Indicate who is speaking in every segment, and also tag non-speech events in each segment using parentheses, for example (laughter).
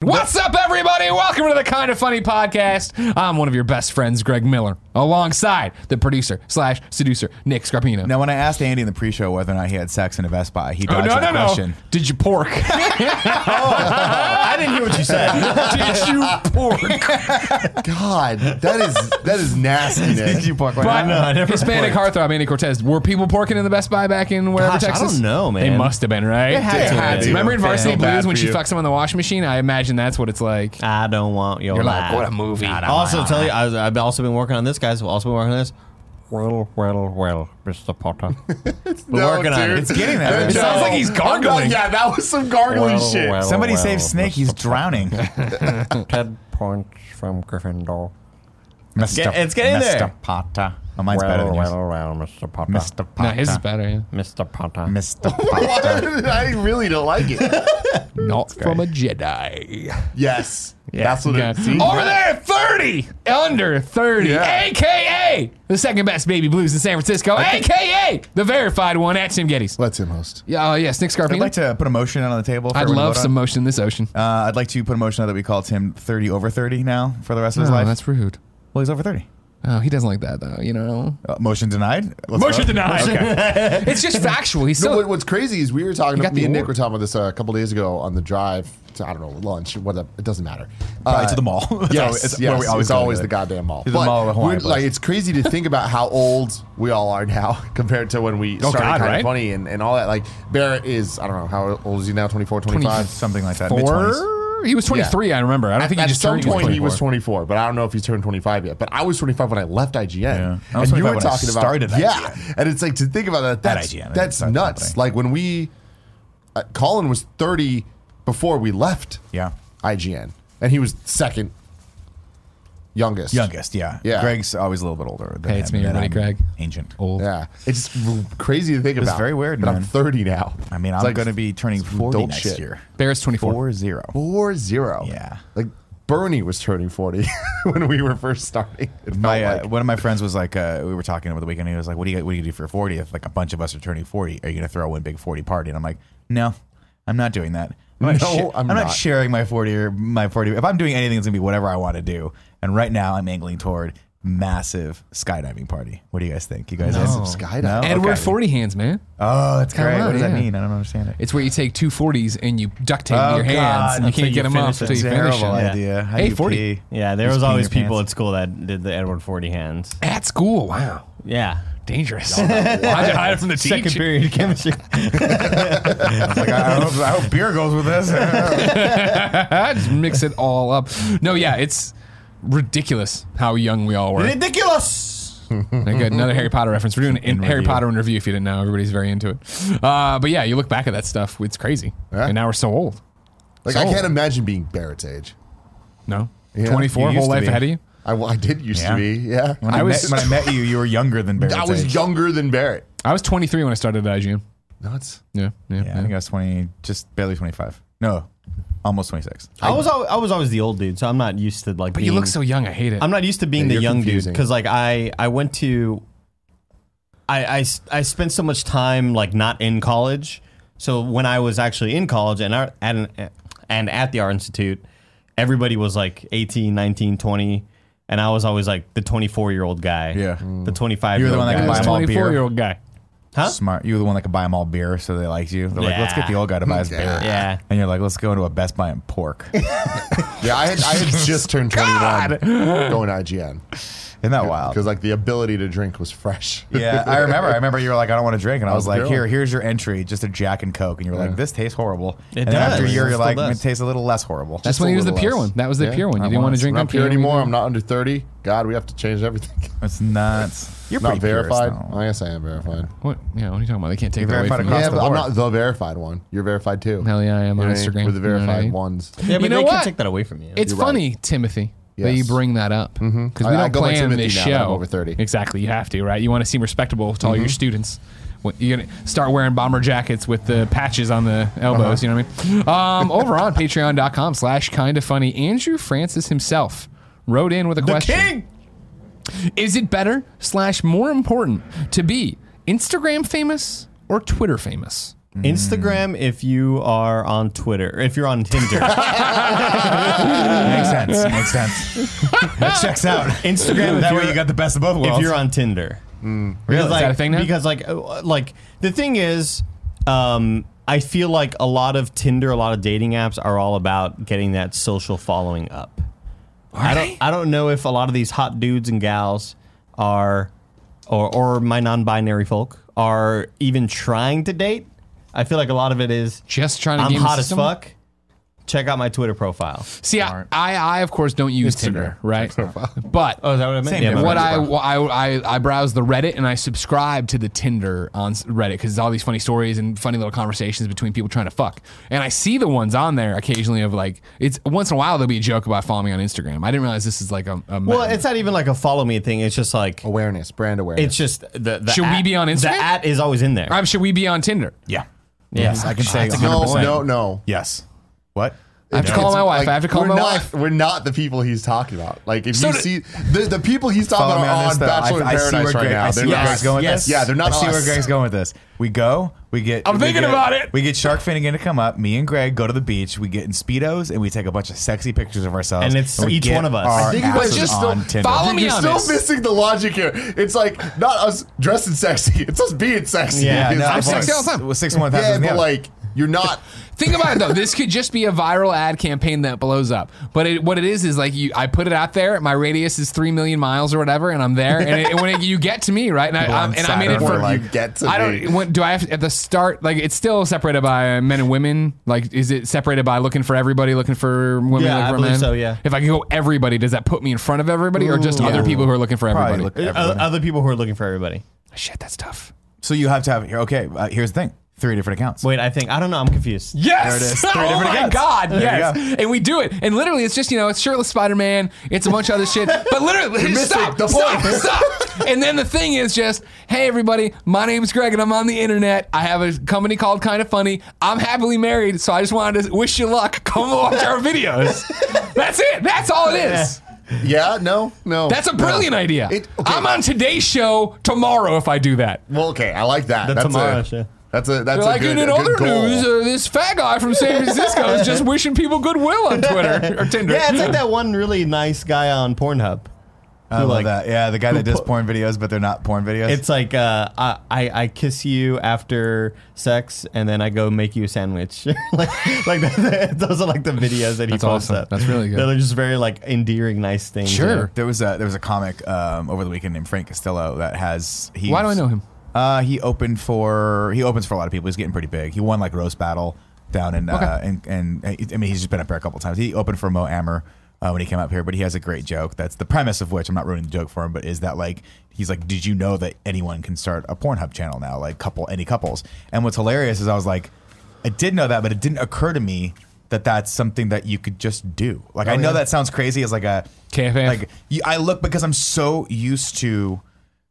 Speaker 1: What's up, everybody? Welcome to the Kind of Funny podcast. I'm one of your best friends, Greg Miller, alongside the producer slash seducer, Nick Scarpino.
Speaker 2: Now, when I asked Andy in the pre-show whether or not he had sex in a Best Buy, he
Speaker 1: Oh,
Speaker 2: dodged
Speaker 1: no,
Speaker 2: that
Speaker 1: no, no.
Speaker 2: question.
Speaker 1: Did you
Speaker 3: (laughs)
Speaker 1: pork? (laughs)
Speaker 3: Oh, I didn't hear what you said.
Speaker 1: Did you pork?
Speaker 3: (laughs)
Speaker 4: God, that is that
Speaker 2: (laughs)
Speaker 4: is nasty. Nick.
Speaker 2: park
Speaker 1: But
Speaker 3: know, I never
Speaker 1: Hispanic heartthrob Andy Cortez. Were people porking in the Best Buy back in wherever
Speaker 3: Gosh, I
Speaker 1: Texas?
Speaker 3: don't know,
Speaker 1: They
Speaker 3: man.
Speaker 1: must have been, right?
Speaker 2: had
Speaker 4: to have been.
Speaker 1: Remember in
Speaker 2: Feel
Speaker 1: Varsity
Speaker 2: bad
Speaker 1: Blues
Speaker 2: for
Speaker 1: when she
Speaker 2: you.
Speaker 1: fucks him on the washing machine? I imagine that's what it's like.
Speaker 3: I don't want your
Speaker 1: You're like,
Speaker 3: life.
Speaker 1: what a movie.
Speaker 3: I also tell you, I, I've also been working on this, guys. I've also been working on this. Well, well, well,
Speaker 1: (laughs)
Speaker 3: Mr. Potter. We're working on it. It's
Speaker 2: getting there. It
Speaker 1: sounds like he's gargling.
Speaker 4: yeah, that was some gargling
Speaker 3: Well,
Speaker 4: shit.
Speaker 3: well,
Speaker 2: Somebody
Speaker 3: well,
Speaker 2: save Snake. He's
Speaker 3: Mr.
Speaker 4: (laughs)
Speaker 2: drowning.
Speaker 3: Potter. Ten points from Gryffindor.
Speaker 2: Mr.
Speaker 3: it's getting
Speaker 2: Mr.
Speaker 3: there. Ah,
Speaker 2: Potter. Oh, mine's
Speaker 3: well,
Speaker 2: better than yours.
Speaker 3: well, well, Mr. Potter.
Speaker 2: Mr.
Speaker 1: No,
Speaker 2: Potter.
Speaker 1: his is better. Yeah.
Speaker 3: Mr. Potter.
Speaker 4: (laughs)
Speaker 2: Mr. Potter.
Speaker 4: I really don't like it.
Speaker 1: Not from a Jedi.
Speaker 4: Yes, that's what it seems.
Speaker 1: Over there, 30. Under 30.
Speaker 4: Yeah.
Speaker 1: AKA the second best baby blues in San Francisco. AKA the verified one at Tim Gettys.
Speaker 4: Let's him host.
Speaker 1: Yeah, oh, yes, Nick Scarpino.
Speaker 2: I'd like to put a motion on the table. For
Speaker 1: I'd
Speaker 2: everyone to
Speaker 1: love
Speaker 2: vote
Speaker 1: some
Speaker 2: on.
Speaker 1: motion in this ocean.
Speaker 2: Uh, I'd like to put a motion out that we called him 30 over 30 now for the rest of his
Speaker 1: oh,
Speaker 2: life.
Speaker 1: that's rude.
Speaker 2: well, he's over 30.
Speaker 1: Oh, he doesn't like that, though, you know?
Speaker 2: Uh, motion denied. Let's vote.
Speaker 1: it's just factual. He's
Speaker 4: No,
Speaker 1: so.
Speaker 4: what, what's crazy is we were talking.
Speaker 1: got
Speaker 4: Me
Speaker 1: the
Speaker 4: and Nick
Speaker 1: award.
Speaker 4: were talking about this uh, a couple days ago on the drive. To, I don't know lunch. What the- it doesn't matter.
Speaker 2: Probably
Speaker 4: Uh,
Speaker 2: to the mall. (laughs) That's
Speaker 4: yes,
Speaker 2: always- it's
Speaker 4: yes,
Speaker 2: where we always
Speaker 4: it's
Speaker 2: go
Speaker 4: always
Speaker 2: to.
Speaker 4: the goddamn mall.
Speaker 2: To the mall of Hawaii
Speaker 4: we're-
Speaker 2: Place.
Speaker 4: like it's crazy to think about how old we all are now (laughs) compared to when we started
Speaker 1: God,
Speaker 4: kind
Speaker 1: right?
Speaker 4: of funny and, and all that. Like Barrett is I don't know how old is he now 24, 25?
Speaker 2: Something like that. Mid-twenties.
Speaker 1: Four? He was 23, I remember. I don't think he
Speaker 4: At
Speaker 1: just
Speaker 4: some
Speaker 1: turned
Speaker 4: point,
Speaker 1: 24.
Speaker 4: he was 24, but I don't know if he's turned 25 yet. But I was 25 when I left IGN,
Speaker 2: Yeah. I was 25 when I started
Speaker 4: about yeah,
Speaker 2: IGN.
Speaker 4: and it's like to think about that. That's
Speaker 2: IGN, I
Speaker 4: that's
Speaker 2: didn't start
Speaker 4: nuts.
Speaker 2: something.
Speaker 4: Like when we, uh, Colin was 30 before we left
Speaker 2: Yeah.
Speaker 4: IGN, and he was second youngest.
Speaker 2: Youngest, yeah.
Speaker 4: Yeah.
Speaker 2: Greg's always a little bit older. Than
Speaker 1: Hey, it's
Speaker 2: him,
Speaker 1: me,
Speaker 2: and
Speaker 1: everybody,
Speaker 2: I'm
Speaker 1: Greg.
Speaker 2: Ancient. Oh,
Speaker 1: Old.
Speaker 4: Yeah, it's crazy to think
Speaker 2: was
Speaker 4: about.
Speaker 2: very weird,
Speaker 4: But I'm
Speaker 2: man.
Speaker 4: 30 now.
Speaker 2: I mean, I'm
Speaker 4: It's like
Speaker 2: going to be turning 40
Speaker 4: adult
Speaker 2: next
Speaker 4: shit.
Speaker 2: year.
Speaker 1: Barrett's 24.
Speaker 2: Four zero.
Speaker 4: four Oh, zero.
Speaker 2: Yeah.
Speaker 4: like Bernie was turning 40 (laughs) when we were first starting. It felt
Speaker 2: My
Speaker 4: like.
Speaker 2: uh, one of my friends was like, uh, we were talking over the weekend. He was like, "What do you what do you do for your 40th? Like a bunch of us are turning 40. Are you going to throw one big 40 party?" And I'm like, "No, I'm not doing that. I'm not,
Speaker 4: No,
Speaker 2: sha-
Speaker 4: I'm
Speaker 2: not.
Speaker 4: not.
Speaker 2: sharing my 40 or my 40. If I'm doing anything, it's going to be whatever I want to do. And right now, I'm angling toward massive skydiving party. What do you guys think? You guys
Speaker 4: Massive
Speaker 2: No?
Speaker 4: skydiving.
Speaker 1: Edward
Speaker 2: Okay.
Speaker 1: 40 hands, man.
Speaker 2: Oh, that's great.
Speaker 1: on,
Speaker 2: what does
Speaker 1: yeah.
Speaker 2: that mean? I don't understand it.
Speaker 1: It's where you take two 40s and you duct tape
Speaker 2: Oh,
Speaker 1: your hands
Speaker 2: God,
Speaker 1: and you can't
Speaker 3: you
Speaker 1: get them off
Speaker 3: finish it.
Speaker 1: until you finish
Speaker 2: terrible
Speaker 1: them.
Speaker 3: Yeah.
Speaker 2: idea. How
Speaker 1: Hey,
Speaker 2: do you
Speaker 1: 40.
Speaker 2: pee?
Speaker 3: Yeah, there
Speaker 2: Just
Speaker 3: was
Speaker 2: pee in
Speaker 3: always
Speaker 2: your
Speaker 3: people
Speaker 2: pants.
Speaker 3: at school that did the Edward Forty hands.
Speaker 1: At school, wow.
Speaker 3: Yeah,
Speaker 1: Dangerous. (laughs) Hide it- hide it from the
Speaker 3: second
Speaker 1: teacher.
Speaker 3: period
Speaker 2: (laughs)
Speaker 3: chemistry.
Speaker 2: Like, I, I hope, I hope beer goes with this. (laughs)
Speaker 1: I just mix it all up. No, yeah, it's ridiculous how young we all were.
Speaker 3: Ridiculous.
Speaker 1: I got another Harry Potter reference. We're doing in Harry Potter in review if you didn't know. Everybody's very into it. Uh, but yeah, you look back at that stuff, it's crazy.
Speaker 4: Yeah.
Speaker 1: And now we're so old.
Speaker 4: Like
Speaker 1: So
Speaker 4: I can't
Speaker 1: old.
Speaker 4: imagine being Barrett's age.
Speaker 1: No?
Speaker 4: Yeah.
Speaker 1: 24,
Speaker 2: You
Speaker 1: whole
Speaker 2: used to
Speaker 1: life
Speaker 2: be.
Speaker 1: ahead of you?
Speaker 4: I, well, I did used
Speaker 2: Yeah.
Speaker 4: to be. Yeah,
Speaker 2: When I,
Speaker 1: was-
Speaker 2: met, when I met you, you were younger than Barrett's
Speaker 4: I was
Speaker 2: age.
Speaker 4: younger than Barrett.
Speaker 1: I was 23 when I started at IGN.
Speaker 4: Nuts.
Speaker 1: Yeah, yeah,
Speaker 2: Yeah, I
Speaker 1: yeah.
Speaker 2: think I was twenty, just barely twenty-five. No, almost twenty-six.
Speaker 3: (laughs) I was always, I was always the old dude, so I'm not used to like.
Speaker 1: But you look so young, I hate it.
Speaker 3: I'm not used to being the
Speaker 4: you're
Speaker 3: young
Speaker 4: confusing.
Speaker 3: dude because like I I went to I, I s- I spent so much time like not in college. So when I was actually in college and art at an, and at the art institute, everybody was like 18, 19, 20 and I was always like the 24 year old guy.
Speaker 2: Yeah. Mm.
Speaker 3: The 25 year
Speaker 2: You're the one
Speaker 3: old
Speaker 2: that
Speaker 3: guy.
Speaker 2: could
Speaker 1: I was
Speaker 2: buy
Speaker 1: a
Speaker 2: them all beer.
Speaker 1: 24 year old guy.
Speaker 3: Huh?
Speaker 2: Smart. You were the one that could buy them all beer, so they liked you. They're like, let's get the
Speaker 3: Yeah.
Speaker 2: old guy to buy his
Speaker 4: Yeah.
Speaker 2: beer.
Speaker 3: Yeah.
Speaker 2: And you're like, let's go into a Best Buy and pork. Isn't
Speaker 4: Yeah, I had I had just turned 21 going IGN
Speaker 2: that wild?
Speaker 4: because like the ability to drink was fresh. (laughs)
Speaker 2: Yeah, I remember. I remember you were like, I don't want to drink, and I was like,
Speaker 4: girl.
Speaker 2: here, here's your entry, just a Jack and Coke, and you were like, this tastes horrible. and then
Speaker 3: does.
Speaker 2: after a year, you're
Speaker 3: It still
Speaker 2: like,
Speaker 3: does.
Speaker 2: it tastes a little less horrible.
Speaker 1: That's when
Speaker 4: a
Speaker 1: he was the
Speaker 4: little
Speaker 1: pure
Speaker 4: less.
Speaker 1: one. That was the
Speaker 4: Yeah,
Speaker 1: pure one. You
Speaker 2: I
Speaker 1: didn't want to
Speaker 2: was.
Speaker 4: I'm
Speaker 1: drink
Speaker 4: not
Speaker 1: on
Speaker 4: pure
Speaker 1: pure
Speaker 4: anymore. I'm not under 30. God, we have to change everything. (laughs)
Speaker 2: it's nuts. You're
Speaker 4: not
Speaker 2: pretty purist,
Speaker 4: verified.
Speaker 2: though.
Speaker 4: I guess I am verified.
Speaker 1: What? Yeah, what are you talking about? They can't take that away
Speaker 2: verified
Speaker 1: from you.
Speaker 2: across
Speaker 4: Yeah,
Speaker 2: the
Speaker 4: but I'm
Speaker 2: board.
Speaker 4: not the verified one. You're verified too.
Speaker 1: Hell yeah, I am
Speaker 4: You know
Speaker 1: on
Speaker 4: what I mean?
Speaker 1: Instagram.
Speaker 4: We're the
Speaker 1: You know what I
Speaker 4: verified
Speaker 1: mean?
Speaker 4: ones.
Speaker 3: Yeah, but
Speaker 1: You know
Speaker 3: they
Speaker 1: what?
Speaker 3: can take that away from you.
Speaker 1: It's
Speaker 4: right.
Speaker 1: funny, Timothy, that you
Speaker 4: Yes. Mm-hmm.
Speaker 1: bring that up because we
Speaker 4: I-
Speaker 1: don't
Speaker 4: I go by
Speaker 1: plan
Speaker 4: Timothy
Speaker 1: this
Speaker 4: now
Speaker 1: show.
Speaker 4: that I'm over Mm-hmm. 30.
Speaker 1: Exactly, you have to, right? You want to seem respectable to all your students. What- You're gonna start wearing bomber jackets with the patches on the elbows.
Speaker 4: Uh-huh.
Speaker 1: You know what I mean? Um, over on Patreon.com/slash Kind of Funny, Andrew Francis himself wrote in with a question: Is it better slash more important to be Instagram famous or Twitter famous?
Speaker 2: Mm.
Speaker 3: Instagram if you are on Twitter. If you're
Speaker 2: (laughs)
Speaker 3: on Tinder.
Speaker 2: Makes sense. Makes sense.
Speaker 3: (laughs)
Speaker 2: that checks out.
Speaker 3: Instagram Uh, if
Speaker 2: that way
Speaker 3: you're-
Speaker 2: you got the best of both worlds.
Speaker 3: if you're on Tinder. Because,
Speaker 1: Mm. Is
Speaker 3: like,
Speaker 1: that a thing now?
Speaker 3: Because like uh, like the thing is, um, I feel like a lot of Tinder, a lot of dating apps are all about getting that social following up. I don't I don't know if a lot of these hot dudes and gals are or or my non-binary folk are even trying to date. I feel like a lot of it is
Speaker 1: Just trying to
Speaker 3: I'm
Speaker 1: game the
Speaker 3: hot as
Speaker 1: system?
Speaker 3: fuck. Check out my Twitter profile.
Speaker 1: See, I, I, I of course don't use Tinder,
Speaker 4: (laughs)
Speaker 1: right? But
Speaker 3: Oh, is that what I meant?
Speaker 2: Same
Speaker 3: yeah, my
Speaker 1: what
Speaker 3: bad.
Speaker 1: I, wh- I I I browse the Reddit and I subscribe to the Tinder on s- Reddit because it's all these funny stories and funny little conversations between people trying to fuck. And I see the ones on there occasionally of like it's once in a while there'll be a joke about following me on Instagram. I didn't realize this is like a, a
Speaker 3: Well, it's not even like a follow me thing. It's just like
Speaker 4: Awareness, brand awareness.
Speaker 3: It's just the, the
Speaker 1: Should we
Speaker 3: at-
Speaker 1: be on Instagram?
Speaker 3: The at is always in there.
Speaker 1: Um, should we be on Tinder?
Speaker 2: yeah.
Speaker 3: yes,
Speaker 2: I can say
Speaker 4: no,
Speaker 2: 100%.
Speaker 4: no, no.
Speaker 2: Yes. What?
Speaker 1: I have to call my wife. I have to call
Speaker 4: we're
Speaker 1: my
Speaker 4: not,
Speaker 1: wife.
Speaker 4: We're not the people he's talking about. Like if
Speaker 1: So
Speaker 4: you
Speaker 1: do-
Speaker 4: see the, the people he's
Speaker 2: Follow
Speaker 4: talking
Speaker 2: me
Speaker 4: about
Speaker 2: on
Speaker 4: are
Speaker 2: this,
Speaker 4: on
Speaker 2: though.
Speaker 4: Bachelor in
Speaker 2: I, I see where
Speaker 4: Paradise right
Speaker 2: Greg-
Speaker 4: now.
Speaker 2: I see
Speaker 4: They're
Speaker 2: where
Speaker 4: not
Speaker 2: Greg's going with
Speaker 3: Yes.
Speaker 2: this.
Speaker 4: Yeah, they're not
Speaker 2: I see where
Speaker 4: us.
Speaker 2: Greg's going with this. We go. We get.
Speaker 1: I'm
Speaker 2: we
Speaker 1: thinking
Speaker 2: get-
Speaker 1: about it.
Speaker 2: We get Shark Finnegan to come up. Me and Greg go to the beach. We get in speedos and we take a bunch of sexy pictures of ourselves.
Speaker 3: And it's
Speaker 2: we
Speaker 3: each
Speaker 2: get
Speaker 3: one of us.
Speaker 2: our
Speaker 3: I
Speaker 4: think you guys
Speaker 2: asses
Speaker 4: just
Speaker 2: on
Speaker 4: don't
Speaker 2: Tinder.
Speaker 1: follow me
Speaker 4: You're
Speaker 1: on
Speaker 4: still
Speaker 1: this.
Speaker 4: missing the logic here. It's like not us dressing sexy. It's us being sexy.
Speaker 3: Yeah,
Speaker 4: It's
Speaker 2: no,
Speaker 4: the
Speaker 2: I'm
Speaker 1: sexy
Speaker 4: point.
Speaker 1: all the time.
Speaker 2: Well, six one
Speaker 4: Yeah,
Speaker 2: thousand.
Speaker 4: but like you're not.
Speaker 1: Think about it though. This could just be a viral ad campaign that blows up. But it, what it is is like you, I put it out there. My radius is three million miles or whatever, and I'm there. And it, when it, you get to me, right? And I, I'm, and I'm in it
Speaker 2: Blindsided.
Speaker 1: for
Speaker 4: Or
Speaker 2: like-
Speaker 4: you get to
Speaker 1: I
Speaker 4: me.
Speaker 1: don't. What, do I have to, at the start? Like it's still separated by men and women. Like is it separated by looking for everybody, looking for women,
Speaker 3: Yeah,
Speaker 1: looking
Speaker 3: I
Speaker 1: for
Speaker 3: believe
Speaker 1: men?
Speaker 3: so, yeah.
Speaker 1: If I can go everybody, does that put me in front of everybody, or just other people who are looking for (laughs) everybody?
Speaker 2: look-
Speaker 3: O-
Speaker 2: Everybody.
Speaker 3: Other people who are looking for everybody.
Speaker 1: Shit, that's tough.
Speaker 2: so you have to have here. Okay, uh, here's the thing: three different accounts.
Speaker 3: Wait, I think I don't know. I'm confused.
Speaker 1: Yes.
Speaker 2: There it
Speaker 1: (laughs)
Speaker 2: is. Three
Speaker 1: oh
Speaker 2: different
Speaker 1: my
Speaker 2: accounts.
Speaker 1: god.
Speaker 2: There you
Speaker 1: yes.
Speaker 2: go.
Speaker 1: And we do it. And literally, it's just you know, it's shirtless Spider Man. It's a bunch of other shit. But literally,
Speaker 4: missing
Speaker 1: stop.
Speaker 4: the
Speaker 1: stop.
Speaker 4: point.
Speaker 1: Stop. And then the thing is just, hey everybody, my name's Greg and I'm on the internet. I have a company called Kind of Funny. I'm happily married, so I just wanted to wish you luck. Come watch our videos. That's it. That's all it is.
Speaker 4: Yeah, no, no.
Speaker 1: That's a
Speaker 4: no.
Speaker 1: brilliant idea.
Speaker 4: It- okay.
Speaker 1: I'm on today's show tomorrow if I do that.
Speaker 4: Well, okay, I like that.
Speaker 3: The
Speaker 4: that's
Speaker 3: tomorrow
Speaker 4: a,
Speaker 3: show.
Speaker 4: That's a that's
Speaker 1: They're
Speaker 4: a
Speaker 1: like
Speaker 4: good,
Speaker 1: in
Speaker 4: a
Speaker 1: other
Speaker 4: good goal.
Speaker 1: news, uh, this fat guy from San Francisco is
Speaker 4: (laughs)
Speaker 1: just wishing people goodwill on Twitter or Tinder.
Speaker 3: Yeah, it's like that one really nice guy on Pornhub.
Speaker 2: I love
Speaker 3: like-
Speaker 2: that. Yeah, the guy that does
Speaker 3: put-
Speaker 2: porn videos, but they're not porn videos.
Speaker 3: It's like uh, I, I I kiss you after sex and then I go make you a sandwich. (laughs) like like that, those are like the videos that he
Speaker 1: That's
Speaker 3: posts
Speaker 1: awesome.
Speaker 3: up.
Speaker 1: That's really good.
Speaker 3: They're just very like endearing, nice things.
Speaker 1: Sure.
Speaker 2: there was a there was a comic um, over the weekend named Frank Castillo that has he.
Speaker 1: Why do I know him?
Speaker 2: Uh, he opened for he opens for a lot of people. He's getting pretty big. He won like roast battle down in uh,
Speaker 1: Okay.
Speaker 2: and and I mean he's just been up there a couple times. He opened for Mo Ammer uh, when he came up here, but he has a great joke. That's the premise of which I'm not ruining the joke for him, but is that like he's like, did you know that anyone can start a Pornhub channel now? Like couple any couples. And what's hilarious is I was like, I did know that, but it didn't occur to me that that's something that you could just do. Like I know that sounds crazy as like a
Speaker 1: KFA.
Speaker 2: like you, I look because I'm so used to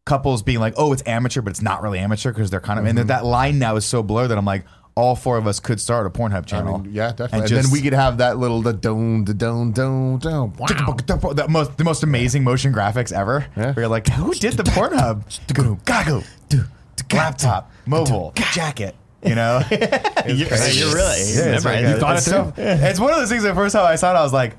Speaker 2: couples being like, oh, it's amateur, but it's not really amateur because they're kind of, and
Speaker 4: Mm-hmm.
Speaker 2: that, that line now is so blurred that I'm like, all four of us could start a Pornhub
Speaker 4: I
Speaker 2: channel.
Speaker 4: mean, yeah, definitely. And,
Speaker 2: And, just,
Speaker 4: then we could have that little the dome, the dome, dome, dome.
Speaker 2: (laughs)
Speaker 4: Wow.
Speaker 2: the most, the most amazing motion graphics ever. We're like, who did the Pornhub? Gagu, laptop, mobile, jacket. You
Speaker 4: (laughs)
Speaker 2: know, (laughs)
Speaker 3: You, you're really
Speaker 2: Yeah, it's,
Speaker 3: memorized
Speaker 2: right.
Speaker 3: it.
Speaker 2: It's so- it's one of those things. The first time I saw it, I was like,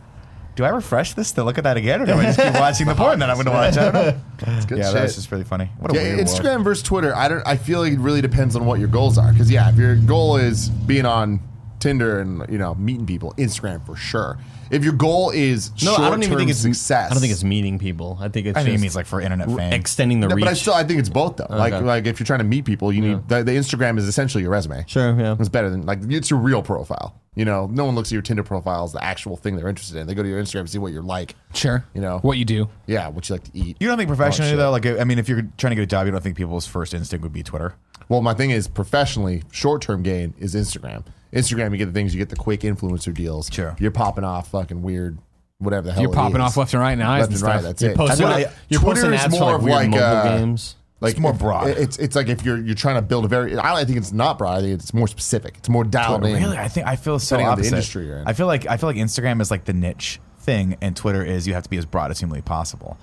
Speaker 2: "Do I refresh this to look at that again, or do I just keep watching the porn that I'm going to watch?" I don't know.
Speaker 4: good
Speaker 2: yeah, that's
Speaker 4: shit.
Speaker 2: just really funny. What a
Speaker 4: Yeah,
Speaker 2: weird
Speaker 4: Instagram
Speaker 2: world.
Speaker 4: versus Twitter. I don't. I feel like it really depends on what your goals are. Because yeah, if your goal is being on Tinder and you know meeting people, Instagram for sure. If your goal is
Speaker 3: No, I don't even think it's
Speaker 4: success.
Speaker 3: I don't think it's meeting people. I think it's
Speaker 2: I think it
Speaker 3: just
Speaker 2: means like for internet fame.
Speaker 3: extending the
Speaker 4: No,
Speaker 3: reach.
Speaker 4: but I still I think it's both though. Like
Speaker 3: Okay.
Speaker 4: like if you're trying to meet people, you need the, the Instagram is essentially your resume.
Speaker 3: Sure, yeah.
Speaker 4: It's better than like it's your real profile. You know, no one looks at your Tinder profile as the actual thing they're interested in. They go to your Instagram and see what you're like.
Speaker 1: Sure.
Speaker 4: You know.
Speaker 1: what you do.
Speaker 4: Yeah, what you like to eat.
Speaker 2: you don't think professionally
Speaker 4: Oh, shit.
Speaker 2: though? Like, I mean, if you're trying to get a job, you don't think people's first instinct would be Twitter.
Speaker 4: Well, my thing is professionally, short term gain is Instagram. Instagram, you get the things, you get the quick influencer deals.
Speaker 2: Sure.
Speaker 4: You're popping off fucking weird, whatever the hell.
Speaker 1: You're
Speaker 4: Oh, it
Speaker 1: popping
Speaker 4: is.
Speaker 1: off left and right in eyes and
Speaker 4: Left and
Speaker 1: stuff.
Speaker 4: right. That's it.
Speaker 3: posting,
Speaker 4: That's what I-
Speaker 3: you're
Speaker 4: Twitter
Speaker 3: posting
Speaker 4: is
Speaker 3: ads for,
Speaker 4: more
Speaker 3: like
Speaker 4: of
Speaker 3: weird
Speaker 4: like,
Speaker 3: mobile
Speaker 4: uh,
Speaker 3: games.
Speaker 4: Like
Speaker 2: It's more broad.
Speaker 4: it- It's it's like if you're you're trying to build a very. I don't think it's not broad. I think it's more specific. It's more dialed in.
Speaker 2: Really, I think I feel so
Speaker 4: Depending on the
Speaker 2: opposite.
Speaker 4: industry you're in.
Speaker 2: I feel like I feel like Instagram is like the niche thing, and Twitter is you have to be as broad as humanly possible.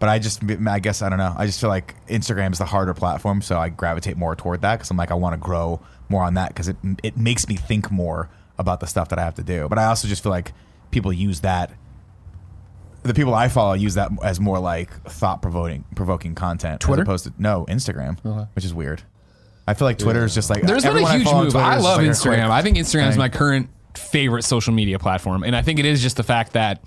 Speaker 2: But I just, I guess, I don't know. I just feel like Instagram is the harder platform, so I gravitate more toward that because I'm like, I want to grow more on that because it it makes me think more about the stuff that I have to do. But I also just feel like people use that. The people I follow use that as more like thought provoking provoking content.
Speaker 1: Twitter?
Speaker 2: as opposed to no Instagram, which is weird. I feel like Twitter is just like
Speaker 1: There's been
Speaker 2: everyone
Speaker 1: a huge
Speaker 2: I follow on
Speaker 1: move.
Speaker 2: Twitter
Speaker 1: I
Speaker 2: is just
Speaker 1: love
Speaker 2: like a quick-
Speaker 1: Instagram. I think Instagram is
Speaker 2: thing.
Speaker 1: my current favorite social media platform, and I think it is just the fact that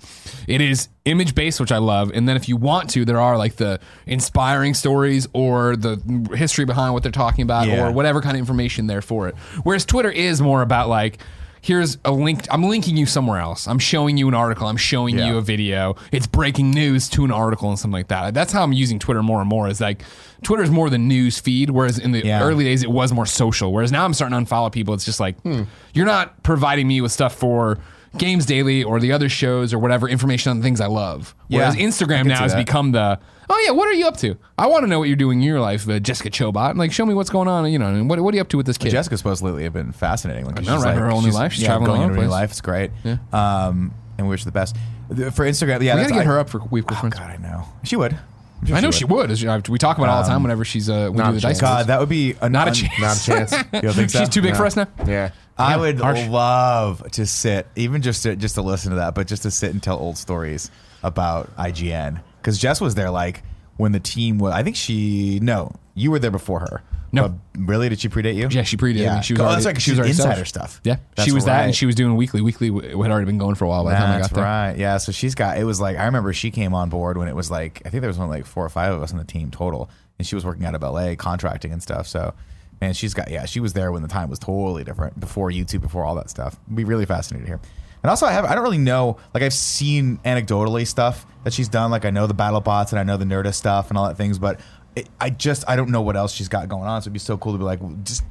Speaker 1: it is image based, which I love. And then if you want to, there are like the inspiring stories or the history behind what they're talking about
Speaker 2: Yeah.
Speaker 1: or whatever kind of information there for it. Whereas Twitter is more about like. Here's a link. I'm linking you somewhere else. I'm showing you an article. I'm showing
Speaker 2: Yeah.
Speaker 1: you a video. It's breaking news to an article and something like that. That's how I'm using Twitter more and more. Is like Twitter is more the news feed, whereas in the
Speaker 2: Yeah.
Speaker 1: early days it was more social. Whereas now I'm starting to unfollow people. It's just like
Speaker 2: Hmm.
Speaker 1: you're not providing me with stuff for Games Daily or the other shows or whatever information on things I love. Whereas
Speaker 2: Yeah, I
Speaker 1: Instagram
Speaker 2: can
Speaker 1: now
Speaker 2: see
Speaker 1: has
Speaker 2: that.
Speaker 1: become the oh yeah, what are you up to? I want to know what you're doing in your life, uh, Jessica Chobot. Like show me what's going on. You know, and what what are you up to with this kid?
Speaker 2: Jessica's posts lately have been fascinating. Like,
Speaker 1: know, right? Her whole new life. She's
Speaker 2: yeah,
Speaker 1: traveling
Speaker 2: going
Speaker 1: all
Speaker 2: into
Speaker 1: over
Speaker 2: her new
Speaker 1: the place.
Speaker 2: life. It's great. Um, and we wish her the best The- for Instagram. Yeah,
Speaker 1: we
Speaker 2: that's-
Speaker 1: gotta get
Speaker 2: I-
Speaker 1: her up for week with
Speaker 2: Oh,
Speaker 1: friends.
Speaker 2: God, I know she would. I'm sure
Speaker 1: I know she would. As you- I- We talk about it all the time whenever she's uh, we
Speaker 4: Not
Speaker 1: do the
Speaker 4: a
Speaker 1: dice.
Speaker 4: chance.
Speaker 1: rolls.
Speaker 2: Um, God, that would be an
Speaker 1: Not a
Speaker 2: un-
Speaker 1: chance.
Speaker 4: Not a chance.
Speaker 2: You don't think
Speaker 1: (laughs)
Speaker 2: so?
Speaker 1: She's too big
Speaker 2: No.
Speaker 1: for us now.
Speaker 4: (laughs) yeah.
Speaker 2: I would
Speaker 1: harsh.
Speaker 2: love to sit, even just to, just to listen to that, but just to sit and tell old stories about IGN because Jess was there like when the team was. I think she no, you were there before her.
Speaker 1: No.
Speaker 2: But really, did she predate you?
Speaker 1: Yeah, she predid. I mean, she was
Speaker 2: oh,
Speaker 1: already,
Speaker 2: that's right, 'cause
Speaker 1: she was already
Speaker 2: insider
Speaker 1: established.
Speaker 2: stuff.
Speaker 1: Yeah,
Speaker 2: That's
Speaker 1: she was that,
Speaker 2: right.
Speaker 1: and she was doing weekly. Weekly w- had already been going for a while by the time I
Speaker 2: That's
Speaker 1: got there.
Speaker 2: right. Yeah. So she's got. It was like I remember she came on board when it was like I think there was only like four or five of us on the team total, and she was working out of LA contracting and stuff. So, man, she's got. Yeah, she was there when the time was totally different before YouTube, before all that stuff. It'd be really fascinating to hear. And also, I have I don't really know. Like I've seen anecdotally stuff that she's done. Like I know the battle bots and I know the Nerdist stuff and all that things, but it, I just I don't know what else she's got going on. So it'd be so cool to be like just.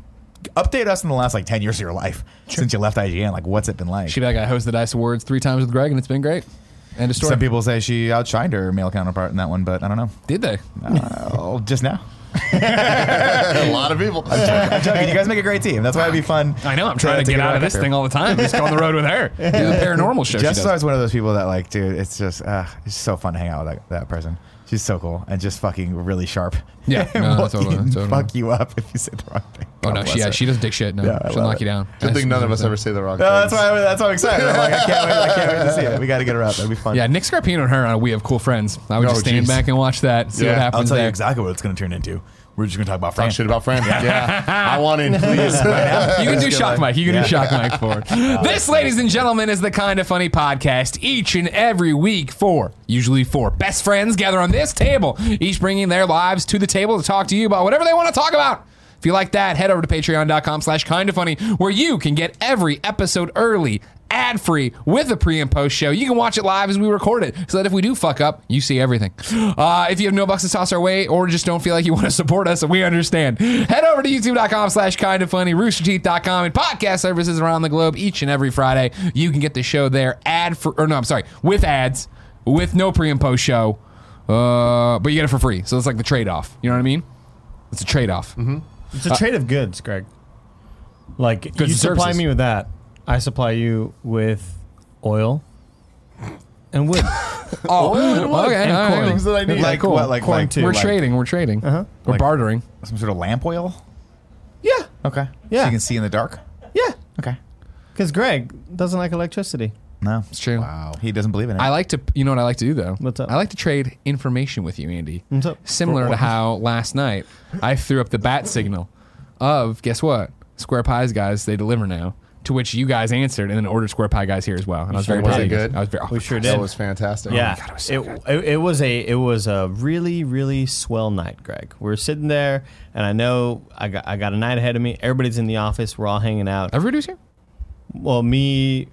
Speaker 2: Update us in the last like ten years of your life since you left IGN. Like, what's it been like?
Speaker 1: She'd be like, I host the Dice Awards three times with Greg, and it's been great. End of story.
Speaker 2: Some people say she outshined her male counterpart in that one, but I don't know.
Speaker 1: Did they? (laughs)
Speaker 2: Uh, just now.
Speaker 4: a lot of people.
Speaker 2: I'm joking. You guys make a great team. That's why it'd be fun.
Speaker 1: I know. I'm trying to, get
Speaker 2: her
Speaker 1: out of
Speaker 2: back
Speaker 1: this
Speaker 2: up here.
Speaker 1: thing all the time. Just go on the road with her. Do the paranormal show. she
Speaker 2: Jess
Speaker 1: does.
Speaker 2: is always one of those people that, like, dude, it's just, uh, it's so fun to hang out with that, that person. She's so cool and just fucking really sharp. (laughs)
Speaker 1: Yeah, no,
Speaker 2: Will
Speaker 1: totally,
Speaker 2: even
Speaker 1: totally.
Speaker 2: fuck you up if you say the wrong thing.
Speaker 1: Oh
Speaker 2: God
Speaker 1: no,
Speaker 2: bless
Speaker 1: she yeah,
Speaker 2: her.
Speaker 1: she doesn't dick shit. No,
Speaker 2: Yeah, I
Speaker 1: she'll
Speaker 2: love
Speaker 1: knock
Speaker 2: it.
Speaker 1: you down.
Speaker 4: (laughs) Good
Speaker 1: That's-
Speaker 4: thing none of us ever say the wrong
Speaker 2: No,
Speaker 4: thing.
Speaker 2: that's why. That's why I'm excited. I'm like, I can't wait. I can't wait to see it. We got to get her out. That'd be fun.
Speaker 1: Yeah, Nick Scarpino and her on We Have Cool Friends. I would
Speaker 4: No,
Speaker 1: just stand
Speaker 4: jeez.
Speaker 1: back and watch that. See
Speaker 4: Yeah,
Speaker 1: what
Speaker 4: I'll
Speaker 1: happens there.
Speaker 2: exactly what it's going to turn into. We're just going to talk about
Speaker 4: Talk
Speaker 2: Fran.
Speaker 4: shit about friends. Yeah. I want in, please.
Speaker 1: (laughs) You can do
Speaker 2: Good
Speaker 1: shock
Speaker 2: life.
Speaker 1: mic. You can
Speaker 2: Yeah.
Speaker 1: do shock mic
Speaker 2: (laughs)
Speaker 1: for it. This, ladies and gentlemen, is the kind of funny podcast each and every week. Four, usually four, best friends gather on this table, each bringing their lives to the table to talk to you about whatever they want to talk about. If you like that, head over to patreon.com slash kind of funny, where you can get every episode early, ad free, with a pre and post show. You can watch it live as we record it, so that if we do fuck up, you see everything. Uh, if you have no bucks to toss our way, or just don't feel like you want to support us, we understand. Head over to youtube.com slash kind of funny, roosterteeth.com, and podcast services around the globe each and every Friday. You can get the show there ad for, or no, I'm sorry, with ads, with no pre and post show, uh, but you get it for free. So it's like the trade off. You know what I mean? It's a trade off.
Speaker 2: Mm-hmm.
Speaker 3: It's a trade of goods, Greg. Like
Speaker 1: and
Speaker 3: you supply
Speaker 1: services.
Speaker 3: me with that, I supply you with oil and (laughs) wood.
Speaker 1: Oh, okay.
Speaker 3: and
Speaker 1: all right.
Speaker 3: corn.
Speaker 4: Things that I need.
Speaker 2: Like,
Speaker 1: cool.
Speaker 2: what? Like,
Speaker 3: Corn
Speaker 2: like,
Speaker 3: too.
Speaker 1: We're
Speaker 2: like
Speaker 1: trading. We're trading. Uh-huh. We're
Speaker 2: Like-
Speaker 1: bartering.
Speaker 2: Some sort of lamp oil?
Speaker 3: yeah,
Speaker 2: Okay. So
Speaker 3: Yeah.
Speaker 2: you can see in the dark?
Speaker 3: yeah.
Speaker 2: Okay.
Speaker 3: Because Greg doesn't like electricity.
Speaker 2: No.
Speaker 1: It's true.
Speaker 2: Wow. He doesn't believe in it.
Speaker 1: I like to, you know what I like to do though?
Speaker 3: What's up?
Speaker 1: I like to trade information with you, Andy.
Speaker 3: What's up?
Speaker 1: Similar to how last night I threw up the bat signal of, guess what? Square Pies guys, they deliver now. To which you guys answered and then ordered Square Pie guys here as well. And I was very
Speaker 4: sure
Speaker 1: proud of
Speaker 4: did.
Speaker 1: you
Speaker 4: Was
Speaker 1: guys.
Speaker 4: it good?
Speaker 1: I was very, oh,
Speaker 3: We sure
Speaker 4: (laughs) That
Speaker 3: did.
Speaker 4: was fantastic. Oh
Speaker 3: yeah,
Speaker 1: God, it was so
Speaker 3: it, it it was a it was a really really swell night, Greg. We're sitting there, and I know I got I got a night ahead of me. Everybody's in the office. We're all hanging out.
Speaker 1: Everybody's here?
Speaker 3: Well, me,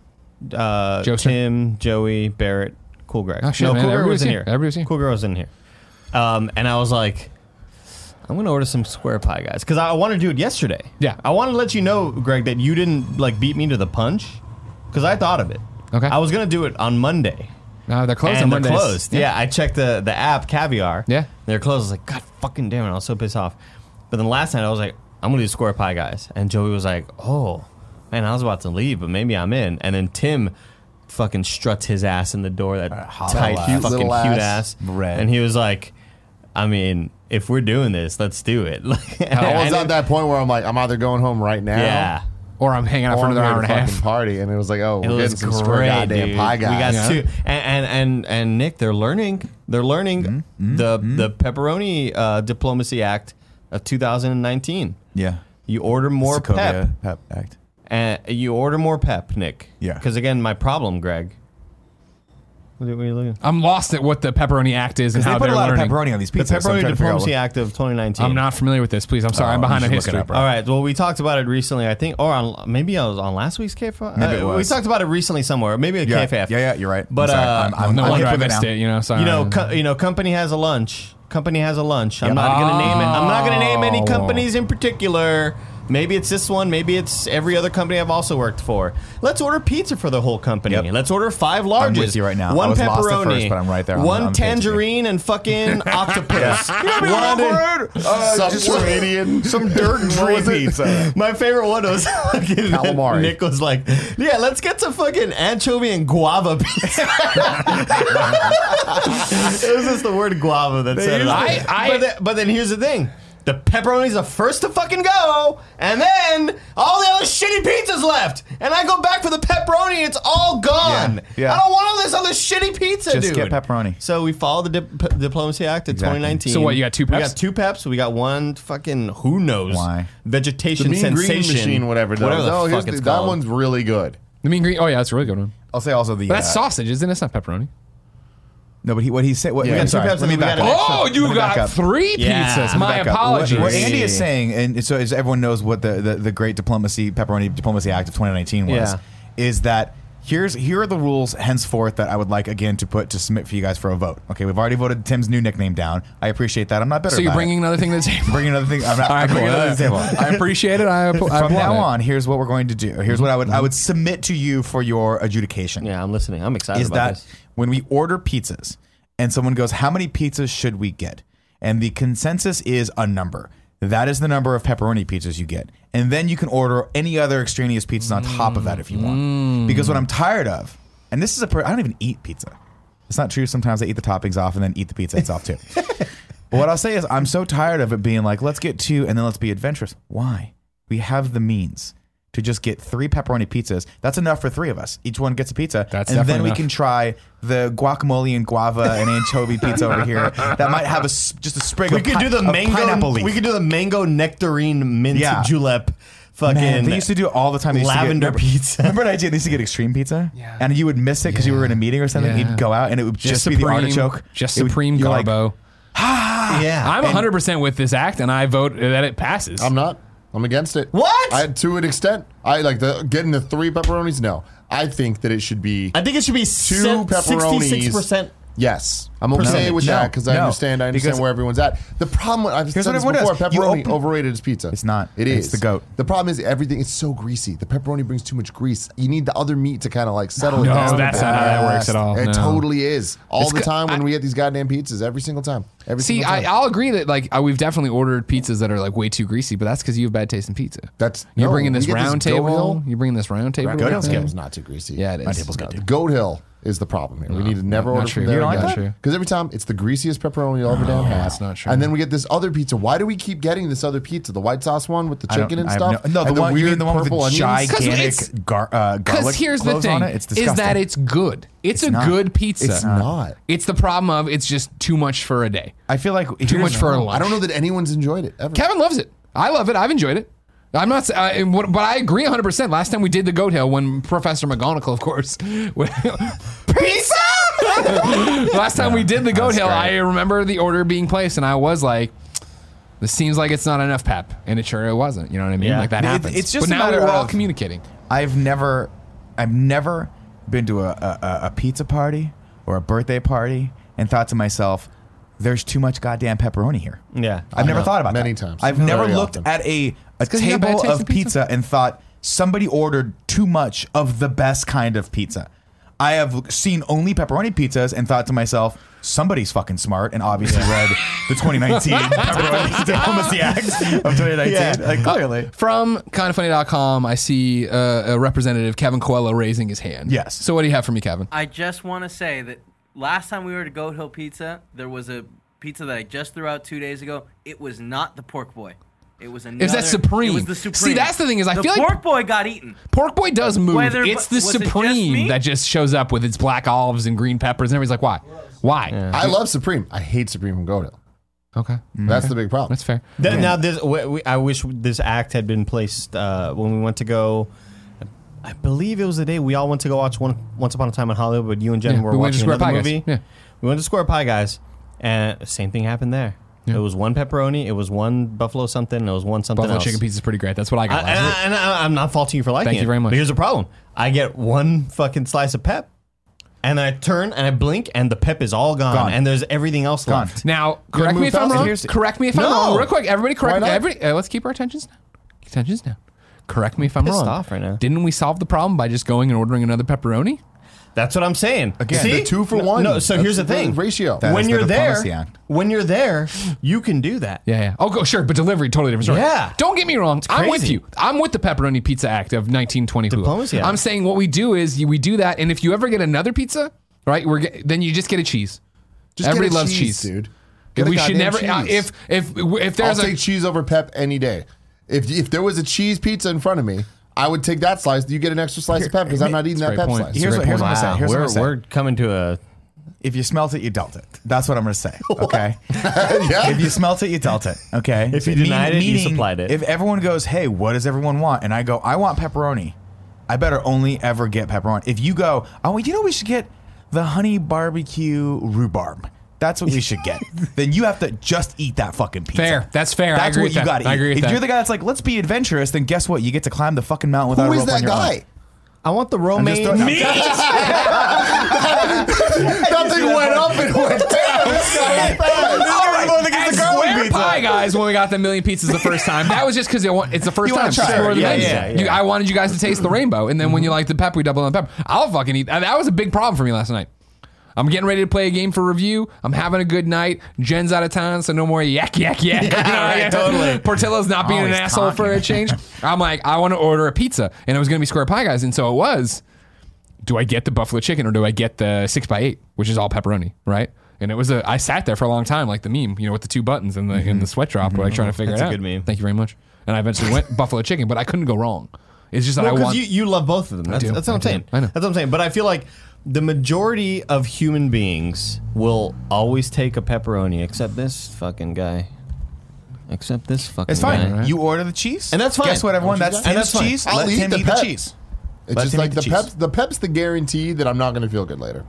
Speaker 3: uh,
Speaker 1: Joe, sir.
Speaker 3: Tim, Joey, Barrett, Cool Greg.
Speaker 1: Oh, shit,
Speaker 3: no,
Speaker 1: man.
Speaker 3: Cool Greg
Speaker 1: Everybody was
Speaker 3: was in
Speaker 1: here.
Speaker 3: here.
Speaker 1: Everybody was here.
Speaker 3: Cool Greg was in here. Um, and I was like, I'm gonna order some square pie, guys, because I want to do it yesterday.
Speaker 1: Yeah.
Speaker 3: I want to let you know, Greg, that you didn't like beat me to the punch, because I thought of it.
Speaker 1: Okay.
Speaker 3: I was gonna do it on Monday.
Speaker 1: No, they're closed
Speaker 3: and
Speaker 1: on
Speaker 3: they're
Speaker 1: Oh, Mondays.
Speaker 3: closed. Yeah. I checked the the app Caviar.
Speaker 1: Yeah.
Speaker 3: They're closed. I was like, God fucking damn it! I was so pissed off. But then last night I was like, I'm gonna do square pie, guys. And Joey was like, Oh man, I was about to leave, but maybe I'm in. And then Tim fucking struts his ass in the door, that
Speaker 2: hollow
Speaker 3: tight
Speaker 2: ass.
Speaker 4: Cute
Speaker 3: fucking
Speaker 4: little
Speaker 3: cute
Speaker 4: ass.
Speaker 3: ass.
Speaker 2: Red.
Speaker 3: And he was like, I mean, if we're doing this, let's do it. (laughs) Like,
Speaker 4: I was
Speaker 3: and
Speaker 4: at
Speaker 3: it-
Speaker 4: that point where I'm like, I'm either going home right now.
Speaker 3: Yeah.
Speaker 1: Or I'm hanging out
Speaker 4: Or
Speaker 1: for
Speaker 4: I'm
Speaker 1: another hour
Speaker 4: going
Speaker 1: and
Speaker 4: to
Speaker 1: a half.
Speaker 4: fucking party, and it was like, oh,
Speaker 3: It
Speaker 4: we're getting
Speaker 3: was
Speaker 4: some square
Speaker 3: great,
Speaker 4: goddamn
Speaker 3: dude.
Speaker 4: pie guys.
Speaker 3: We got
Speaker 1: Yeah.
Speaker 3: two, and, and and and Nick, they're learning. They're learning
Speaker 2: Mm-hmm.
Speaker 3: the the pepperoni uh, diplomacy act of 2019.
Speaker 2: Yeah.
Speaker 3: You order more pep,
Speaker 2: Sokovia Pep Act.
Speaker 3: and you order more pep, Nick.
Speaker 2: Yeah.
Speaker 3: Because again, my problem, Greg. What are what are you looking?
Speaker 1: I'm lost at what the pepperoni act is and
Speaker 2: They
Speaker 1: how
Speaker 2: put
Speaker 1: they're
Speaker 2: a lot
Speaker 1: learning.
Speaker 2: of pepperoni on these
Speaker 3: The
Speaker 2: pizzas. so I'm
Speaker 3: pepperoni
Speaker 2: trying to figure out
Speaker 3: diplomacy
Speaker 2: what-
Speaker 3: act of 2019.
Speaker 1: I'm not familiar with this. Please, I'm sorry.
Speaker 2: Oh,
Speaker 1: I'm
Speaker 2: you
Speaker 1: behind on
Speaker 2: should look it
Speaker 1: history.
Speaker 2: up, bro.
Speaker 3: All right. Well, we talked about it recently, I think, or on maybe I was on last week's KFA.
Speaker 2: Maybe it was.
Speaker 3: Uh, We talked about it recently somewhere, maybe at
Speaker 2: Yeah,
Speaker 3: KFF.
Speaker 2: yeah, yeah, you're right. I'm
Speaker 3: But,
Speaker 2: sorry.
Speaker 3: uh,
Speaker 2: I'm- I'm-
Speaker 1: no
Speaker 2: I'm
Speaker 1: wonder I
Speaker 2: looking for it
Speaker 1: missed
Speaker 2: now.
Speaker 1: it. You know, sorry.
Speaker 3: You know, co- you know, company has a lunch. Company has a lunch. I'm
Speaker 2: Yeah.
Speaker 3: not gonna name it. I'm not gonna name
Speaker 1: Oh.
Speaker 3: any companies in particular. Maybe it's this one. Maybe it's every other company I've also worked for. Let's order pizza for the whole company.
Speaker 2: Yep.
Speaker 3: Let's order five larges.
Speaker 2: with you right now.
Speaker 3: One
Speaker 2: I was
Speaker 3: pepperoni,
Speaker 2: lost at first, but I'm right there on the-
Speaker 3: One
Speaker 2: on the page with you.
Speaker 3: tangerine and
Speaker 2: (laughs)
Speaker 3: fucking octopus. One-
Speaker 2: Uh,
Speaker 4: Subterranean.
Speaker 2: Some dirt and
Speaker 4: What was it?
Speaker 2: pizza.
Speaker 3: my favorite one was (laughs) fucking
Speaker 4: Calamari.
Speaker 3: Nick was like, "Yeah, let's get some fucking anchovy and guava pizza." (laughs) it was just the word guava that said it.
Speaker 1: used it. I- I-
Speaker 3: but, then, but then here's the thing: the pepperoni's the first to fucking go, and then all the other shitty pizzas left, and I go back for the pepperoni, and it's all gone.
Speaker 2: Yeah, yeah.
Speaker 3: I don't want all this other shitty pizza,
Speaker 2: Just get
Speaker 3: dude.
Speaker 2: pepperoni.
Speaker 3: So we followed the dip- Diplomacy Act of
Speaker 2: Exactly.
Speaker 3: 2019.
Speaker 1: So what, you got two
Speaker 3: We
Speaker 1: peps?
Speaker 3: got two peps. We got one fucking who knows
Speaker 2: Why?
Speaker 3: vegetation
Speaker 4: The mean green
Speaker 3: sensation
Speaker 4: machine, whatever. though.
Speaker 3: Whatever Oh, the
Speaker 4: no, here's
Speaker 3: fuck it's
Speaker 4: the- that
Speaker 3: called.
Speaker 4: one's really good.
Speaker 1: The mean green. Oh yeah, that's a really good one.
Speaker 2: I'll say also the.
Speaker 1: But that's
Speaker 2: uh,
Speaker 1: sausage, isn't it? It's not pepperoni.
Speaker 2: No, but he, what he said. What, yeah,
Speaker 4: Yeah, we got
Speaker 2: I'm
Speaker 4: two
Speaker 2: sorry.
Speaker 3: peps
Speaker 2: Let
Speaker 3: and
Speaker 2: me
Speaker 3: then we
Speaker 2: back
Speaker 3: got
Speaker 2: up.
Speaker 3: an
Speaker 1: Oh,
Speaker 2: Let
Speaker 1: you
Speaker 2: me back
Speaker 1: got
Speaker 2: up.
Speaker 1: three
Speaker 3: Yeah.
Speaker 1: pizzas. My
Speaker 2: back up. What-
Speaker 1: apologies.
Speaker 2: What, Andy is saying, and so as everyone knows, what the, the, the great diplomacy pepperoni diplomacy act of 2019 was,
Speaker 3: Yeah.
Speaker 2: is that here's here are the rules henceforth that I would like again to put to submit for you guys for a vote. Okay, we've already voted Tim's new nickname down. I appreciate that. I'm not better.
Speaker 1: So you're
Speaker 2: about it.
Speaker 1: bringing another thing to the
Speaker 2: (laughs)
Speaker 1: table.
Speaker 2: bringing another thing. I'm not.
Speaker 1: All right,
Speaker 2: I'm bringing
Speaker 1: cool.
Speaker 2: another thing to the table.
Speaker 1: I appreciate it. I, app- I
Speaker 2: From
Speaker 1: applaud
Speaker 2: now
Speaker 1: it.
Speaker 2: on, here's what we're going to do. Here's what I would I would submit to you for your adjudication.
Speaker 3: Yeah, I'm listening. I'm excited
Speaker 2: is
Speaker 3: about
Speaker 2: that
Speaker 3: this.
Speaker 2: when we order pizzas and someone goes, How many pizzas should we get? And the consensus is a number. That is the number of pepperoni pizzas you get. And then you can order any other extraneous pizzas on top of that if you
Speaker 3: Mm.
Speaker 2: want. Because what I'm tired of, and this is a, per- I don't even eat pizza. It's not true. Sometimes I eat the toppings off and then eat the pizza itself too. but what I'll say is, I'm so tired of it being like, let's get two and then let's be adventurous. Why? We have the means to just get three pepperoni pizzas. That's enough for three of us. Each one gets a pizza.
Speaker 1: That's
Speaker 2: and then
Speaker 1: definitely
Speaker 2: we
Speaker 1: enough.
Speaker 2: can try the guacamole and guava and anchovy pizza over here that might have a s- just a sprig
Speaker 3: We
Speaker 2: of,
Speaker 3: could
Speaker 2: pi-
Speaker 3: do the
Speaker 2: of pineapple
Speaker 3: mango.
Speaker 2: leaf.
Speaker 3: We could do the mango nectarine mint
Speaker 2: Yeah.
Speaker 3: julep. Fucking
Speaker 2: Man, they used to do it all the time. They used to get-
Speaker 3: Lavender
Speaker 2: remember- (laughs)
Speaker 3: pizza.
Speaker 2: Remember at IGN, they used to get extreme pizza,
Speaker 1: Yeah.
Speaker 2: and you would miss it because you were in a meeting or something.
Speaker 1: Yeah.
Speaker 2: You'd go out, and it would just,
Speaker 1: Just
Speaker 2: be the
Speaker 1: supreme.
Speaker 2: artichoke.
Speaker 1: Just
Speaker 2: It would-
Speaker 1: supreme
Speaker 2: you're like, "Ah,
Speaker 1: garbo.
Speaker 3: yeah.
Speaker 1: I'm 100 percent with this act, and I vote that it passes.
Speaker 4: I'm not. I'm against it.
Speaker 3: What?
Speaker 4: I, to an extent, I like the getting the three pepperonis. No, I think that it should be
Speaker 3: I think it should be
Speaker 4: two pepperonis.
Speaker 3: 66 percent.
Speaker 4: Yes, I'm okay
Speaker 2: Percentage.
Speaker 4: with
Speaker 2: No,
Speaker 4: that because I
Speaker 2: no,
Speaker 4: understand. I understand
Speaker 2: because-
Speaker 4: where everyone's at. The problem with- I've
Speaker 2: Here's what
Speaker 4: said this
Speaker 2: everyone
Speaker 4: before:
Speaker 2: does. You
Speaker 4: pepperoni
Speaker 2: open-
Speaker 4: overrated as pizza.
Speaker 2: It's not.
Speaker 4: It
Speaker 2: It's
Speaker 4: is
Speaker 2: the goat.
Speaker 4: The problem is everything is so greasy. The pepperoni brings too much grease. You need the other meat to kind of like settle it
Speaker 1: No,
Speaker 4: down. a
Speaker 1: that's
Speaker 4: bit.
Speaker 1: not how that works at all.
Speaker 4: It
Speaker 1: No.
Speaker 4: totally is all the
Speaker 1: co-
Speaker 4: time when we get these goddamn pizzas. Every single time. Every
Speaker 1: See,
Speaker 4: single
Speaker 1: I,
Speaker 4: time.
Speaker 1: I'll agree that like uh, we've definitely ordered pizzas that are like way too greasy, but that's because you have bad taste in pizza.
Speaker 4: That's-
Speaker 1: you're
Speaker 4: no,
Speaker 1: bringing this
Speaker 4: we get this
Speaker 1: round
Speaker 4: Goat
Speaker 1: table.
Speaker 4: Hill.
Speaker 1: You're bringing this round table.
Speaker 4: Goat
Speaker 1: thing?
Speaker 4: Hill's table's not too greasy.
Speaker 1: Yeah, it is.
Speaker 4: My table's good. Goat Hill is the problem here. we need to never
Speaker 1: not
Speaker 4: order
Speaker 1: true.
Speaker 4: from there
Speaker 1: You don't like that?
Speaker 4: again.
Speaker 1: True.
Speaker 4: Because every time it's the greasiest pepperoni you'll ever damn have.
Speaker 1: that's not true.
Speaker 4: And then we get this other pizza. Why do we keep getting this other pizza? The white sauce one with the
Speaker 2: I don't-
Speaker 4: chicken and
Speaker 2: I have
Speaker 4: stuff.
Speaker 2: No, no, the,
Speaker 4: and
Speaker 2: one you mean the one with the
Speaker 4: purple onions?
Speaker 1: 'Cause it's-
Speaker 2: gigantic gar, uh, garlic
Speaker 1: Because here's the
Speaker 2: cloves
Speaker 1: thing:
Speaker 2: on it. It's
Speaker 1: is
Speaker 2: disgusting.
Speaker 1: that it's good. It's, a
Speaker 2: not.
Speaker 1: good pizza.
Speaker 4: It's not.
Speaker 1: It's the problem of it's just too much for a day.
Speaker 2: I feel like
Speaker 1: Too much for a
Speaker 4: I
Speaker 1: lunch.
Speaker 4: don't know that anyone's enjoyed it ever.
Speaker 1: Kevin loves it. I love it. I've enjoyed it. I'm not, uh, and what- but I agree 100. percent Last time we did the Goat Hill when Professor McGonagall, of course, (laughs) pizza. (laughs) Last time we did the Goat
Speaker 2: that's
Speaker 1: Hill,
Speaker 2: great.
Speaker 1: I remember the order being placed, and I was like, "This seems like it's not enough pep," and it sure wasn't. You know what I mean?
Speaker 3: Yeah.
Speaker 1: Like that
Speaker 2: It-
Speaker 1: happens.
Speaker 2: it's just
Speaker 1: but
Speaker 2: a
Speaker 1: now
Speaker 2: matter
Speaker 1: we're all
Speaker 2: of-
Speaker 1: communicating.
Speaker 2: I've never, I've never been to a, a, a- a pizza party or a birthday party and thought to myself, "There's too much goddamn pepperoni here."
Speaker 3: Yeah.
Speaker 2: I've never
Speaker 4: know.
Speaker 2: thought about
Speaker 4: Many
Speaker 2: that.
Speaker 4: times.
Speaker 2: I've
Speaker 4: Very
Speaker 2: never looked
Speaker 4: often.
Speaker 2: at a a
Speaker 1: 'cause you got bad
Speaker 2: table
Speaker 1: taste in
Speaker 2: of
Speaker 1: pizza.
Speaker 2: pizza and thought somebody ordered too much of the best kind of pizza. I have seen only pepperoni pizzas and thought to myself, somebody's fucking smart and obviously read the 2019
Speaker 4: (laughs)
Speaker 2: Pepperoni (laughs) Diplomacy Act of 2019. Like, clearly.
Speaker 1: From kindoffunny.com, I see uh, a representative, Kevin Coelho, raising his hand.
Speaker 2: Yes.
Speaker 1: So what do you have for me, Kevin?
Speaker 5: I just want to say that last time we were to Goat Hill Pizza, there was a pizza that I just threw out two days ago. It was not the pork boy. It was another.
Speaker 1: Is that Supreme?
Speaker 5: It was the
Speaker 1: See,
Speaker 5: supreme.
Speaker 1: that's the thing is I feel like-
Speaker 5: pork boy got eaten.
Speaker 1: Pork Boy does move.
Speaker 5: Whether-
Speaker 1: it's the
Speaker 5: was it just
Speaker 1: Supreme
Speaker 5: me?
Speaker 1: that just shows up with its black olives and green peppers, and everybody's like, why? Why?
Speaker 4: I love Supreme. I hate Supreme from Godot.
Speaker 1: Okay.
Speaker 3: Mm.
Speaker 4: That's the big problem.
Speaker 1: Mm-hmm. That's fair.
Speaker 3: Th- Now, this we, we, I wish this act had been placed uh, when we went to go. I believe it was the day we all went to go watch one, Once Upon a Time in Hollywood. You and Jen
Speaker 1: Yeah,
Speaker 3: were
Speaker 1: we went to Square
Speaker 3: watching
Speaker 1: Pie
Speaker 3: another
Speaker 1: Guys.
Speaker 3: movie.
Speaker 1: Yeah.
Speaker 3: We went to Square Pie Guys, and the same thing happened there. It was one pepperoni, it was one buffalo something, and it was one something
Speaker 1: Buffalo
Speaker 3: else.
Speaker 1: chicken pizza is pretty great. That's what I
Speaker 3: I,
Speaker 1: got.
Speaker 3: and,
Speaker 1: last
Speaker 3: I, and I, am not faulting you for liking it.
Speaker 1: Thank you very much.
Speaker 3: But here's the problem: I get one fucking slice of pep, and I turn and I blink, and the pep is all gone,
Speaker 2: Gone.
Speaker 3: and there's everything else
Speaker 2: Gone.
Speaker 3: left.
Speaker 1: Now, correct me
Speaker 4: move
Speaker 1: if I'm
Speaker 4: faster.
Speaker 1: wrong.
Speaker 4: Here's-
Speaker 1: Correct me if I'm
Speaker 3: No.
Speaker 1: wrong. Real quick, everybody, correct me.
Speaker 4: Why not?
Speaker 1: Every, uh, let's keep our attentions down. Attentions down. Correct me if I'm
Speaker 3: Pissed
Speaker 1: wrong.
Speaker 3: off right now.
Speaker 1: Didn't we solve the problem by just going and ordering another pepperoni?
Speaker 3: That's what I'm saying.
Speaker 2: Again,
Speaker 3: See?
Speaker 2: the two for
Speaker 3: No,
Speaker 2: one.
Speaker 3: No, so
Speaker 2: That's
Speaker 3: here's the
Speaker 2: the
Speaker 3: thing:
Speaker 4: ratio.
Speaker 2: That
Speaker 3: when
Speaker 2: is the
Speaker 3: you're there,
Speaker 2: diplomacy act.
Speaker 3: when you're there, you can do that.
Speaker 1: Yeah, yeah. Oh, go sure, but delivery totally different story.
Speaker 3: Yeah.
Speaker 1: Don't get me wrong. I'm with
Speaker 3: crazy.
Speaker 1: you. I'm with the pepperoni pizza act of 1922.
Speaker 3: Diplomacy act.
Speaker 1: I'm saying what we do is you- we do that, and if you ever get another pizza, right, we're get, then you just get a cheese.
Speaker 4: Just
Speaker 1: Everybody
Speaker 4: get a
Speaker 1: loves cheese,
Speaker 4: dude. Get a
Speaker 1: We should
Speaker 4: goddamn
Speaker 1: never. uh,
Speaker 4: cheese.
Speaker 1: if if if there's
Speaker 4: I'll
Speaker 1: a
Speaker 4: take cheese over pep any day. If if there was a cheese pizza in front of me, I would take that slice. You get an extra slice of pep because I'm not eating that
Speaker 1: That's a
Speaker 4: pep
Speaker 1: great
Speaker 4: slice.
Speaker 1: point.
Speaker 2: Here's what, here's what I'm going to say. Here's what I'm
Speaker 3: we're,
Speaker 2: gonna say.
Speaker 3: we're coming to a.
Speaker 2: If you smelt it, you dealt it. That's what I'm going to
Speaker 4: (laughs)
Speaker 2: say. Okay.
Speaker 4: yeah.
Speaker 2: If you smelt it, you dealt it. Okay.
Speaker 3: If you
Speaker 2: Mean-
Speaker 3: denied it, you supplied it.
Speaker 2: If everyone goes, hey, what does everyone want? And I go, I want pepperoni. I better only ever get pepperoni. If you go, oh, you know, we should get the honey barbecue rhubarb. That's what we should
Speaker 1: (laughs)
Speaker 2: get. then you have to just eat that fucking pizza.
Speaker 1: Fair. That's fair. I
Speaker 2: That's
Speaker 1: agree
Speaker 2: what
Speaker 1: with
Speaker 2: you
Speaker 1: that.
Speaker 2: got to eat.
Speaker 1: I agree with
Speaker 2: if
Speaker 1: that.
Speaker 2: you're the guy that's like, let's be adventurous, then guess what? You get to climb the fucking mountain without
Speaker 4: Who
Speaker 2: a
Speaker 4: is
Speaker 2: rope on
Speaker 4: that
Speaker 2: your
Speaker 4: guy?
Speaker 2: Own.
Speaker 3: I want the
Speaker 2: I'm just
Speaker 3: romaine.
Speaker 2: throwing-
Speaker 4: That thing went up and (laughs) went down. This guy was fast.
Speaker 2: This guy was about to get
Speaker 1: At
Speaker 2: the garlic
Speaker 1: Square
Speaker 2: pizza.
Speaker 1: Pie guys when we got the million pizzas the first time. That was just because it's the first
Speaker 2: You wanna
Speaker 1: time.
Speaker 2: try it.
Speaker 1: Sure, the
Speaker 2: Yeah,
Speaker 1: menu.
Speaker 2: yeah,
Speaker 1: You-
Speaker 2: yeah.
Speaker 1: I wanted you guys to taste the rainbow, and then when you like the pep, we double on the pep. I'll fucking eat. and That was a big problem for me last night. I'm getting ready to play a game for review. I'm having a good night. Jen's out of town, so no more yak yak yak. You know,
Speaker 3: right,
Speaker 1: yeah.
Speaker 3: totally.
Speaker 1: Portillo's not being
Speaker 2: Always
Speaker 1: an asshole for
Speaker 2: talking.
Speaker 1: a change. I'm like, I want to order a pizza, and it was gonna be Square Pie guys, and so it was do I get the buffalo chicken or do I get the six by eight, which is all pepperoni, right? And it was a I sat there for a long time, like the meme, you know, with the two buttons and the and the sweat drop, like trying to figure
Speaker 3: Mm-hmm. That's
Speaker 1: it
Speaker 3: a
Speaker 1: out.
Speaker 3: good meme.
Speaker 1: Thank you very much. And I eventually
Speaker 3: (laughs)
Speaker 1: went buffalo chicken, but I couldn't go wrong. It's just that I
Speaker 3: because
Speaker 1: want
Speaker 3: you, you love both of them. That's,
Speaker 1: do.
Speaker 3: that's
Speaker 1: I
Speaker 3: what I'm
Speaker 1: do.
Speaker 3: saying.
Speaker 1: I know.
Speaker 3: That's what I'm saying. But I feel like the majority of human beings will always take a pepperoni, except this fucking guy. Except this fucking
Speaker 2: It's fine.
Speaker 3: guy.
Speaker 2: You order the cheese,
Speaker 3: And that's fine.
Speaker 2: Guess what, everyone? That's
Speaker 4: And
Speaker 2: Tim's
Speaker 3: that's fine.
Speaker 2: cheese.
Speaker 4: I'll
Speaker 2: Let
Speaker 4: eat
Speaker 2: Tim
Speaker 4: the
Speaker 2: eat the
Speaker 4: pep.
Speaker 2: cheese.
Speaker 4: It's
Speaker 2: Let
Speaker 4: just
Speaker 2: him
Speaker 4: like
Speaker 2: eat
Speaker 4: the,
Speaker 2: the
Speaker 4: pep's
Speaker 2: cheese.
Speaker 4: the pep's the guarantee that I'm not going to feel good later,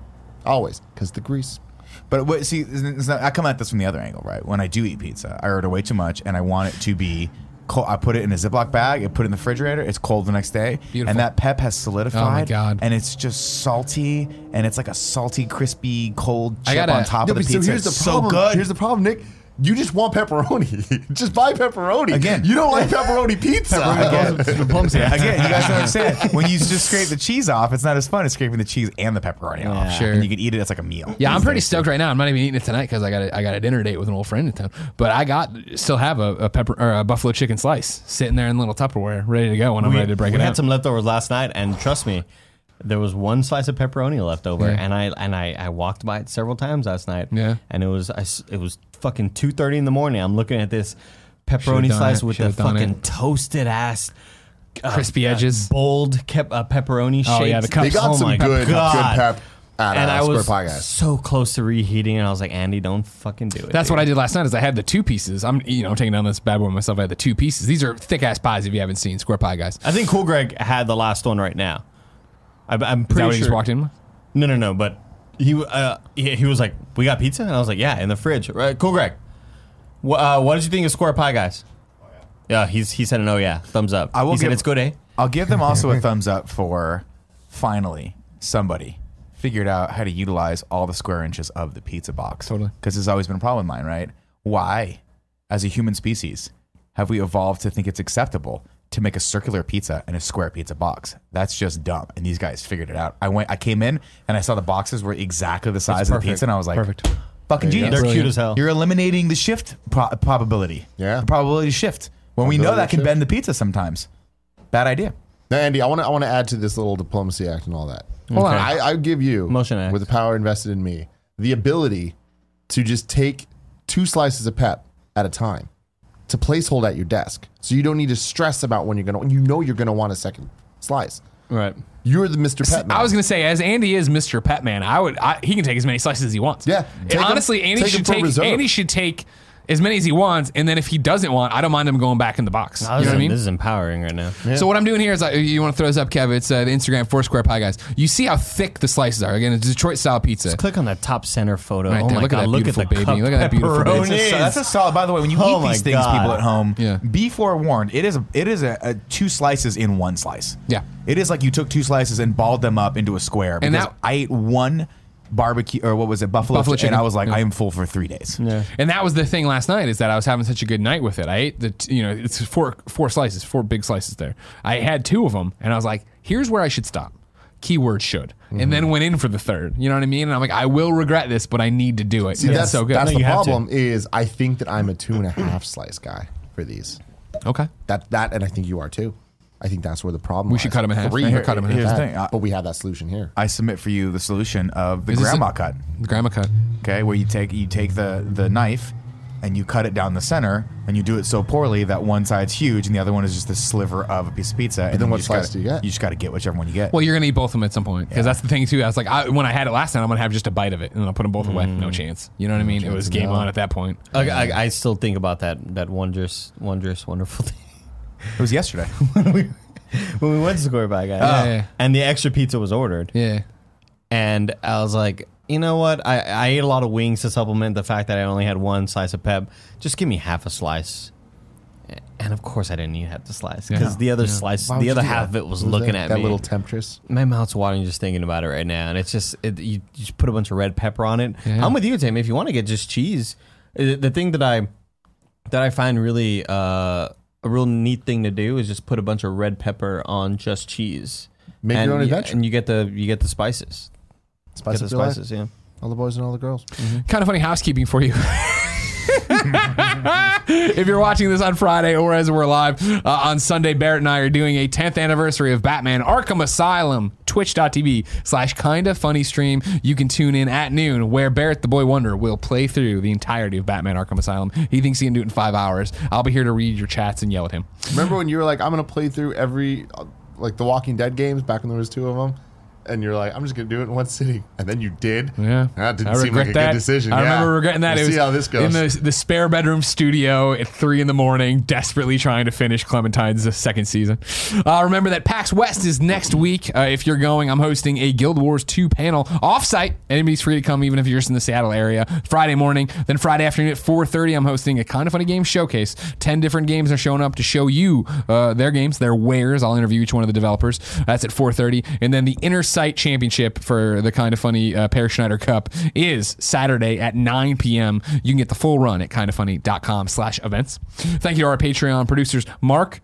Speaker 4: always because the grease.
Speaker 2: But what, see, it's not- it's not- I come at this from the other angle, right? When I do eat pizza, I order way too much, and I want it to be cold. I put it in a Ziploc bag, I put it in the refrigerator. It's cold the next day,
Speaker 1: Beautiful.
Speaker 2: and that pep has solidified.
Speaker 4: Oh
Speaker 1: God.
Speaker 2: And it's just salty, and it's like a salty, crispy, cold chip
Speaker 1: gotta-
Speaker 2: on top
Speaker 4: No,
Speaker 2: of the
Speaker 4: but
Speaker 2: pizza.
Speaker 4: so here's the
Speaker 2: It's
Speaker 4: problem.
Speaker 2: So good.
Speaker 4: Here's the problem, Nick. You just want pepperoni. (laughs) just buy pepperoni.
Speaker 2: Again.
Speaker 4: you don't like pepperoni pizza.
Speaker 2: Again, (laughs) Again, you guys don't understand. When you just scrape the cheese off, it's not as fun as scraping the cheese and the pepperoni off.
Speaker 1: Sure.
Speaker 2: And you can eat it as like a meal.
Speaker 1: Yeah, I'm
Speaker 2: It's
Speaker 1: pretty
Speaker 2: tasty.
Speaker 1: stoked right now. I'm not even eating it tonight because I got a, I got a dinner date with an old friend in town. But I got still have a, a pepper or a buffalo chicken slice sitting there in little Tupperware, ready to go when I'm ready to break
Speaker 3: we
Speaker 1: it
Speaker 3: had
Speaker 1: out.
Speaker 3: some leftovers last night, and trust me, there was one slice of pepperoni left over, and I and I, I walked by it several times last night.
Speaker 1: Yeah.
Speaker 3: and it was I s it was fucking two thirty in the morning. I'm looking at this
Speaker 1: Should've
Speaker 3: pepperoni
Speaker 1: done
Speaker 3: slice
Speaker 1: it.
Speaker 3: with the
Speaker 1: Should've done
Speaker 3: fucking
Speaker 1: it.
Speaker 3: toasted ass. uh,
Speaker 1: Crispy
Speaker 3: uh,
Speaker 1: edges.
Speaker 3: bold kep- uh, pepperoni shapes.
Speaker 1: Oh, yeah, the cup-
Speaker 4: They got
Speaker 1: Oh
Speaker 4: some
Speaker 1: my
Speaker 4: good, good
Speaker 3: God.
Speaker 4: pep at
Speaker 3: and
Speaker 4: uh,
Speaker 3: I was
Speaker 4: Square Pie Guys.
Speaker 3: so close to reheating, and I was like, Andy, don't fucking do it.
Speaker 1: That's what I did last night. Is I had the two pieces. I'm you know I'm taking down this bad boy myself. I had the two pieces. These are thick ass pies. If you haven't seen square pie guys,
Speaker 3: I think Cool Greg had the last one right now. I, I'm
Speaker 1: is that
Speaker 3: pretty
Speaker 1: what he
Speaker 3: sure.
Speaker 1: just walked in? with?
Speaker 3: No, no, no. But he uh, he, he was like, "We got pizza," and I was like, "Yeah, in the fridge." Right, cool, Greg. Wh- uh, what did you think of Square Pie Guys? Yeah, he's he said an oh yeah, thumbs up.
Speaker 2: I will
Speaker 3: he said
Speaker 2: give-
Speaker 3: it's good, eh?
Speaker 2: I'll give them also a thumbs up for finally somebody figured out how to utilize all the square inches of the pizza box.
Speaker 1: Totally.
Speaker 2: Because it's always been a problem of mine, right? Why, as a human species, have we evolved to think it's acceptable to make a circular pizza in a square pizza box. That's just dumb. And these guys figured it out. I went, I came in and I saw the boxes were exactly the size of the
Speaker 1: perfect.
Speaker 2: pizza, and I was like,
Speaker 1: Perfect.
Speaker 2: Fucking
Speaker 4: There you
Speaker 2: genius.
Speaker 4: go.
Speaker 3: They're cute as hell.
Speaker 2: You're eliminating the shift pro- probability.
Speaker 4: Yeah.
Speaker 2: The probability shift. When we know
Speaker 4: Probability
Speaker 2: that can
Speaker 4: shift.
Speaker 2: bend the pizza sometimes. Bad idea.
Speaker 4: Now, Andy, I want to I want to add to this little diplomacy act and all that.
Speaker 1: Hold on.
Speaker 4: I, I give you
Speaker 3: Motion act.
Speaker 4: with the power invested in me the ability to just take two slices of pep at a time to place hold at your desk, so you don't need to stress about when you're gonna. You know you're gonna want a second slice.
Speaker 3: Right.
Speaker 4: You're the Mr. Pep. Man.
Speaker 1: I was gonna say, as Andy is Mr. Pet Man, I would I, he can take as many slices as he wants.
Speaker 4: Yeah,
Speaker 1: And
Speaker 4: take 'em-
Speaker 1: honestly, Andy
Speaker 4: take 'em
Speaker 1: should
Speaker 4: for
Speaker 1: take
Speaker 4: reserve.
Speaker 1: Andy should take as many as he wants, and then if he doesn't want, I don't mind him going back in the box. you know what I mean?
Speaker 3: This is empowering right now.
Speaker 1: So what I'm doing here is, like, you want to throw this up, Kev? It's uh, the Instagram Foursquare Pie Guys. You see how thick the slices are? Again, it's Detroit style pizza.
Speaker 3: Click on that top center photo.
Speaker 1: Right
Speaker 3: oh
Speaker 1: there.
Speaker 3: my
Speaker 1: Look at
Speaker 3: god!
Speaker 1: that
Speaker 3: look at
Speaker 1: beautiful
Speaker 3: the
Speaker 1: baby.
Speaker 3: cup
Speaker 1: Look at that beautiful baby.
Speaker 3: pepperoni.
Speaker 1: It's
Speaker 2: So that's a solid. By the way, when you
Speaker 3: Oh
Speaker 2: eat these
Speaker 3: my
Speaker 2: things,
Speaker 3: God.
Speaker 2: people at home,
Speaker 1: Yeah.
Speaker 2: be forewarned. It is a, it is a, a two slices in one slice.
Speaker 1: Yeah.
Speaker 2: it is like you took two slices and balled them up into a square.
Speaker 1: And
Speaker 2: Because
Speaker 1: that-
Speaker 2: I ate one barbecue or what was it buffalo,
Speaker 1: Buffalo
Speaker 2: chicken,
Speaker 1: chicken.
Speaker 2: and I was like,
Speaker 1: Yeah.
Speaker 2: I am full for three days. Yeah.
Speaker 1: And that was the thing last night is that I was having such a good night with it. I ate the t- you know it's four four slices, four big slices there. I had two of them, and I was like, here's where I should stop. Keyword should, and then went in for the third. You know what I mean? And I'm like, I will regret this, but I need to do it.
Speaker 4: See,
Speaker 1: it's
Speaker 4: that's
Speaker 1: so good.
Speaker 4: That's
Speaker 3: No,
Speaker 4: the
Speaker 3: you have to.
Speaker 4: problem. Is I think that I'm a two and a half slice guy for these.
Speaker 1: okay.
Speaker 4: That that, and I think you are too. I think that's where the problem.
Speaker 1: We should cut 'em in half.
Speaker 4: Three,
Speaker 1: Here- cut 'em in
Speaker 2: here's
Speaker 4: half.
Speaker 2: the thing. I-
Speaker 4: but we have that solution here.
Speaker 2: I submit for you the solution of the
Speaker 1: Is this
Speaker 2: grandma
Speaker 1: a-
Speaker 2: cut.
Speaker 1: The grandma cut.
Speaker 2: Okay, where you take you take the the knife and you cut it down the center, and you do it so poorly that one side's huge and the other one is just a sliver of a piece of pizza. And
Speaker 4: then what
Speaker 2: just
Speaker 4: slice
Speaker 2: gotta-
Speaker 4: do you get?
Speaker 2: You just got to get whichever one you get.
Speaker 1: Well, you're gonna eat both of them at some point because
Speaker 2: Yeah.
Speaker 1: that's the thing too. I was like, I, when I had it last time, I'm gonna have just a bite of it and then I'll put them both away. No chance. You know what I mean? It was game on at that point.
Speaker 3: I, I, I still think about that that wondrous, wondrous, (laughs)
Speaker 1: (laughs)
Speaker 3: wonderful thing.
Speaker 2: it was yesterday.
Speaker 3: when we went to Square Pie Guy,
Speaker 1: Yeah, yeah.
Speaker 3: Uh, and the extra pizza was ordered,
Speaker 1: Yeah.
Speaker 3: and I was like, you know what? I, I ate a lot of wings to supplement the fact that I only had one slice of pep. Just give me half a slice. And of course, I didn't eat half the slice because
Speaker 1: Yeah.
Speaker 3: the other slice,
Speaker 4: Why would
Speaker 3: the other
Speaker 4: you do
Speaker 3: half
Speaker 4: that?
Speaker 3: of it was
Speaker 4: What
Speaker 3: looking
Speaker 4: that,
Speaker 3: at
Speaker 4: that
Speaker 3: me.
Speaker 4: little temptress.
Speaker 3: My mouth's watering just thinking about it right now, and it's just it, you, you just put a bunch of red pepper on it.
Speaker 1: Yeah.
Speaker 3: I'm with you, Tim. If you want to get just cheese, Uh, the thing that I that I find really uh, a real neat thing to do is just put a bunch of red pepper on just cheese.
Speaker 4: Make your
Speaker 3: And
Speaker 4: own
Speaker 3: you-
Speaker 4: adventure.
Speaker 3: and you get the you get the spices.
Speaker 4: Spice
Speaker 3: get
Speaker 4: up
Speaker 3: the
Speaker 4: your life.
Speaker 3: spices, yeah. Mm.
Speaker 4: All the boys and all the girls.
Speaker 1: Kind of funny housekeeping for you. (laughs) if you're watching this on Friday or as we're live uh, on Sunday, Barrett and I are doing a 10th anniversary of Batman Arkham Asylum, twitch.tv slash kinda funny stream. You can tune in at noon where Barrett the Boy Wonder will play through the entirety of Batman Arkham Asylum. He thinks he can do it in five hours. I'll be here to read your chats and yell at him.
Speaker 4: Remember when you were like, I'm gonna play through every, uh, like the Walking Dead games back when there was two of them, and you're like, I'm just gonna do it in one (laughs) sitting, and then you did.
Speaker 1: Yeah,
Speaker 4: that didn't seem like a
Speaker 1: that.
Speaker 4: good decision.
Speaker 1: I
Speaker 4: yeah.
Speaker 1: remember regretting that.
Speaker 4: We'll
Speaker 1: it was
Speaker 4: see how this
Speaker 1: in
Speaker 4: goes.
Speaker 1: the, the spare bedroom studio at three in the morning, desperately trying to finish Clementine's second season. Uh, remember that PAX West is next week. Uh, if you're going, I'm hosting a Guild Wars 2 panel offsite. Anybody's free to come, even if you're just in the Seattle area. Friday morning, then Friday afternoon at 4:30, I'm hosting a kind of funny game showcase. Ten different games are showing up to show you uh, their games, their wares. I'll interview each one of the developers. That's at 4:30, and then the Inner Sight Championship for the kind of funny uh, Per Schneider Cup is Saturday at 9 p.m. You can get the full run at kindoffunny.com/events. Thank you to our Patreon producers, Mark,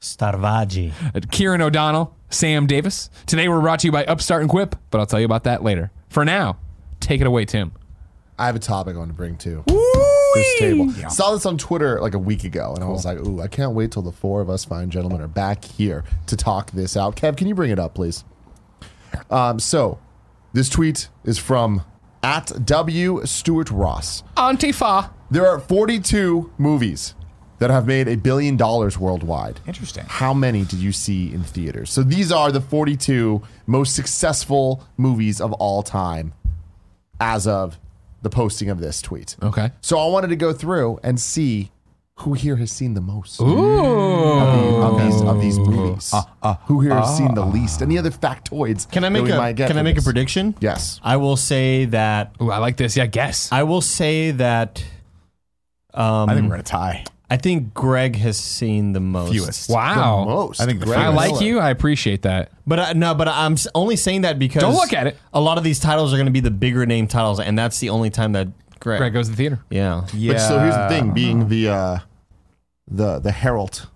Speaker 3: Starvaji.
Speaker 1: Kieran O'Donnell, Sam Davis. Today we're brought to you by Upstart and Quip, but I'll tell you about that later. For now, take it away, Tim.
Speaker 4: I have a topic I want to bring to this table. Saw this on Twitter like a week ago, and I was like, "Ooh, I can't wait till the four of us fine gentlemen are back here to talk this out." Kev, can you bring it up, please? Um, so, this tweet is from at W Stuart Ross.
Speaker 1: Antifa.
Speaker 4: There are 42 movies that have made a billion dollars worldwide.
Speaker 2: Interesting.
Speaker 4: How many did you see in theaters? So these are the 42 most successful movies of all time as of the posting of this tweet.
Speaker 1: Okay.
Speaker 4: So I wanted to go through and see who here has seen the most of these of these movies.
Speaker 2: Ah,
Speaker 4: who here has seen the least? Any other factoids?
Speaker 3: Can I make
Speaker 4: that we
Speaker 3: a
Speaker 4: might get
Speaker 3: Can I
Speaker 4: from
Speaker 3: make a
Speaker 4: this?
Speaker 3: prediction?
Speaker 4: Yes.
Speaker 3: I will say that
Speaker 1: Ooh, I like this. Yeah, guess.
Speaker 3: I will say that
Speaker 2: I think we're in a tie.
Speaker 3: I think Greg has seen Um, the most.
Speaker 2: Fewest.
Speaker 1: wow.
Speaker 4: The most.
Speaker 2: I think the
Speaker 4: Greg
Speaker 1: I
Speaker 2: fewest.
Speaker 1: like
Speaker 4: Miller.
Speaker 1: you. I appreciate that.
Speaker 3: But I, no, but I'm s- only saying that because
Speaker 1: Don't look at it.
Speaker 3: A lot of these titles are going to be the bigger name titles, and that's the only time that Greg.
Speaker 1: Greg goes to the theater.
Speaker 3: yeah.
Speaker 2: Yeah.
Speaker 4: But so here's the thing: being the uh, the the herald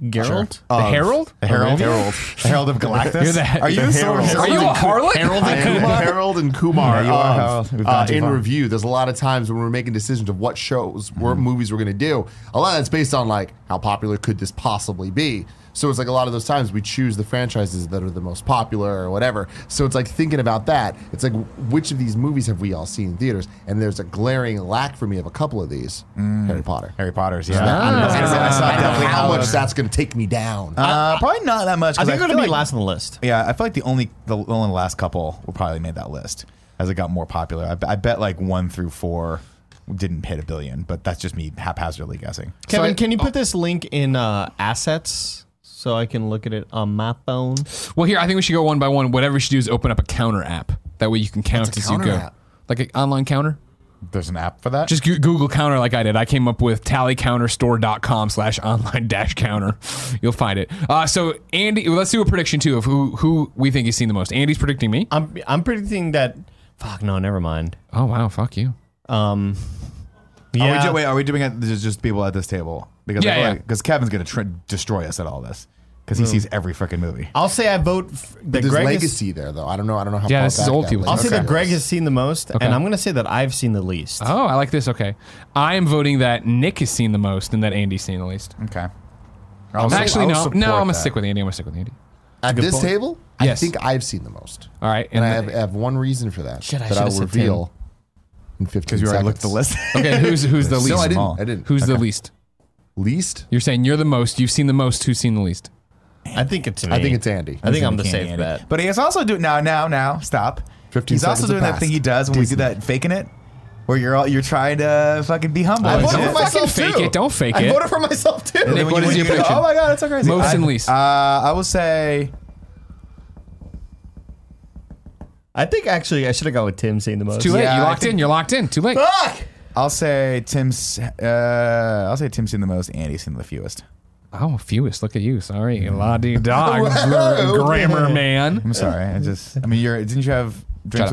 Speaker 3: Geralt?
Speaker 1: The
Speaker 2: Of-
Speaker 1: Herald?
Speaker 2: Um, The Herald?
Speaker 4: Herald.
Speaker 2: The Herald of Galactus?
Speaker 1: You're the-
Speaker 2: Are you
Speaker 1: the
Speaker 2: the sort of-
Speaker 1: Are you a harlot? Herald
Speaker 4: I am Harold and Kumar
Speaker 2: Yeah, you are,
Speaker 4: of,
Speaker 2: Harold. We've gone
Speaker 4: uh,
Speaker 2: too
Speaker 4: in
Speaker 2: far.
Speaker 4: review. There's a lot of times when we're making decisions of what shows, what
Speaker 2: Mm-hmm.
Speaker 4: movies we're going to do. A lot of that's based on like how popular could this possibly be. So it's like a lot of those times we choose the franchises that are the most popular or whatever. So it's like thinking about that. It's like which of these movies have we all seen in theaters? And there's a glaring lack for me of a couple of these. Harry Potter.
Speaker 2: Mm. Harry Potter's, yeah.
Speaker 4: I don't know, I don't know
Speaker 2: I saw Deathly
Speaker 4: how much
Speaker 2: Hallows.
Speaker 4: that's going to take me down.
Speaker 2: Uh, probably not that much.
Speaker 3: I
Speaker 2: 'cause
Speaker 3: think it's going
Speaker 2: feel
Speaker 3: to be
Speaker 2: like-
Speaker 3: last on the list.
Speaker 2: Yeah, I feel like the only the only last couple were probably made that list as it got more popular. I, bet- I bet like one through four didn't hit a billion, but that's just me haphazardly guessing.
Speaker 3: Kevin,
Speaker 4: I-
Speaker 3: can you put this link in uh, assets so I can look at it on my phone?
Speaker 1: Well, here I think we should go one by one. Whatever we should do is open up a counter app. That way you can count
Speaker 2: What's a
Speaker 1: as you
Speaker 2: counter
Speaker 1: go,
Speaker 2: app?
Speaker 1: like an online counter.
Speaker 2: There's an app for that.
Speaker 1: Just Goo- Google counter like I did. I came up with tallycounterstore.com slash online dash counter. (laughs) You'll find it. Uh, so Andy, well, let's do a prediction too of who who we think he's seen the most. Andy's predicting me.
Speaker 3: I'm I'm predicting that. Fuck no, never mind.
Speaker 1: Oh wow, fuck you.
Speaker 3: Um,
Speaker 2: Are we
Speaker 3: yeah,
Speaker 2: do- wait, are we doing it? There's just people at this table because
Speaker 1: Yeah,
Speaker 2: I feel
Speaker 1: yeah.
Speaker 2: like- 'cause Kevin's gonna tr- destroy us at all this because he sees every freaking movie.
Speaker 3: I'll say I vote f- that
Speaker 4: There's
Speaker 3: Greg. Is,
Speaker 4: legacy there though. I don't know. I don't know how.
Speaker 1: Yeah,
Speaker 4: far
Speaker 1: this is
Speaker 4: back
Speaker 1: old
Speaker 4: that
Speaker 1: people
Speaker 3: I'll
Speaker 4: list
Speaker 3: say that
Speaker 4: goes.
Speaker 3: Greg has seen the most,
Speaker 1: Okay.
Speaker 3: and I'm going to say that I've seen the least.
Speaker 1: Oh, I like this. Okay, I am voting that Nick has seen the most and that Andy's seen the least.
Speaker 2: Okay.
Speaker 1: I'm actually
Speaker 2: I'll
Speaker 1: no,
Speaker 2: support
Speaker 1: no. I'm gonna
Speaker 2: that.
Speaker 1: stick with Andy. I'm gonna stick with Andy.
Speaker 4: At this
Speaker 1: point.
Speaker 4: table,
Speaker 1: Yes.
Speaker 4: I think I've seen the most.
Speaker 1: All right,
Speaker 4: And I
Speaker 1: then-
Speaker 4: have, have one reason for that
Speaker 3: Shit, I
Speaker 4: that
Speaker 3: should've
Speaker 4: I'll
Speaker 3: said
Speaker 4: reveal in 15
Speaker 2: because you already
Speaker 4: seconds.
Speaker 2: looked at the list.
Speaker 1: Okay, who's who's the
Speaker 4: (laughs)
Speaker 2: There's
Speaker 1: least?
Speaker 4: No, I didn't.
Speaker 2: Small.
Speaker 4: I didn't.
Speaker 1: Who's the least?
Speaker 4: least?
Speaker 1: You're saying you're the most. You've seen the most. Who's seen the least?
Speaker 3: I think it's me.
Speaker 4: I think it's Andy.
Speaker 3: I think I'm the
Speaker 2: Can't
Speaker 3: safe
Speaker 2: hand it.
Speaker 3: bet.
Speaker 2: But he is also doing now, now, now. Stop.
Speaker 4: 15
Speaker 2: He's also
Speaker 4: seconds
Speaker 2: doing
Speaker 4: have
Speaker 2: that thing
Speaker 4: passed.
Speaker 2: he does when we do that faking it, where you're all you're trying to fucking be humble.
Speaker 4: I
Speaker 2: and
Speaker 4: voted
Speaker 2: shit.
Speaker 4: for myself
Speaker 1: fucking
Speaker 4: too.
Speaker 1: fake Oh, it. Don't fake
Speaker 4: I
Speaker 1: it.
Speaker 4: voted for myself too.
Speaker 2: And then
Speaker 1: Nick,
Speaker 2: when
Speaker 1: what is
Speaker 2: you- when
Speaker 1: your
Speaker 2: you go,
Speaker 1: prediction?
Speaker 2: Oh my god, that's so crazy.
Speaker 1: Most
Speaker 2: I-
Speaker 1: and least.
Speaker 2: Uh, I will say
Speaker 3: I think actually I should have gone with Tim seeing the most. (laughs)
Speaker 1: Too late.
Speaker 2: Yeah,
Speaker 1: you
Speaker 2: I
Speaker 1: locked in.
Speaker 2: think-
Speaker 1: You're locked in. Too late.
Speaker 2: I'll say Tim's. Uh, I'll say Tim's seen the most. Andy's seen the fewest.
Speaker 1: Oh, fewest. Look at you. Sorry, la di da,
Speaker 4: Whoa.
Speaker 1: grammar man.
Speaker 2: I'm sorry. I just. I mean, you're. Didn't you have drinks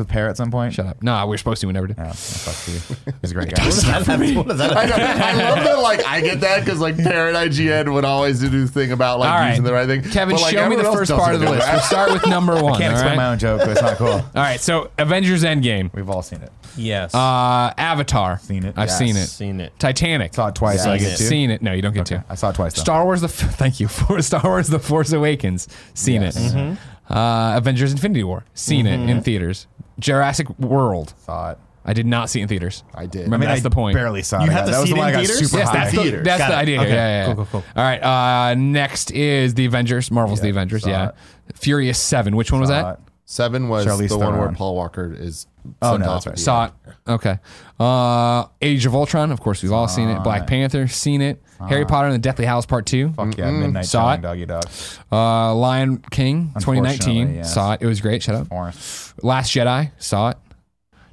Speaker 1: up.
Speaker 2: with Pear at some point?
Speaker 1: Shut up. No, we are supposed to. We never did.
Speaker 2: Oh, well, fuck you. He's a great guy.
Speaker 3: What does that have- what does that
Speaker 4: I,
Speaker 3: have-
Speaker 4: know. (laughs) I love that. Like I get that because like Parrot IGN would always do this thing about like
Speaker 1: All right,
Speaker 4: using the right thing.
Speaker 1: Kevin,
Speaker 4: But, like,
Speaker 1: show me the
Speaker 4: everyone else
Speaker 1: first part of
Speaker 4: doesn't
Speaker 1: the
Speaker 4: do
Speaker 1: list.
Speaker 4: that.
Speaker 1: We'll start with number one. all
Speaker 2: Can't explain
Speaker 1: right?
Speaker 2: my own joke, but it's not cool.
Speaker 1: All right. So, Avengers Endgame,
Speaker 2: We've all seen it.
Speaker 3: Yes.
Speaker 1: uh, Avatar.
Speaker 2: Seen it.
Speaker 1: I've
Speaker 2: Yes.
Speaker 1: seen it.
Speaker 3: Seen it.
Speaker 1: Titanic.
Speaker 2: Saw it twice. so I
Speaker 3: Seen
Speaker 2: get
Speaker 3: it.
Speaker 2: two.
Speaker 1: Seen it. No, you don't get to.
Speaker 2: I saw it twice. Though.
Speaker 1: Star Wars. The f- (laughs) thank you for Star Wars. The Force Awakens. Seen it.
Speaker 2: Yes.
Speaker 1: Uh, Avengers: Infinity War. Seen it in theaters. Jurassic World.
Speaker 2: Saw it.
Speaker 1: I did not see it in theaters.
Speaker 4: I did.
Speaker 1: Remember, that's
Speaker 2: I
Speaker 1: the point.
Speaker 2: Barely saw
Speaker 3: You
Speaker 2: it.
Speaker 3: had to
Speaker 2: that was
Speaker 3: see
Speaker 2: the
Speaker 3: it
Speaker 2: one I
Speaker 3: in
Speaker 2: got
Speaker 3: theaters?
Speaker 2: super
Speaker 1: Yes,
Speaker 2: high.
Speaker 1: that's
Speaker 2: (laughs)
Speaker 1: the,
Speaker 4: Theaters.
Speaker 1: that's
Speaker 3: Got
Speaker 1: the
Speaker 3: it.
Speaker 1: idea.
Speaker 3: Okay.
Speaker 1: Yeah, yeah.
Speaker 3: Cool, cool,
Speaker 1: All right. Uh, next is the Avengers, Marvel's The Avengers.
Speaker 2: saw
Speaker 1: Yeah.
Speaker 2: it.
Speaker 1: Furious Seven. Which one was
Speaker 2: Saw
Speaker 1: that?
Speaker 2: it.
Speaker 4: Seven was
Speaker 2: Charlize
Speaker 4: the one where
Speaker 2: Theron.
Speaker 4: Paul Walker is.
Speaker 2: Oh,
Speaker 4: sent
Speaker 2: no,
Speaker 4: off
Speaker 2: that's right.
Speaker 4: at the
Speaker 1: Saw
Speaker 4: end.
Speaker 1: it. Okay. Uh, Age of Ultron. Of course, we've all seen it. Black Panther. Seen it. Harry Potter and the Deathly Hallows Part Two.
Speaker 2: Fuck yeah, midnight
Speaker 1: Saw
Speaker 2: Saw
Speaker 1: it.
Speaker 2: doggy dog.
Speaker 1: Uh, Lion King. 2019.
Speaker 2: Unfortunately, yes.
Speaker 1: Saw it. It was great. Shut up.
Speaker 2: Forest.
Speaker 1: Last Jedi. Saw it.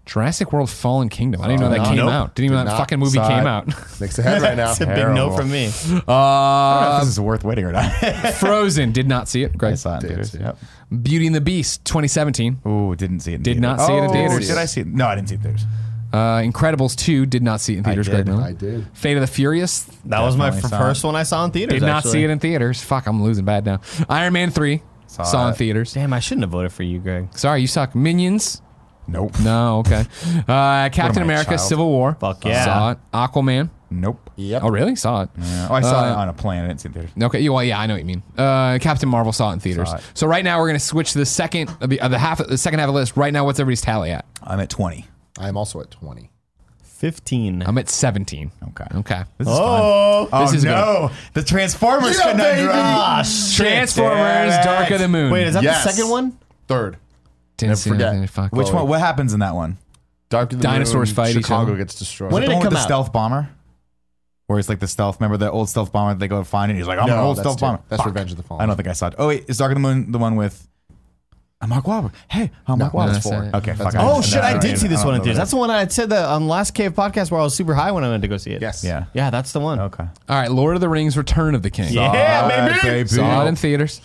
Speaker 1: Jurassic World: Fallen Kingdom. I didn't know that
Speaker 2: Uh,
Speaker 3: Not.
Speaker 1: came
Speaker 3: Nope.
Speaker 1: out. Didn't even know
Speaker 4: Did
Speaker 1: that
Speaker 4: not.
Speaker 1: fucking movie
Speaker 2: Saw
Speaker 1: came
Speaker 2: it.
Speaker 1: out.
Speaker 4: Nick's ahead right now.
Speaker 3: That's a big no
Speaker 2: Terrible.
Speaker 3: from me.
Speaker 2: I don't
Speaker 1: (laughs)
Speaker 2: know
Speaker 1: Uh,
Speaker 2: if (laughs) this is worth waiting (laughs) or not.
Speaker 1: Frozen. Did not see it.
Speaker 2: I
Speaker 1: Greg.
Speaker 2: saw it in theaters. Yep.
Speaker 1: Beauty and the Beast. 2017.
Speaker 2: Ooh, didn't see it. In
Speaker 1: Did not see it in
Speaker 2: Oh,
Speaker 1: theaters.
Speaker 2: Did I see it? No, I didn't see it in theaters.
Speaker 1: Uh, Incredibles 2 did not see it in theaters,
Speaker 2: did.
Speaker 1: Greg Miller.
Speaker 4: I did.
Speaker 1: Fate of the Furious
Speaker 3: That was my
Speaker 2: Definitely
Speaker 3: f-
Speaker 2: saw
Speaker 3: first one I saw in theaters.
Speaker 1: did not
Speaker 3: actually.
Speaker 1: see it in theaters. Fuck, I'm losing bad now. Iron Man 3 saw,
Speaker 2: Saw
Speaker 1: in
Speaker 2: it.
Speaker 1: theaters.
Speaker 3: Damn, I shouldn't have voted for you, Greg.
Speaker 1: Sorry, you suck. Minions.
Speaker 2: Nope.
Speaker 1: No, okay. Uh, Captain
Speaker 2: a
Speaker 1: America:
Speaker 2: child.
Speaker 1: Civil War.
Speaker 3: Fuck yeah.
Speaker 1: Saw it. Aquaman.
Speaker 2: Nope.
Speaker 4: Yep.
Speaker 1: Oh, really? Saw it.
Speaker 2: Yeah. Oh, I saw
Speaker 1: Uh,
Speaker 2: it on a plane. I didn't see it in theaters.
Speaker 1: Okay. yeah, Well, yeah, I know what you mean. Uh, Captain Marvel saw it in theaters.
Speaker 2: Saw it.
Speaker 1: So right now we're gonna switch to the second, of the, of the half, the second half of the list. Right now, what's everybody's tally at?
Speaker 2: I'm at 20.
Speaker 4: I am also at twenty.
Speaker 3: 15.
Speaker 1: I'm at 17.
Speaker 2: Okay.
Speaker 1: Okay.
Speaker 2: This is fun.
Speaker 3: oh.
Speaker 2: Oh
Speaker 1: This is
Speaker 2: no! The Transformers
Speaker 4: Yeah,
Speaker 2: yeah, conundrum.
Speaker 4: baby!
Speaker 2: Ah,
Speaker 1: Transformers:
Speaker 2: Damn it.
Speaker 1: Dark of the Moon.
Speaker 3: Wait, is that
Speaker 4: Yes.
Speaker 3: the second one?
Speaker 4: Third.
Speaker 1: Didn't see
Speaker 4: forget.
Speaker 1: anything. Fuck.
Speaker 2: Which one? What happens in that one?
Speaker 4: Dark of the
Speaker 1: Dinosaurs
Speaker 4: Moon,
Speaker 1: fight each
Speaker 4: Chicago
Speaker 1: other.
Speaker 4: gets destroyed.
Speaker 3: When
Speaker 2: The
Speaker 3: did it
Speaker 2: one with
Speaker 3: come
Speaker 2: the
Speaker 3: out?
Speaker 2: stealth bomber, where it's like the stealth. Remember the old stealth bomber? that They go find it. and He's like, I'm an old
Speaker 4: that's
Speaker 2: stealth
Speaker 4: two.
Speaker 2: bomber.
Speaker 4: That's
Speaker 2: Fuck.
Speaker 4: Revenge of the Fallen.
Speaker 2: I don't think I saw it. Oh wait, is Dark of the Moon the one with? I'm Mark Wahlberg. Hey, I'm Mark
Speaker 4: No,
Speaker 2: Wahlberg.
Speaker 1: that's
Speaker 2: Four.
Speaker 1: it.
Speaker 2: Okay, fuck.
Speaker 3: Oh,
Speaker 2: no,
Speaker 3: shit, I
Speaker 2: don't
Speaker 3: did
Speaker 2: know.
Speaker 3: see
Speaker 2: I
Speaker 3: this
Speaker 2: don't
Speaker 3: one in
Speaker 2: know
Speaker 3: theaters.
Speaker 2: that.
Speaker 3: That's the one I said that on Last Cave podcast where I was super high when I went to go see it.
Speaker 4: Yes.
Speaker 2: Yeah.
Speaker 3: Yeah, that's the one.
Speaker 2: Okay.
Speaker 1: All right, Lord of the Rings: Return of the King.
Speaker 3: Yeah,
Speaker 2: Alright,
Speaker 3: baby.
Speaker 1: Saw it in theaters.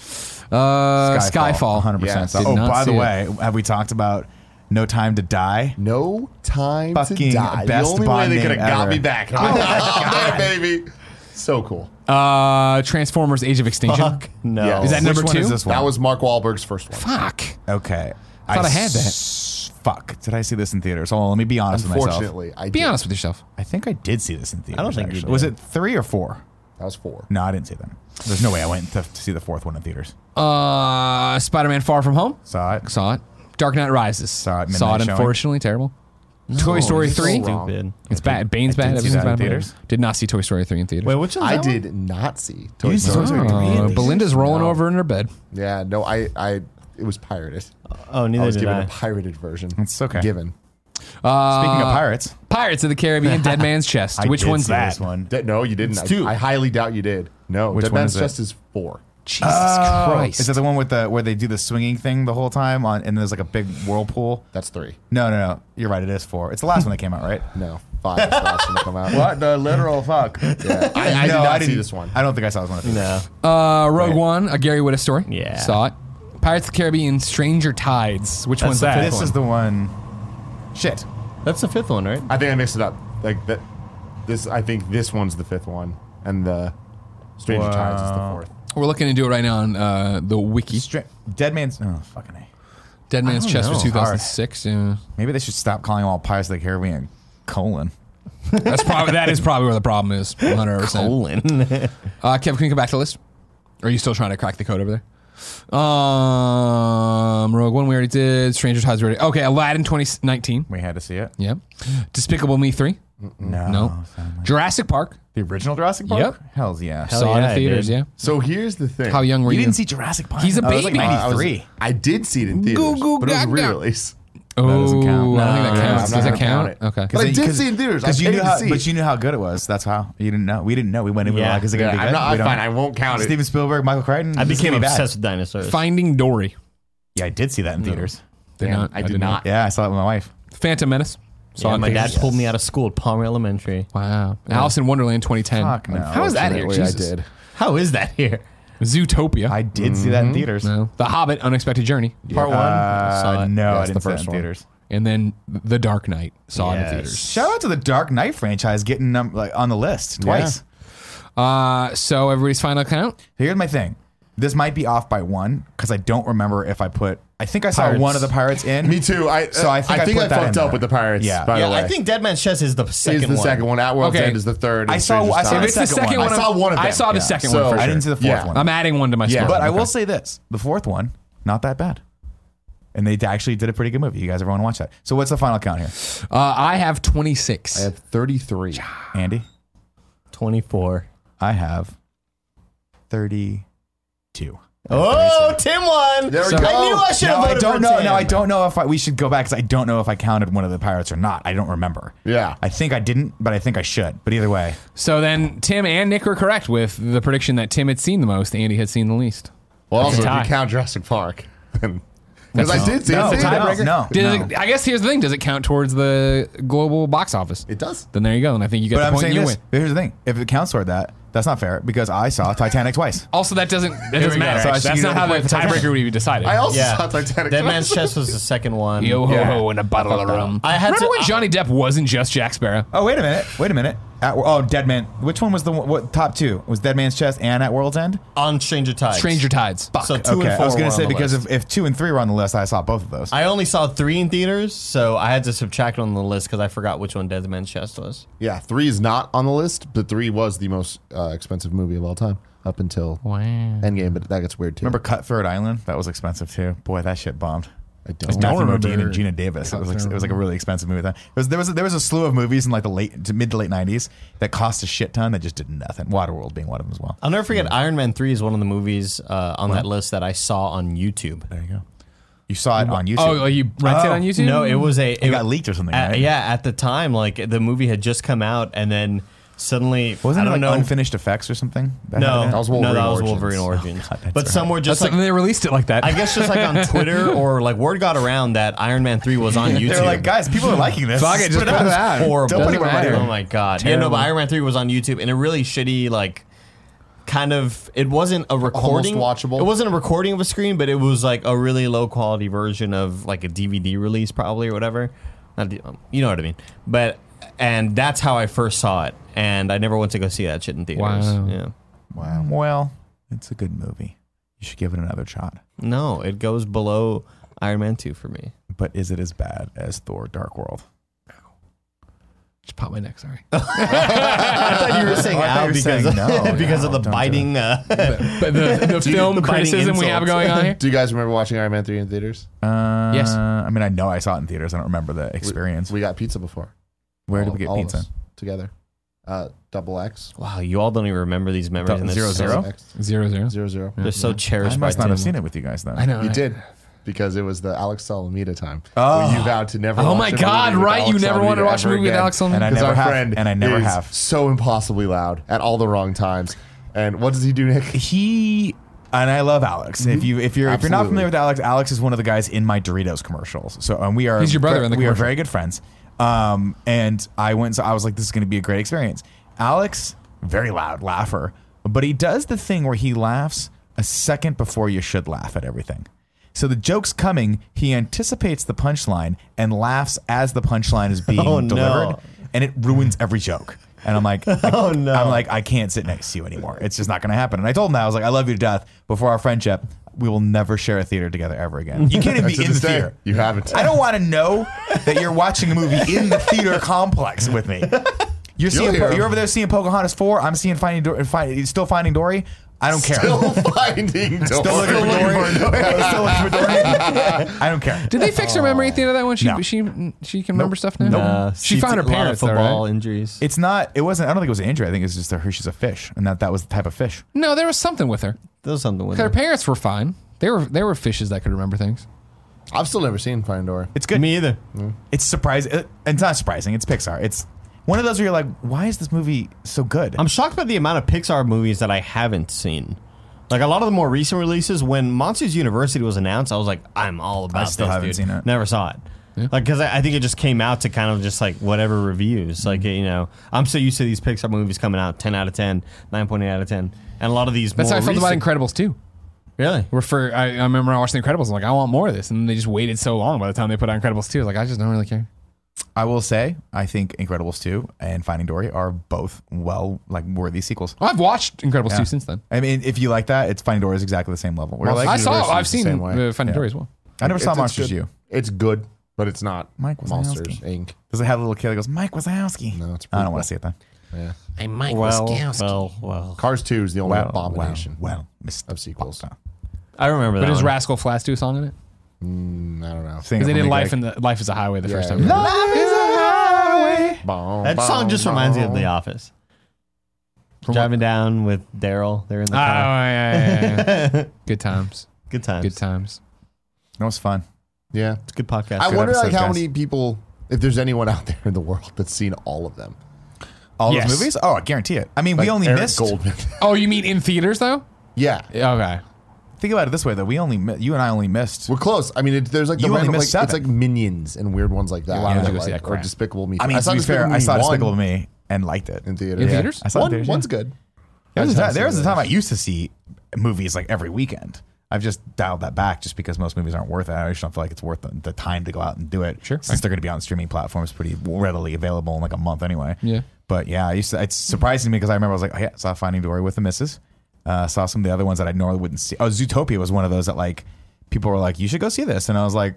Speaker 1: Uh, Skyfall.
Speaker 2: 100%.
Speaker 4: Yes.
Speaker 2: Oh,
Speaker 1: Did not
Speaker 2: by the
Speaker 1: see it.
Speaker 2: way, have we talked about No Time to Die?
Speaker 4: No time
Speaker 2: Fucking
Speaker 4: to die.
Speaker 2: best
Speaker 4: the only
Speaker 2: Bond
Speaker 4: way they could
Speaker 2: name
Speaker 4: (laughs) have got
Speaker 2: ever.
Speaker 4: me back. I'm like, oh, there, baby. So cool.
Speaker 1: Uh, Transformers: Age of Extinction.
Speaker 3: Fuck no.
Speaker 4: Yeah.
Speaker 1: Is that
Speaker 2: Which
Speaker 1: number
Speaker 2: one
Speaker 1: two?
Speaker 2: is this one?
Speaker 4: That was Mark Wahlberg's first one.
Speaker 1: Fuck.
Speaker 2: okay.
Speaker 1: Thought I had that.
Speaker 2: s- Fuck. Did I see this in theaters? Hold on. Let me be honest with myself.
Speaker 4: Unfortunately, I
Speaker 1: Be
Speaker 4: did.
Speaker 1: honest with yourself.
Speaker 2: I think I did see this in theaters.
Speaker 3: think you
Speaker 2: actually.
Speaker 3: did.
Speaker 2: Was it three or four?
Speaker 4: That was four.
Speaker 2: No, I didn't see them. There's no way I went to, to see the fourth one in theaters.
Speaker 1: Uh, Spider-Man: Far From Home.
Speaker 2: Saw it.
Speaker 1: Saw it. Dark Knight Rises.
Speaker 2: Saw it. Midnight
Speaker 1: Saw it.
Speaker 2: showing.
Speaker 1: Unfortunately, terrible. Toy Story
Speaker 4: it's so
Speaker 1: three.
Speaker 4: wrong.
Speaker 3: Stupid.
Speaker 1: It's bad. Bane's
Speaker 2: I
Speaker 1: bad.
Speaker 2: did see
Speaker 1: Everything's
Speaker 2: that in
Speaker 1: bad.
Speaker 2: theaters.
Speaker 1: Did not see Toy Story three in theaters.
Speaker 3: Wait, which one?
Speaker 4: I did not see Toy
Speaker 2: You saw
Speaker 4: Story.
Speaker 2: Toy Story
Speaker 1: Uh,
Speaker 2: three in theaters?
Speaker 1: Belinda's rolling over in her bed.
Speaker 4: Yeah, no, I, I, it was pirated.
Speaker 3: Oh,
Speaker 4: I
Speaker 3: neither
Speaker 4: was
Speaker 3: did
Speaker 4: given a
Speaker 3: I.
Speaker 4: pirated version.
Speaker 2: It's okay.
Speaker 4: Given.
Speaker 2: Speaking of pirates,
Speaker 1: Pirates of the Caribbean:
Speaker 2: (laughs)
Speaker 1: Dead Man's Chest.
Speaker 2: I
Speaker 1: Which
Speaker 2: did
Speaker 1: one's
Speaker 2: see
Speaker 1: that?
Speaker 2: This
Speaker 4: (laughs)
Speaker 2: one.
Speaker 4: De- no, you didn't.
Speaker 2: It's two.
Speaker 4: I, I highly doubt you did. No,
Speaker 2: Which
Speaker 4: Dead
Speaker 2: one
Speaker 4: Man's
Speaker 2: is it?
Speaker 4: Chest is four.
Speaker 1: Jesus Christ.
Speaker 2: Is that the one with the where they do the swinging thing the whole time on and there's like a big whirlpool?
Speaker 4: That's three.
Speaker 2: No, no, no. You're right. It is four. It's the last one that came out, right?
Speaker 4: No, five is the last one to come (laughs) out.
Speaker 2: What the literal fuck?
Speaker 4: Yeah. I, I
Speaker 2: no,
Speaker 4: did not
Speaker 2: I
Speaker 4: see
Speaker 2: didn't-
Speaker 4: this one.
Speaker 2: I don't think I saw this one. at theaters.
Speaker 3: No.
Speaker 1: Uh, Rogue One, a Gary Whitta story.
Speaker 3: Yeah.
Speaker 1: Saw it. Pirates of the Caribbean, Stranger Tides. Which
Speaker 3: That's
Speaker 1: one's
Speaker 3: the
Speaker 1: that?
Speaker 2: This
Speaker 3: one.
Speaker 2: is the one. Shit.
Speaker 3: That's the fifth one, right?
Speaker 4: I think I mixed it up. Like that. This, I think this one's the fifth one, and the Stranger
Speaker 2: Wow.
Speaker 4: Tides is the fourth.
Speaker 1: We're looking into it right now on uh, the wiki.
Speaker 2: Stra- Dead Man's. Oh, fucking A.
Speaker 1: Dead Man's
Speaker 2: I don't
Speaker 1: Chest was
Speaker 2: know.
Speaker 1: 2006. Yeah.
Speaker 2: Maybe they should stop calling all Pirates of the Caribbean colon.
Speaker 1: That's probably that is probably where the problem
Speaker 2: (laughs)
Speaker 1: is. 100. percent
Speaker 3: Colon.
Speaker 1: Uh, Kev, can we come back to the list? Or are you still trying to crack the code over there? Um, Rogue One we already did. Stranger Tides we already. Okay, Aladdin 2019.
Speaker 2: We had to see it.
Speaker 1: Yeah. Despicable Me 3.
Speaker 2: No.
Speaker 1: No. Jurassic Park.
Speaker 2: The original Jurassic Park?
Speaker 1: Yep.
Speaker 2: Hells yeah.
Speaker 3: Hell
Speaker 1: saw it
Speaker 3: yeah,
Speaker 1: in
Speaker 3: I
Speaker 1: theaters.
Speaker 3: did.
Speaker 1: Yeah.
Speaker 4: So here's the thing.
Speaker 1: How young were
Speaker 2: you
Speaker 1: you?
Speaker 2: didn't see Jurassic Park?
Speaker 1: He's a
Speaker 2: Oh, it was
Speaker 1: baby.
Speaker 2: like
Speaker 4: I, was-
Speaker 2: 93.
Speaker 4: I did see it in theaters,
Speaker 1: Goo goo
Speaker 4: but it was a
Speaker 1: gaga.
Speaker 4: re-release.
Speaker 1: Oh,
Speaker 2: doesn't count.
Speaker 1: I don't think that
Speaker 2: No,
Speaker 1: counts.
Speaker 4: I'm
Speaker 1: Does
Speaker 4: not
Speaker 1: it count? Okay.
Speaker 4: But I
Speaker 2: they-
Speaker 4: did see it in theaters. I
Speaker 2: you
Speaker 4: paid
Speaker 2: knew
Speaker 4: to
Speaker 2: how,
Speaker 4: see
Speaker 2: But
Speaker 4: it.
Speaker 2: you knew how good it was. That's how. You didn't know. We didn't know. We went in. We were
Speaker 3: Yeah.
Speaker 2: like, is it going to be
Speaker 4: Yeah,
Speaker 2: good?
Speaker 4: I'm not,
Speaker 2: We
Speaker 4: I'm
Speaker 2: don't-
Speaker 4: fine. I won't count it.
Speaker 2: Steven Spielberg, Michael Crichton.
Speaker 3: I
Speaker 2: this is
Speaker 3: became
Speaker 2: gonna be bad.
Speaker 3: obsessed with dinosaurs.
Speaker 1: Finding Dory.
Speaker 2: Yeah, I did see that in theaters.
Speaker 1: Did
Speaker 4: Damn,
Speaker 1: not.
Speaker 4: I did not.
Speaker 2: Yeah, I saw it with my wife.
Speaker 1: Phantom Menace. Saw
Speaker 3: Yeah,
Speaker 1: it in
Speaker 3: my dad
Speaker 1: theaters.
Speaker 3: pulled me out of school at Palmer Elementary.
Speaker 1: Wow. Alice in Wonderland 2010.
Speaker 2: Fuck no.
Speaker 1: How is that here?
Speaker 4: Unfortunately,
Speaker 1: Jesus.
Speaker 4: I did.
Speaker 3: How is that here?
Speaker 1: Zootopia.
Speaker 2: I did see that in theaters.
Speaker 1: no. The Hobbit, Unexpected Journey.
Speaker 3: Part one.
Speaker 2: Uh, no,
Speaker 4: Yeah,
Speaker 2: I didn't
Speaker 4: it's the
Speaker 2: see that
Speaker 4: first
Speaker 2: in
Speaker 4: one.
Speaker 2: theaters.
Speaker 1: And then The Dark Knight. Saw it in
Speaker 3: Yes.
Speaker 1: theaters.
Speaker 2: Shout out to the Dark Knight franchise getting um, like on the list twice.
Speaker 1: Uh, so everybody's final count.
Speaker 2: Here's my thing. This might be off by one because I don't remember if I put. I think I saw
Speaker 3: Pirates.
Speaker 2: one of the pirates in.
Speaker 4: Me too. I
Speaker 2: So I think I put that
Speaker 4: fucked
Speaker 2: in
Speaker 4: up
Speaker 2: there.
Speaker 4: with the pirates.
Speaker 2: Yeah.
Speaker 4: by
Speaker 3: yeah,
Speaker 4: the way,
Speaker 3: I think Dead Man's Chest is the second
Speaker 4: is the
Speaker 3: one.
Speaker 4: second one. At World's
Speaker 1: Okay.
Speaker 4: End is the third. and
Speaker 2: I saw-
Speaker 4: Stranger's
Speaker 2: I saw
Speaker 4: Tides.
Speaker 2: the
Speaker 1: It's the
Speaker 2: second
Speaker 1: second
Speaker 2: one.
Speaker 1: one.
Speaker 4: I saw one of
Speaker 1: I
Speaker 4: them.
Speaker 1: saw the
Speaker 4: Yeah.
Speaker 1: second
Speaker 4: So-
Speaker 1: one. For
Speaker 2: I didn't see
Speaker 1: sure.
Speaker 2: the fourth
Speaker 4: Yeah.
Speaker 2: one.
Speaker 1: I'm adding one to my
Speaker 4: Yeah.
Speaker 1: score.
Speaker 2: But I will
Speaker 1: Okay.
Speaker 2: say this: the fourth one, not that bad. And they actually did a pretty good movie. You guys ever want to watch that? So what's the final count here,
Speaker 1: Uh, I have 26.
Speaker 4: I have 33.
Speaker 2: Andy?
Speaker 3: 24.
Speaker 2: I have thirty-two.
Speaker 3: Oh, Tim won.
Speaker 4: There we
Speaker 1: So-
Speaker 4: go.
Speaker 1: I
Speaker 3: knew I should
Speaker 2: No,
Speaker 3: have
Speaker 2: I
Speaker 3: voted
Speaker 2: don't
Speaker 3: for
Speaker 2: know.
Speaker 3: Tim.
Speaker 2: No, I don't know if I, we should go back because I don't know if I counted one of the pirates or not. I don't remember.
Speaker 4: Yeah.
Speaker 2: I think I didn't, but I think I should. But either way,
Speaker 1: So then Tim and Nick were correct with the prediction that Tim had seen the most, Andy had seen the least.
Speaker 4: Well, also, if
Speaker 1: tie.
Speaker 4: you count Jurassic Park, (laughs) because I did see
Speaker 2: no,
Speaker 4: it. in
Speaker 2: no,
Speaker 4: theaters.
Speaker 2: no,
Speaker 1: Did
Speaker 2: no.
Speaker 1: It, I guess here's the thing: does it count towards the global box office?
Speaker 4: It does.
Speaker 1: Then there you go, and I think you get
Speaker 2: But
Speaker 1: the
Speaker 2: I'm
Speaker 1: point.
Speaker 2: saying
Speaker 1: and you
Speaker 2: this.
Speaker 1: win.
Speaker 2: Here's the thing: if it counts toward that, that's not fair because I saw Titanic twice.
Speaker 1: Also, that doesn't that doesn't
Speaker 2: go.
Speaker 1: matter.
Speaker 2: So I
Speaker 1: actually.
Speaker 2: should
Speaker 1: That's
Speaker 2: get
Speaker 1: not how
Speaker 2: another
Speaker 1: the tiebreaker would be decided.
Speaker 4: I also
Speaker 3: Yeah.
Speaker 4: saw Titanic.
Speaker 3: Dead Man's Chest was the second one.
Speaker 1: Yo ho
Speaker 2: Yeah.
Speaker 1: ho in a bottle of rum.
Speaker 3: I had
Speaker 1: Remember
Speaker 3: to-
Speaker 1: when Johnny Depp wasn't just Jack Sparrow?
Speaker 2: Oh wait a minute! Wait a minute! At, oh, Dead Man. Which one was the one, what top two? It was Dead Man's Chest and At World's End?
Speaker 3: On Stranger Tides.
Speaker 1: Stranger Tides.
Speaker 3: So two
Speaker 2: okay,
Speaker 3: and four.
Speaker 2: I was
Speaker 3: were
Speaker 2: gonna
Speaker 3: on
Speaker 2: say
Speaker 3: the
Speaker 2: because
Speaker 3: list.
Speaker 2: if, if two and three were on the list, I saw both of those.
Speaker 3: I only saw three in theaters, so I had to subtract on the list because I forgot which one Dead Man's Chest was.
Speaker 4: Yeah, three is not on the list, but three was the most uh, expensive movie of all time up until Endgame. But that gets weird too.
Speaker 2: remember Cutthroat Island? That was expensive too. Boy, that shit bombed.
Speaker 4: I don't.
Speaker 2: Matthew
Speaker 1: remember
Speaker 2: Modine and Gina Davis. It was like it was like a really expensive movie. Then. It was, there was there was a slew of movies in like the late to mid to late nineties that cost a shit ton that just did nothing. Waterworld being one of them as well.
Speaker 3: I'll never forget Iron Man 3 is one of the movies uh, on that list that I saw on YouTube.
Speaker 2: There you go. You saw it on YouTube.
Speaker 1: Oh, like you rented it
Speaker 2: Oh,
Speaker 1: on YouTube?
Speaker 3: No, it was a. It,
Speaker 2: got leaked or something,
Speaker 3: at-
Speaker 2: right?
Speaker 3: Yeah, at the time, like the movie had just come out, and then suddenly
Speaker 2: Wasn't
Speaker 3: I
Speaker 2: it
Speaker 3: don't
Speaker 2: like
Speaker 3: know.
Speaker 2: unfinished effects or something? That
Speaker 3: No,
Speaker 2: had it?
Speaker 4: That was
Speaker 3: no, that was
Speaker 4: Wolverine
Speaker 3: Wolverine Origins.
Speaker 2: Oh, that's
Speaker 3: but some
Speaker 2: right.
Speaker 3: were just
Speaker 1: That's
Speaker 3: like,
Speaker 1: like, they released it like that.
Speaker 3: I guess, just
Speaker 2: (laughs)
Speaker 3: like on Twitter or like word got around that Iron Man Three was on YouTube.
Speaker 2: They were like, guys, people are liking this.
Speaker 1: Fuck it, just
Speaker 2: Put
Speaker 1: put it
Speaker 2: out.
Speaker 1: out.
Speaker 3: horrible.
Speaker 2: Don't put it out there.
Speaker 3: Oh my god. Yeah, no,
Speaker 1: Terrible.
Speaker 3: but Iron Man 3 was on YouTube in a really shitty, like, kind of. It wasn't a recording.
Speaker 4: watchable.
Speaker 3: It wasn't a recording of a screen, but it was like a really low quality version of like a DVD release, probably or whatever. Not, D- um, you know what I mean. But and that's how I first saw it. And I never went to go see that shit in theaters.
Speaker 1: Wow.
Speaker 3: Yeah.
Speaker 2: Wow. Well, it's a good movie. You should give it another shot.
Speaker 3: No, it goes below Iron Man 2 for me. (laughs)
Speaker 2: But is it as bad as Thor: Dark World?
Speaker 1: Just pop my neck. Sorry.
Speaker 3: I thought you were saying
Speaker 2: Oh, I thought
Speaker 3: out
Speaker 2: you were
Speaker 3: because,
Speaker 2: saying
Speaker 3: of,
Speaker 2: no.
Speaker 3: (laughs) because
Speaker 2: No,
Speaker 3: of the
Speaker 2: don't do
Speaker 3: biting. Uh,
Speaker 1: But
Speaker 3: (laughs)
Speaker 1: the, the film
Speaker 3: biting
Speaker 1: criticism we have
Speaker 3: insults.
Speaker 1: going on here.
Speaker 4: Do you guys remember watching Iron Man 3 in theaters?
Speaker 2: Uh,
Speaker 1: Yes.
Speaker 2: I mean, I know I saw it in theaters. I don't remember the experience.
Speaker 4: We got pizza before.
Speaker 2: Where
Speaker 4: All-
Speaker 2: did we get
Speaker 4: all of
Speaker 2: pizza?
Speaker 4: us together? Uh, double X.
Speaker 3: wow, you all don't even remember these memories. and they're
Speaker 2: Zero,
Speaker 3: so-
Speaker 2: zero?
Speaker 4: X,
Speaker 1: (laughs) Zero zero.
Speaker 4: zero, zero.
Speaker 3: They're so cherished.
Speaker 2: I must
Speaker 3: by
Speaker 2: not have
Speaker 3: Tim.
Speaker 2: seen it with you guys then.
Speaker 1: I know.
Speaker 4: You
Speaker 1: right?
Speaker 4: did because it was the Alex Salamita time.
Speaker 2: Oh.
Speaker 4: where you vowed to never.
Speaker 1: Oh
Speaker 4: watch
Speaker 1: my
Speaker 4: a movie
Speaker 1: God!
Speaker 4: with
Speaker 1: Right?
Speaker 4: Alex
Speaker 1: You never
Speaker 4: Salamita
Speaker 1: wanted to watch a
Speaker 4: ever
Speaker 1: movie with
Speaker 4: again.
Speaker 1: Alex on
Speaker 2: And I
Speaker 4: Because
Speaker 2: never
Speaker 4: our
Speaker 2: have,
Speaker 4: friend
Speaker 2: and I never
Speaker 4: is
Speaker 2: have.
Speaker 4: so impossibly loud at all the wrong times. And what does he do, Nick?
Speaker 2: he and I love Alex.
Speaker 1: Mhm.
Speaker 2: If you if you're if you're not
Speaker 4: Absolutely.
Speaker 2: familiar with Alex, Alex is one of the guys in my Doritos commercials. So and we are
Speaker 1: He's your brother in the
Speaker 2: we are
Speaker 1: commercial.
Speaker 2: very good friends. Um, and I went. So I was like, this is going to be a great experience. Alex, very loud laugher, but he does the thing where he laughs a second before you should laugh at everything. So the joke's coming. He anticipates the punchline and laughs as the punchline is being
Speaker 3: Oh, no.
Speaker 2: delivered, and it ruins every joke. And I'm (laughs) like, I-
Speaker 3: Oh, no.
Speaker 2: I'm like, I can't sit next to you anymore. It's just not going to happen. And I told him that I was like, I love you to death. Before our friendship, we will never share a theater together ever again. You (laughs) can't even be
Speaker 4: To
Speaker 2: in the
Speaker 4: this day,
Speaker 2: theater.
Speaker 4: You haven't.
Speaker 2: I don't want to know that you're watching a movie in the theater complex with me. You're seeing,
Speaker 4: hear him.
Speaker 2: you're over there seeing Pocahontas four. I'm seeing Finding Dory, find, still Finding Dory. I don't care.
Speaker 4: (laughs) Still (laughs) finding Dory.
Speaker 2: Still looking for Dory. (laughs) Still looking for Dory. I don't care.
Speaker 1: Did they fix her memory at the end of that one? She
Speaker 2: No.
Speaker 1: she she can remember stuff now.
Speaker 3: Uh,
Speaker 1: She found her
Speaker 3: a lot of
Speaker 1: parents though,
Speaker 3: football
Speaker 1: right?
Speaker 3: injuries.
Speaker 2: It's not. It wasn't. I don't think it was an injury. I think it's just that she's a fish, and that that was the type of fish.
Speaker 1: No, there was something with her.
Speaker 3: There's something with
Speaker 1: Her
Speaker 3: it.
Speaker 1: parents were fine. They were they were fishes that could remember things.
Speaker 4: I've still never seen Finding Dory.
Speaker 2: It's good.
Speaker 3: Me either.
Speaker 2: It's surprising. uh, It's not surprising. It's Pixar. It's one of those where you're like, why is this movie so good?
Speaker 3: I'm shocked by the amount of Pixar movies that I haven't seen. Like a lot of the more recent releases, when Monsters University was announced, I was like, I'm all about
Speaker 2: still
Speaker 3: this,
Speaker 2: haven't
Speaker 3: dude.
Speaker 2: seen it.
Speaker 3: Never saw it. Like, because I, I think it just came out to kind of just like whatever reviews. Like, you know, I'm so used to these Pixar movies coming out 10 out of 10, 9.8 out of 10. And a lot of these
Speaker 1: That's
Speaker 3: more
Speaker 1: how I felt
Speaker 3: recent,
Speaker 1: about Incredibles too.
Speaker 3: Really?
Speaker 1: Where for I, I remember I watched The Incredibles. I'm like, I want more of this, and they just waited so long. By the time they put out Incredibles two, like I just don't really care.
Speaker 2: I will say, I think Incredibles 2 and Finding Dory are both well, like, worthy sequels.
Speaker 1: I've watched Incredibles
Speaker 2: Yeah.
Speaker 1: two since then.
Speaker 2: I mean, if you like that, it's Finding Dory is exactly the same level. We're
Speaker 4: Monsters
Speaker 2: like,
Speaker 1: I
Speaker 2: I,
Speaker 4: University
Speaker 1: saw.
Speaker 4: is
Speaker 1: I've
Speaker 4: the
Speaker 1: seen
Speaker 4: same way.
Speaker 1: uh, Finding Dory as well.
Speaker 2: never saw
Speaker 4: It's- it's
Speaker 2: Monsters
Speaker 4: good.
Speaker 2: U.
Speaker 4: It's good, but it's not
Speaker 2: Mike Wazowski.
Speaker 4: Monsters Inc.
Speaker 2: Does it have a little kid that goes, Mike Wazowski?
Speaker 4: No, it's a
Speaker 2: I don't want
Speaker 4: prequel.
Speaker 2: to see it then.
Speaker 4: Yeah.
Speaker 1: I'm Mike
Speaker 3: Well, well, well.
Speaker 4: Cars Two is the only
Speaker 2: Well,
Speaker 4: Oh, abomination
Speaker 2: Well, well, Mr.
Speaker 4: of sequels.
Speaker 3: I remember that.
Speaker 1: But is
Speaker 3: one.
Speaker 1: Rascal Flats do a song in it?
Speaker 4: Mm, I don't know.
Speaker 2: Thing
Speaker 1: Because they did
Speaker 2: of only
Speaker 1: Life
Speaker 2: like-
Speaker 1: in the Life is a Highway the first
Speaker 4: Yeah,
Speaker 1: time.
Speaker 4: yeah.
Speaker 2: Life is a highway.
Speaker 4: Bom,
Speaker 3: That song
Speaker 4: bom,
Speaker 3: just reminds me of
Speaker 4: bom.
Speaker 2: uh,
Speaker 3: The Office.
Speaker 1: From
Speaker 3: Driving down with Daryl. They're in the
Speaker 1: Oh
Speaker 3: car.
Speaker 1: yeah, yeah, yeah,
Speaker 3: (laughs)
Speaker 1: yeah. Good times.
Speaker 3: Ah, Good times.
Speaker 1: Good times.
Speaker 2: That was fun.
Speaker 4: Yeah.
Speaker 3: It's a good podcast.
Speaker 4: I wonder like
Speaker 2: episode,
Speaker 4: how
Speaker 2: guys.
Speaker 4: many people, if there's anyone out (laughs) there in the world that's seen all of them.
Speaker 2: All
Speaker 1: Yes.
Speaker 2: those movies? Oh, I guarantee it. I mean, we
Speaker 4: Like
Speaker 2: only
Speaker 4: Eric
Speaker 2: missed.
Speaker 4: Goldman. (laughs)
Speaker 1: Oh, you mean in theaters though?
Speaker 4: yeah.
Speaker 1: Okay.
Speaker 2: Think about it this way, though. We only, mi- you and I only missed.
Speaker 4: We're close. I mean, it, there's like the
Speaker 2: You only
Speaker 4: random, like,
Speaker 2: missed
Speaker 4: it's like
Speaker 2: seven.
Speaker 4: minions and weird ones like that.
Speaker 1: why would you go
Speaker 4: like,
Speaker 1: see that
Speaker 4: or
Speaker 1: crap?
Speaker 4: Despicable Me.
Speaker 2: I mean, to be fair, I saw Despicable Me and liked it.
Speaker 4: in theater.
Speaker 1: In
Speaker 4: Yeah.
Speaker 1: theaters?
Speaker 2: I saw it in
Speaker 4: One-
Speaker 2: theaters, yeah.
Speaker 4: one's good.
Speaker 2: There was, a
Speaker 4: That's
Speaker 2: time, there was a time I
Speaker 4: absolutely
Speaker 2: used to see movies like every weekend. I've just dialed that back just because most movies aren't worth it. I just don't feel like it's worth the, the time to go out and do it.
Speaker 1: Sure.
Speaker 2: Since they're going to be on streaming platforms pretty readily available in like a month anyway.
Speaker 1: Yeah.
Speaker 2: But yeah, I used to, it's surprising to me because I remember I was like, oh, yeah, I saw Finding Dory with the missus. Uh, saw some of the other ones that I normally wouldn't see. Oh, Zootopia was one of those that like people were like, you should go see this. And I was like,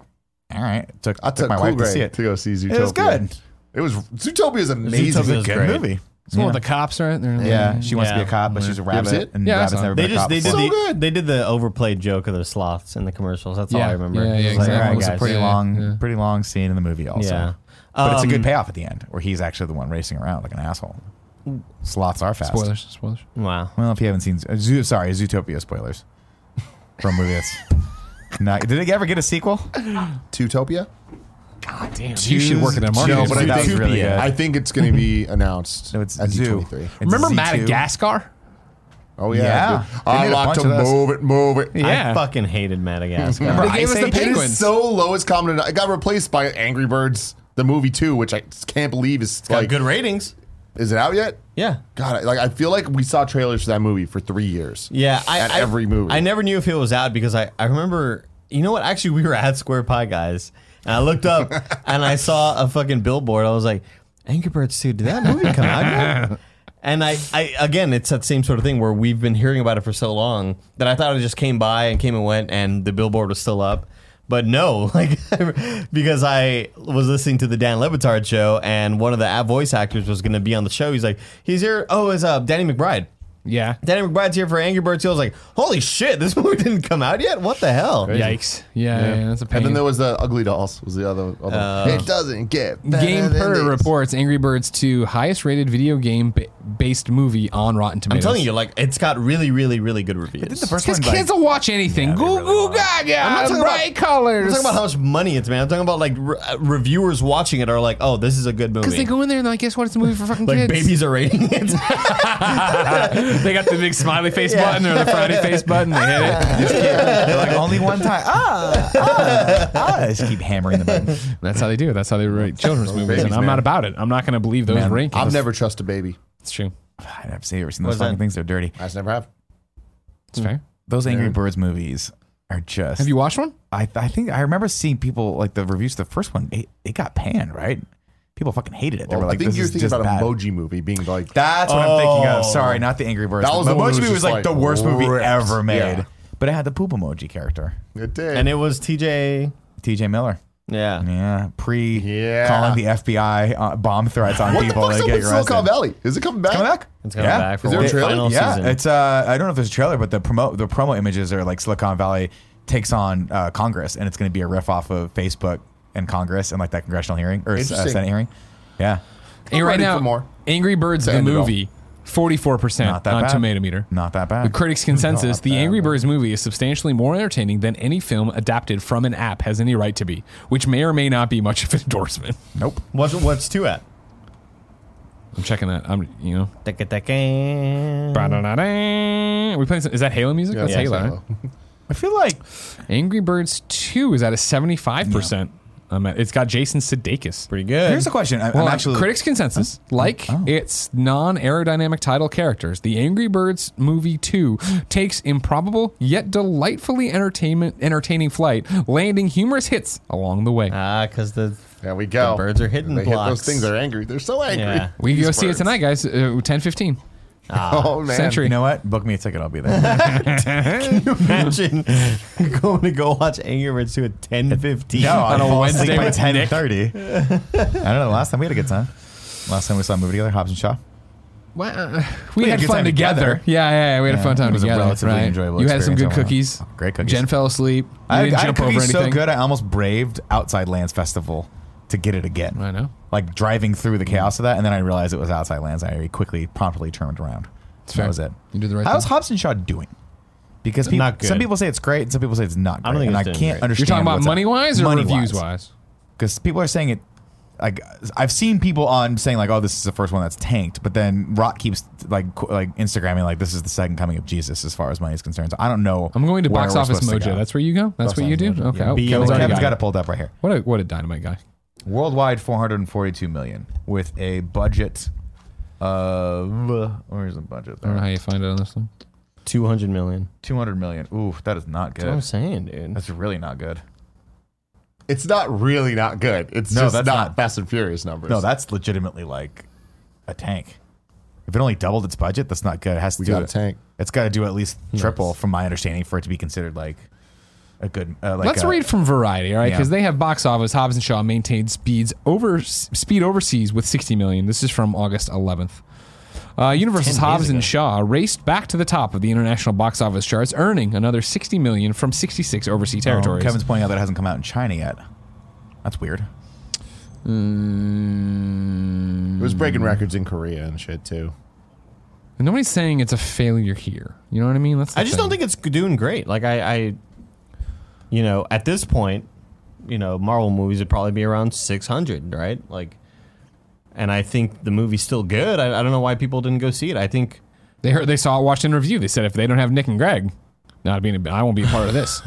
Speaker 2: all right. Took,
Speaker 4: I
Speaker 2: took
Speaker 4: took
Speaker 2: my wife
Speaker 4: cool
Speaker 2: to see
Speaker 4: grade
Speaker 2: it.
Speaker 4: to go see Zootopia.
Speaker 2: It was good.
Speaker 4: It was Zootopia is amazing.
Speaker 2: It was
Speaker 3: Zootopia-
Speaker 2: a
Speaker 3: was
Speaker 2: good
Speaker 3: great.
Speaker 2: movie.
Speaker 1: It's one
Speaker 2: Yeah.
Speaker 1: with the cops, right? They're like-
Speaker 2: Yeah, she wants to be
Speaker 3: Yeah.
Speaker 2: a cop, but she's a
Speaker 4: ever see
Speaker 2: rabbit,
Speaker 4: it?
Speaker 2: and
Speaker 1: Yeah, I
Speaker 2: rabbits
Speaker 1: saw it.
Speaker 2: never been
Speaker 3: They
Speaker 2: a
Speaker 3: just
Speaker 2: cop
Speaker 3: they did
Speaker 2: before.
Speaker 3: the they did the overplayed joke of the sloths in the commercials. That's
Speaker 1: Yeah.
Speaker 3: all I remember.
Speaker 1: Yeah,
Speaker 3: It
Speaker 1: yeah,
Speaker 3: was like,
Speaker 1: exactly.
Speaker 3: "Alright,
Speaker 2: it was a
Speaker 3: guys."
Speaker 2: pretty
Speaker 1: yeah,
Speaker 2: long,
Speaker 1: yeah.
Speaker 2: pretty long scene in the movie, also.
Speaker 3: Yeah.
Speaker 2: But it's a
Speaker 3: Um,
Speaker 2: good payoff at the end, where he's actually the one racing around like an asshole. Slots are fast.
Speaker 1: Spoilers. Spoilers.
Speaker 3: Wow.
Speaker 2: Well, if you haven't seen, uh, Zoo, sorry, Zootopia spoilers from movie that's (laughs) not. Did it ever get a sequel?
Speaker 4: Zootopia.
Speaker 1: God damn. You should work at a
Speaker 2: Choose-
Speaker 1: marketing.
Speaker 2: No, but I
Speaker 1: agency.
Speaker 2: That was
Speaker 4: think,
Speaker 2: really good.
Speaker 4: I think it's going to be
Speaker 2: (laughs)
Speaker 4: announced
Speaker 2: No, it's
Speaker 4: at
Speaker 2: Zoo.
Speaker 4: D23.
Speaker 2: It's
Speaker 1: Remember
Speaker 2: Z2.
Speaker 1: Madagascar?
Speaker 4: Oh yeah,
Speaker 2: Yeah.
Speaker 4: dude.
Speaker 2: They
Speaker 4: I
Speaker 2: did a
Speaker 4: like
Speaker 2: bunch
Speaker 4: to
Speaker 2: of those.
Speaker 4: move it, move it.
Speaker 1: Yeah.
Speaker 3: I fucking hated Madagascar.
Speaker 2: Remember
Speaker 1: They gave
Speaker 2: Ice
Speaker 1: us the
Speaker 2: Age?
Speaker 1: pig-
Speaker 4: It
Speaker 1: Penguins.
Speaker 4: is so lowest common. It got replaced by Angry Birds the movie too, which I just can't believe is like.
Speaker 3: Got good ratings.
Speaker 4: Is it out yet?
Speaker 3: Yeah.
Speaker 4: God, I, like I feel like we saw trailers for that movie for three years.
Speaker 3: Yeah. I,
Speaker 4: at
Speaker 3: I-
Speaker 4: every movie.
Speaker 3: I never knew if it was out because I, I remember you know what? Actually
Speaker 4: (laughs)
Speaker 3: we were at Square Pie Guys and I looked up and I saw a fucking billboard. I was like, Angry Birds 2, did that movie come out
Speaker 4: (laughs)
Speaker 3: yet? And I, I, again, it's that same sort of thing where we've been hearing about it for so long that I thought it just came by and came and went and the billboard was still up. But no, (laughs) like, because I was listening to the Dan Levitard show and one of the voice actors was going to be on the show. He's like, he's here. Oh, it's uh, Danny McBride.
Speaker 1: Yeah.
Speaker 3: Danny McBride's here for Angry Birds 2. I was like, holy shit, this (laughs) movie didn't come out yet? What the hell?
Speaker 1: Yikes. Yeah, yeah. that's a pain.
Speaker 4: And then there was the Ugly Dolls. Was the other? other one. It doesn't get better
Speaker 1: Game
Speaker 4: than
Speaker 1: Per
Speaker 4: this.
Speaker 1: reports Angry Birds 2 highest rated video game ba- based movie on Rotten
Speaker 3: I'm
Speaker 1: Tomatoes.
Speaker 3: telling you, like, it's got really, really, really good reviews.
Speaker 2: The first
Speaker 1: Because
Speaker 2: one, like,
Speaker 1: kids will watch anything.
Speaker 2: Yeah, they
Speaker 1: Goo
Speaker 2: really
Speaker 1: goo
Speaker 2: will.
Speaker 1: gaga.
Speaker 3: I'm not talking
Speaker 1: bright
Speaker 3: about- I'm
Speaker 1: colors.
Speaker 3: talking about how much money it's made. I'm talking about like re- uh, reviewers watching it are like, oh, this is a good movie.
Speaker 1: Because they go in there and like, guess what? It's a movie for fucking
Speaker 3: (laughs) like
Speaker 1: kids.
Speaker 3: babies are rating
Speaker 1: (laughs)
Speaker 3: it. (laughs)
Speaker 1: They got the big smiley face button or the frowny face button. They hit it.
Speaker 2: They're like only one time. Ah, ah, ah. Just keep hammering
Speaker 1: (laughs)
Speaker 2: the button.
Speaker 1: That's how they do it. That's how they rate children's movies. And
Speaker 2: Babies,
Speaker 1: I'm
Speaker 2: man.
Speaker 1: not about it. I'm not going to believe those
Speaker 2: Man,
Speaker 1: rankings.
Speaker 4: I've never trust a baby.
Speaker 1: It's true.
Speaker 2: I've never seen, ever seen those
Speaker 3: What's that?
Speaker 2: fucking things. They're dirty.
Speaker 4: I just never have.
Speaker 1: It's fair.
Speaker 2: Those Angry Birds movies are just.
Speaker 1: Have you watched one?
Speaker 2: I, I think I remember seeing people like the reviews. to The first one, it, it got panned, right? People fucking hated it. They were
Speaker 4: Well,
Speaker 2: like,
Speaker 4: Oh, I think
Speaker 2: "This
Speaker 4: you're
Speaker 2: is
Speaker 4: thinking
Speaker 2: just
Speaker 4: about
Speaker 2: bad."
Speaker 4: a Moji movie being like
Speaker 2: That's what I'm thinking of.
Speaker 3: Oh.
Speaker 2: Sorry, not the Angry Birds.
Speaker 4: That was
Speaker 2: the
Speaker 4: the one
Speaker 2: emoji
Speaker 4: that was
Speaker 2: movie was
Speaker 4: just,
Speaker 2: like,
Speaker 4: like,
Speaker 2: the worst movie
Speaker 4: ripped.
Speaker 2: ever made.
Speaker 4: Yeah.
Speaker 2: But it had the poop emoji character,
Speaker 4: It did.
Speaker 3: and it was TJ.
Speaker 2: T.J. Miller.
Speaker 3: Yeah.
Speaker 2: Yeah, pre
Speaker 4: Yeah.
Speaker 2: calling the FBI uh, bomb threats on
Speaker 4: what the
Speaker 2: people.
Speaker 4: fuck's
Speaker 2: that
Speaker 4: up
Speaker 2: get
Speaker 4: with
Speaker 2: arrested.
Speaker 4: Silicon Valley? Is it coming back?
Speaker 2: Coming back?
Speaker 3: It's coming back for
Speaker 4: Is there a
Speaker 3: one
Speaker 4: trailer?
Speaker 3: final
Speaker 2: yeah,
Speaker 3: season.
Speaker 2: it's uh, I don't know if there's a trailer, but the promo the promo images are like Silicon Valley takes on uh, Congress, and it's going to be a riff off of Facebook and Congress and like that congressional hearing or uh,
Speaker 4: Interesting.
Speaker 2: Senate hearing. Yeah,
Speaker 1: And right
Speaker 4: ready
Speaker 1: now,
Speaker 4: for more.
Speaker 1: Angry Birds the
Speaker 4: end it all.
Speaker 1: movie, 44% on
Speaker 2: Not that bad.
Speaker 1: Tomato Meter.
Speaker 2: not that
Speaker 1: The
Speaker 2: bad.
Speaker 1: critics' consensus: The Angry Birds movie is substantially more entertaining than any film adapted from an app has any right to be, which may or may not be much of an endorsement.
Speaker 2: nope.
Speaker 3: what's, what's two at?
Speaker 1: I'm checking that. I'm, you know,
Speaker 3: Ba-
Speaker 1: Ba-da-da-da. we playing. Some, is that Halo music? That's
Speaker 4: Yeah,
Speaker 1: Halo.
Speaker 4: Halo.
Speaker 1: huh?
Speaker 2: I feel like
Speaker 1: Angry Birds Two is at a 75. percent percent It's got Jason Sudeikis.
Speaker 3: Pretty good.
Speaker 2: here's a question. I,
Speaker 1: Well, uh,
Speaker 2: I'm actually oh.
Speaker 1: critics' consensus, like its non-aerodynamic title characters, the Angry Birds movie 2 takes improbable yet delightfully entertainment entertaining flight, landing humorous hits along the way.
Speaker 3: Ah, because the
Speaker 4: There we go.
Speaker 3: The birds are hidden
Speaker 4: They hit
Speaker 3: blocks.
Speaker 4: those things are angry. They're so angry.
Speaker 3: Yeah.
Speaker 1: (laughs) we
Speaker 4: These
Speaker 1: go see it
Speaker 4: birds.
Speaker 1: tonight, guys. Uh, Ten fifteen.
Speaker 4: Oh man.
Speaker 1: Century.
Speaker 2: You know what? Book me a ticket. I'll be there.
Speaker 3: (laughs) imagine (laughs) going to go watch Angry Birds 2 at 10.15.
Speaker 2: no, on a
Speaker 1: Wednesday
Speaker 2: Wednesday by
Speaker 1: with
Speaker 2: ten thirty. I don't know. Last time we had a good time. Last time we saw a movie together, Hobbs and Shaw.
Speaker 1: Well, uh, we, had,
Speaker 2: had a good
Speaker 1: fun
Speaker 2: time
Speaker 1: together.
Speaker 2: together.
Speaker 1: Yeah, yeah, yeah, we had
Speaker 2: Yeah,
Speaker 1: a fun time
Speaker 2: it was a
Speaker 1: together.
Speaker 2: relatively
Speaker 1: right?
Speaker 2: enjoyable
Speaker 1: You had some good
Speaker 2: experience overall.
Speaker 1: cookies.
Speaker 2: Great cookies.
Speaker 1: Jen fell asleep. You
Speaker 2: I,
Speaker 1: didn't
Speaker 2: I
Speaker 1: jump
Speaker 2: could
Speaker 1: over
Speaker 2: be so
Speaker 1: anything.
Speaker 2: good. I almost braved outside Lands Festival to get it again.
Speaker 1: I know.
Speaker 2: Like driving through the
Speaker 1: Mm-hmm.
Speaker 2: chaos of that, and then I realized it was outside Lands. and I very quickly, promptly turned around. So
Speaker 1: fair.
Speaker 2: that was it.
Speaker 1: You did the right
Speaker 2: How's
Speaker 1: thing.
Speaker 2: Hobson Shaw doing? Because people,
Speaker 3: Not good.
Speaker 2: some people say it's great, and some people say it's not. Great,
Speaker 3: I don't think
Speaker 2: and
Speaker 3: it's
Speaker 2: I
Speaker 3: doing
Speaker 2: can't
Speaker 3: great.
Speaker 1: You're
Speaker 2: understand.
Speaker 1: talking about
Speaker 2: what's up.
Speaker 1: money wise or
Speaker 2: Money-wise.
Speaker 1: reviews wise?
Speaker 2: because people are saying it. Like I've seen people on saying like, "Oh, this is the first one that's tanked," but then Rock keeps like qu- like Instagramming like, "This is the second coming of Jesus" as far as money is concerned. So I don't know.
Speaker 1: I'm going to
Speaker 2: where
Speaker 1: Box
Speaker 2: we're
Speaker 1: Office
Speaker 2: supposed to
Speaker 1: Mojo.
Speaker 2: go.
Speaker 1: That's where you go. That's
Speaker 2: Box
Speaker 1: what you do.
Speaker 2: Office Mojo,
Speaker 1: Okay.
Speaker 2: yeah.
Speaker 1: Oh,
Speaker 3: Be
Speaker 1: Kevin's
Speaker 3: your
Speaker 1: already
Speaker 3: own
Speaker 2: Kevin's
Speaker 1: it.
Speaker 2: got it pulled up right here.
Speaker 1: What a what a dynamite guy.
Speaker 2: Worldwide, 442 million with a budget of where's the budget?
Speaker 1: I don't know
Speaker 2: There?
Speaker 1: how you find it on this one.
Speaker 3: 200 million.
Speaker 2: 200 million. Ooh, that is not
Speaker 3: That's what I'm
Speaker 2: good.
Speaker 3: saying, dude.
Speaker 2: That's really not good.
Speaker 4: It's not really not good. It's
Speaker 2: No,
Speaker 4: just
Speaker 2: that's
Speaker 4: not,
Speaker 2: not-
Speaker 4: Fast and Furious numbers.
Speaker 2: No, that's legitimately like a tank. If it only doubled its budget, that's not good. It has to
Speaker 4: we
Speaker 2: do
Speaker 4: got a
Speaker 2: it-
Speaker 4: tank.
Speaker 2: It's got to do at least triple, from my understanding, for it to be considered like a good. Uh, like
Speaker 1: Let's
Speaker 2: a-
Speaker 1: read from Variety, all right?
Speaker 2: Yeah.
Speaker 1: Because they have box office. Hobbs and Shaw maintained speeds over speed overseas with 60 million. This is from August 11th. Uh, Universal's
Speaker 3: days
Speaker 1: Hobbs
Speaker 3: ago.
Speaker 1: and Shaw raced back to the top of the international box office charts, earning another 60 million from 66 overseas
Speaker 2: Oh,
Speaker 1: territories.
Speaker 2: Kevin's pointing out that it hasn't come out in China yet. That's weird.
Speaker 4: It was breaking records in Korea and shit too.
Speaker 1: And nobody's saying it's a failure here. You know what I mean? That's the
Speaker 3: I just don't
Speaker 1: thing.
Speaker 3: think it's doing great. Like I, I, you know, at this point, you know, Marvel movies would probably be around six hundred, right? Like, and I think the movie's still good. I, I don't know why people didn't go see it. I think
Speaker 1: they heard they saw watched in review. They said if they don't have Nick and Greg, not being I won't be a part of
Speaker 2: (laughs)
Speaker 1: this.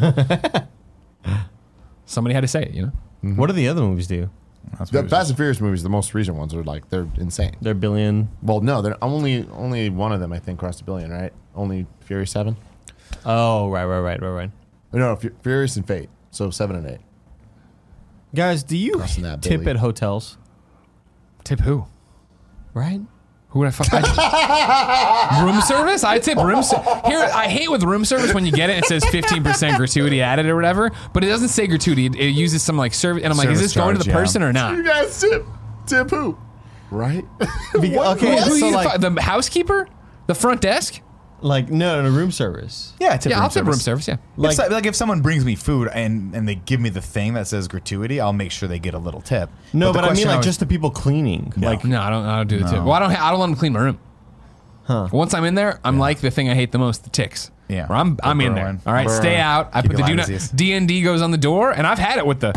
Speaker 1: Somebody had to say it, you know.
Speaker 3: what do the other movies do?
Speaker 2: That's
Speaker 4: The
Speaker 2: weird.
Speaker 4: Fast and Furious movies, the most recent ones, are like they're insane.
Speaker 3: They're billion.
Speaker 4: Well, no, they're only only one of them I think crossed a billion, right? Only Furious Seven.
Speaker 3: Oh, right, right, right, right, right.
Speaker 4: No, Fu- Furious and Fate. So seven and eight.
Speaker 3: Guys, do you
Speaker 4: Crossing that
Speaker 3: tip
Speaker 4: Billy.
Speaker 3: at hotels?
Speaker 1: Tip who?
Speaker 3: Right?
Speaker 1: Who would I fuck? I- (laughs) room service? I tip room service. Here, I hate with room service when you get it, it says 15% gratuity added or whatever, but it doesn't say gratuity. It, it uses some like service. And I'm like, is
Speaker 2: Service
Speaker 1: this going to
Speaker 2: charge,
Speaker 1: the
Speaker 2: yeah.
Speaker 1: person or not?
Speaker 4: You guys tip, tip who?
Speaker 2: (laughs)
Speaker 4: Right?
Speaker 3: Be-
Speaker 1: Who,
Speaker 3: okay,
Speaker 1: who
Speaker 3: so
Speaker 1: you
Speaker 3: like,
Speaker 1: fi- the housekeeper? The front desk?
Speaker 3: like no, no, room service.
Speaker 2: Yeah, tip
Speaker 1: Yeah,
Speaker 2: room
Speaker 1: I'll tip
Speaker 2: service.
Speaker 1: room service. Yeah.
Speaker 2: Like,
Speaker 3: Like-
Speaker 2: it's like, like if someone brings me food and, and they give me the thing that says gratuity, I'll make sure they get a little tip.
Speaker 3: No, but,
Speaker 2: the
Speaker 3: I mean
Speaker 2: question
Speaker 3: like
Speaker 2: was-
Speaker 3: just the people cleaning. Like
Speaker 1: Oh, No, I don't. I don't do the tip. Well, I don't. ha- I don't let them clean my room. Once I'm in there, I'm like the thing I hate the most: the ticks.
Speaker 2: Yeah.
Speaker 1: Where I'm, I'm in there.
Speaker 2: Burn.
Speaker 1: All right,
Speaker 2: Burn.
Speaker 1: stay out. I
Speaker 2: Keep
Speaker 1: put the
Speaker 2: your
Speaker 1: do
Speaker 2: Lyme
Speaker 1: not
Speaker 2: disease.
Speaker 1: D and D goes on the door, and I've had it with the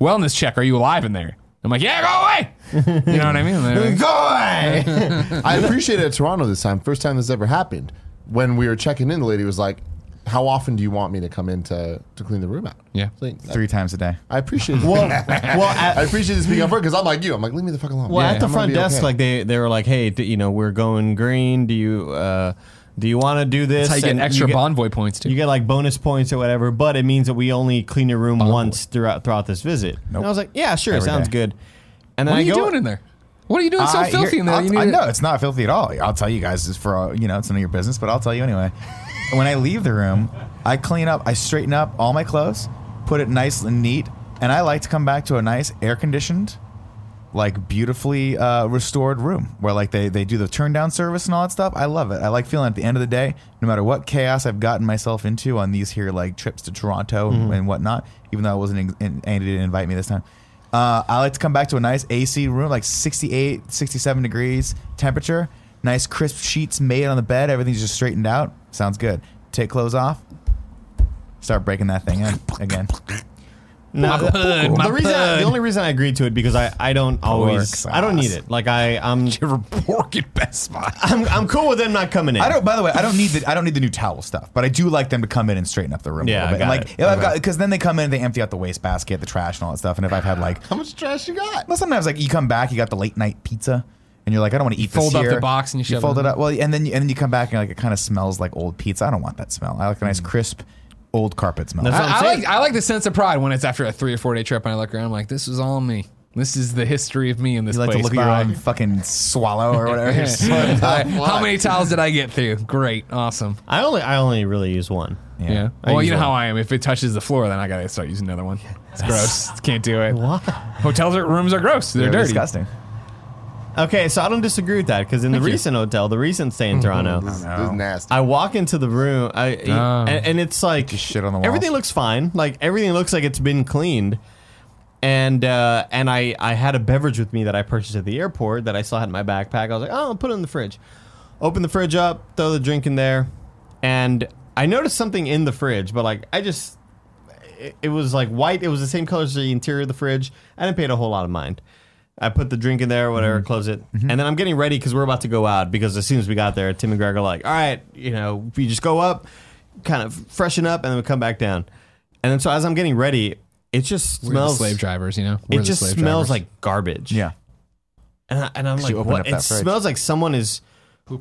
Speaker 1: wellness check. Are you alive in there? I'm like, yeah, go away. You know what I mean? And they're like,
Speaker 3: go away.
Speaker 4: (laughs) I appreciate it at Toronto this time. First time this ever happened. When we were checking in, the lady was like, "How often do you want me to come in to, to clean the room out?"
Speaker 1: (laughs) Yeah.
Speaker 4: It's like,
Speaker 2: three times a day.
Speaker 4: I (laughs) appreciate. It.
Speaker 3: well, well, at,
Speaker 4: I appreciate this being up front because I'm like you. I'm like, leave me the fuck alone.
Speaker 3: well,
Speaker 1: Yeah,
Speaker 3: at the
Speaker 4: I'm gonna
Speaker 3: front
Speaker 4: be
Speaker 3: desk,
Speaker 4: okay.
Speaker 3: like they they were like, hey, d- you know, we're going green. Do you uh, do you want to do this?
Speaker 1: That's how you get
Speaker 3: And
Speaker 1: extra Bonvoy points too.
Speaker 3: You get like bonus points or whatever, but it means that we only clean your room once throughout throughout this visit. And I was like, yeah, sure,
Speaker 2: Every
Speaker 3: sounds
Speaker 2: day.
Speaker 3: good. And then
Speaker 1: what
Speaker 3: I
Speaker 1: are you
Speaker 3: go,
Speaker 1: doing in there? What are you doing so
Speaker 2: I-
Speaker 1: filthy
Speaker 2: you're-
Speaker 1: in there?
Speaker 2: I'll-
Speaker 1: You need
Speaker 2: I
Speaker 1: to-
Speaker 2: know it's not filthy at all. I'll tell you guys. It's for uh, you know, it's none of your business, but I'll tell you
Speaker 3: (laughs)
Speaker 2: anyway. when I leave the room, I clean up, I straighten up all my clothes, put it nice and neat, and I like to come back to a nice air conditioned, like beautifully uh, restored room where like they they do the turn down service and all that stuff. I love it. I like feeling at the end of the day, no matter what chaos I've gotten myself into on these here like trips to Toronto and whatnot, even though I wasn't in, in, Andy didn't invite me this time. Uh, I like to come back to a nice AC room, like 68, 67 degrees temperature. Nice crisp sheets made on the bed. Everything's just straightened out. Sounds good. Take clothes off. Start breaking that thing in again.
Speaker 3: No,
Speaker 1: My bud, my
Speaker 3: the reason
Speaker 1: bud.
Speaker 3: the only reason I agreed to it because I, I don't always
Speaker 2: sauce.
Speaker 3: I don't need it. Like I
Speaker 1: (laughs)
Speaker 3: I'm
Speaker 1: You're pork at Best Spot.
Speaker 3: I'm, I'm cool with them not coming in.
Speaker 2: I don't. By the way, I don't need the I don't need the new towel stuff, but I do like them to come in and straighten up the room. a
Speaker 3: Yeah,
Speaker 2: little bit.
Speaker 3: got
Speaker 2: like
Speaker 3: it.
Speaker 2: if I've got because then they come in, they empty out the wastebasket, the trash, and all that stuff. And if I've had like,
Speaker 4: how much trash you got?
Speaker 2: well, sometimes like you come back, you got the late night pizza, and you're like, I don't want to eat. this
Speaker 1: fold up the
Speaker 2: here.
Speaker 1: box and you shove it
Speaker 2: fold
Speaker 1: in
Speaker 2: it
Speaker 1: there.
Speaker 2: up. Well, and then you, and then you come back and like it kind of smells like old pizza. I don't want that smell. I like a nice crisp old carpet smell.
Speaker 3: That's what
Speaker 1: I,
Speaker 3: I'm
Speaker 1: I
Speaker 3: saying.
Speaker 1: like I like the sense of pride when it's after a three or four day trip and I look around. I'm like, this is all me. This is the history of me in this
Speaker 2: You like to
Speaker 1: place.
Speaker 2: look at
Speaker 1: (laughs)
Speaker 2: your
Speaker 3: (laughs)
Speaker 1: Bye.
Speaker 2: own fucking swallow or whatever. Your swallow.
Speaker 1: Uh, how many tiles did I get through? Great, awesome.
Speaker 3: I only I only really use one.
Speaker 1: Yeah.
Speaker 3: I
Speaker 1: Well,
Speaker 3: use
Speaker 1: you know
Speaker 3: one.
Speaker 1: how I am. If it touches the floor, then I gotta start using another
Speaker 3: (laughs)
Speaker 1: one. It's gross. Can't do it.
Speaker 3: Why?
Speaker 1: Hotels are rooms are gross. They're,
Speaker 2: They're
Speaker 1: dirty.
Speaker 2: disgusting.
Speaker 3: Okay, so I don't disagree with that because in the recent hotel, the recent stay in
Speaker 1: Mm-hmm.
Speaker 4: This,
Speaker 3: Toronto,
Speaker 4: this is nasty.
Speaker 3: I walk into the room, I
Speaker 1: Oh.
Speaker 3: and, and it's like
Speaker 2: Just shit on the walls.
Speaker 3: Everything looks fine. Like everything looks like it's been cleaned. And uh, and I I had a beverage with me that I purchased at the airport that I still had in my backpack. I was like, oh, I'll put it in the fridge. Open the fridge up, throw the drink in there, and I noticed something in the fridge, but like I just it, it was like white. It was the same color as the interior of the fridge. I didn't pay it a whole lot of mind. I put the drink in there, whatever,
Speaker 1: Mm-hmm.
Speaker 3: close it, and then I'm getting ready because we're about to go out. Because as soon as we got there, Tim and Greg are like, "All right, you know, we just go up, kind of freshen up, and then we come back down." And then so as I'm getting ready, it just
Speaker 1: We're the
Speaker 3: smells.
Speaker 1: slave drivers, you know. We're
Speaker 3: it
Speaker 1: the
Speaker 3: just
Speaker 1: slave
Speaker 3: smells
Speaker 1: drivers.
Speaker 3: like garbage.
Speaker 2: Yeah.
Speaker 3: and, I, and I'm like,
Speaker 2: you opened
Speaker 3: what?
Speaker 2: up
Speaker 3: It
Speaker 2: that fridge.
Speaker 3: smells like someone is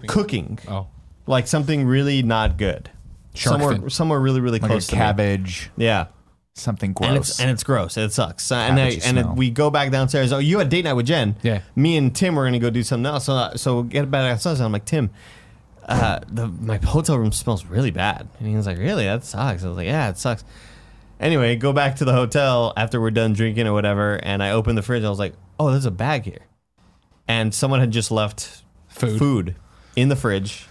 Speaker 3: cooking,
Speaker 1: Oh,
Speaker 3: like something really not good.
Speaker 1: Shark
Speaker 3: somewhere,
Speaker 1: fin.
Speaker 3: somewhere really, really
Speaker 2: Like
Speaker 3: close
Speaker 2: a
Speaker 3: to me.
Speaker 2: cabbage,
Speaker 3: Yeah,
Speaker 2: something gross.
Speaker 3: and it's and it's gross. It sucks. So- and I,
Speaker 2: Cabbage
Speaker 3: and it,
Speaker 2: smell.
Speaker 3: we go back downstairs. Oh, you had date night with Jen.
Speaker 1: Yeah.
Speaker 3: Me and Tim were gonna go do something else. So I- so we get back downstairs. And I'm like Tim. Uh, the, my hotel room smells really bad, and he was like, "Really? That sucks." I was like, "Yeah, it sucks." Anyway, go back to the hotel after we're done drinking or whatever, and I opened the fridge. I was like, "Oh, there's a bag here," and someone had just left
Speaker 1: Food.
Speaker 3: in the fridge,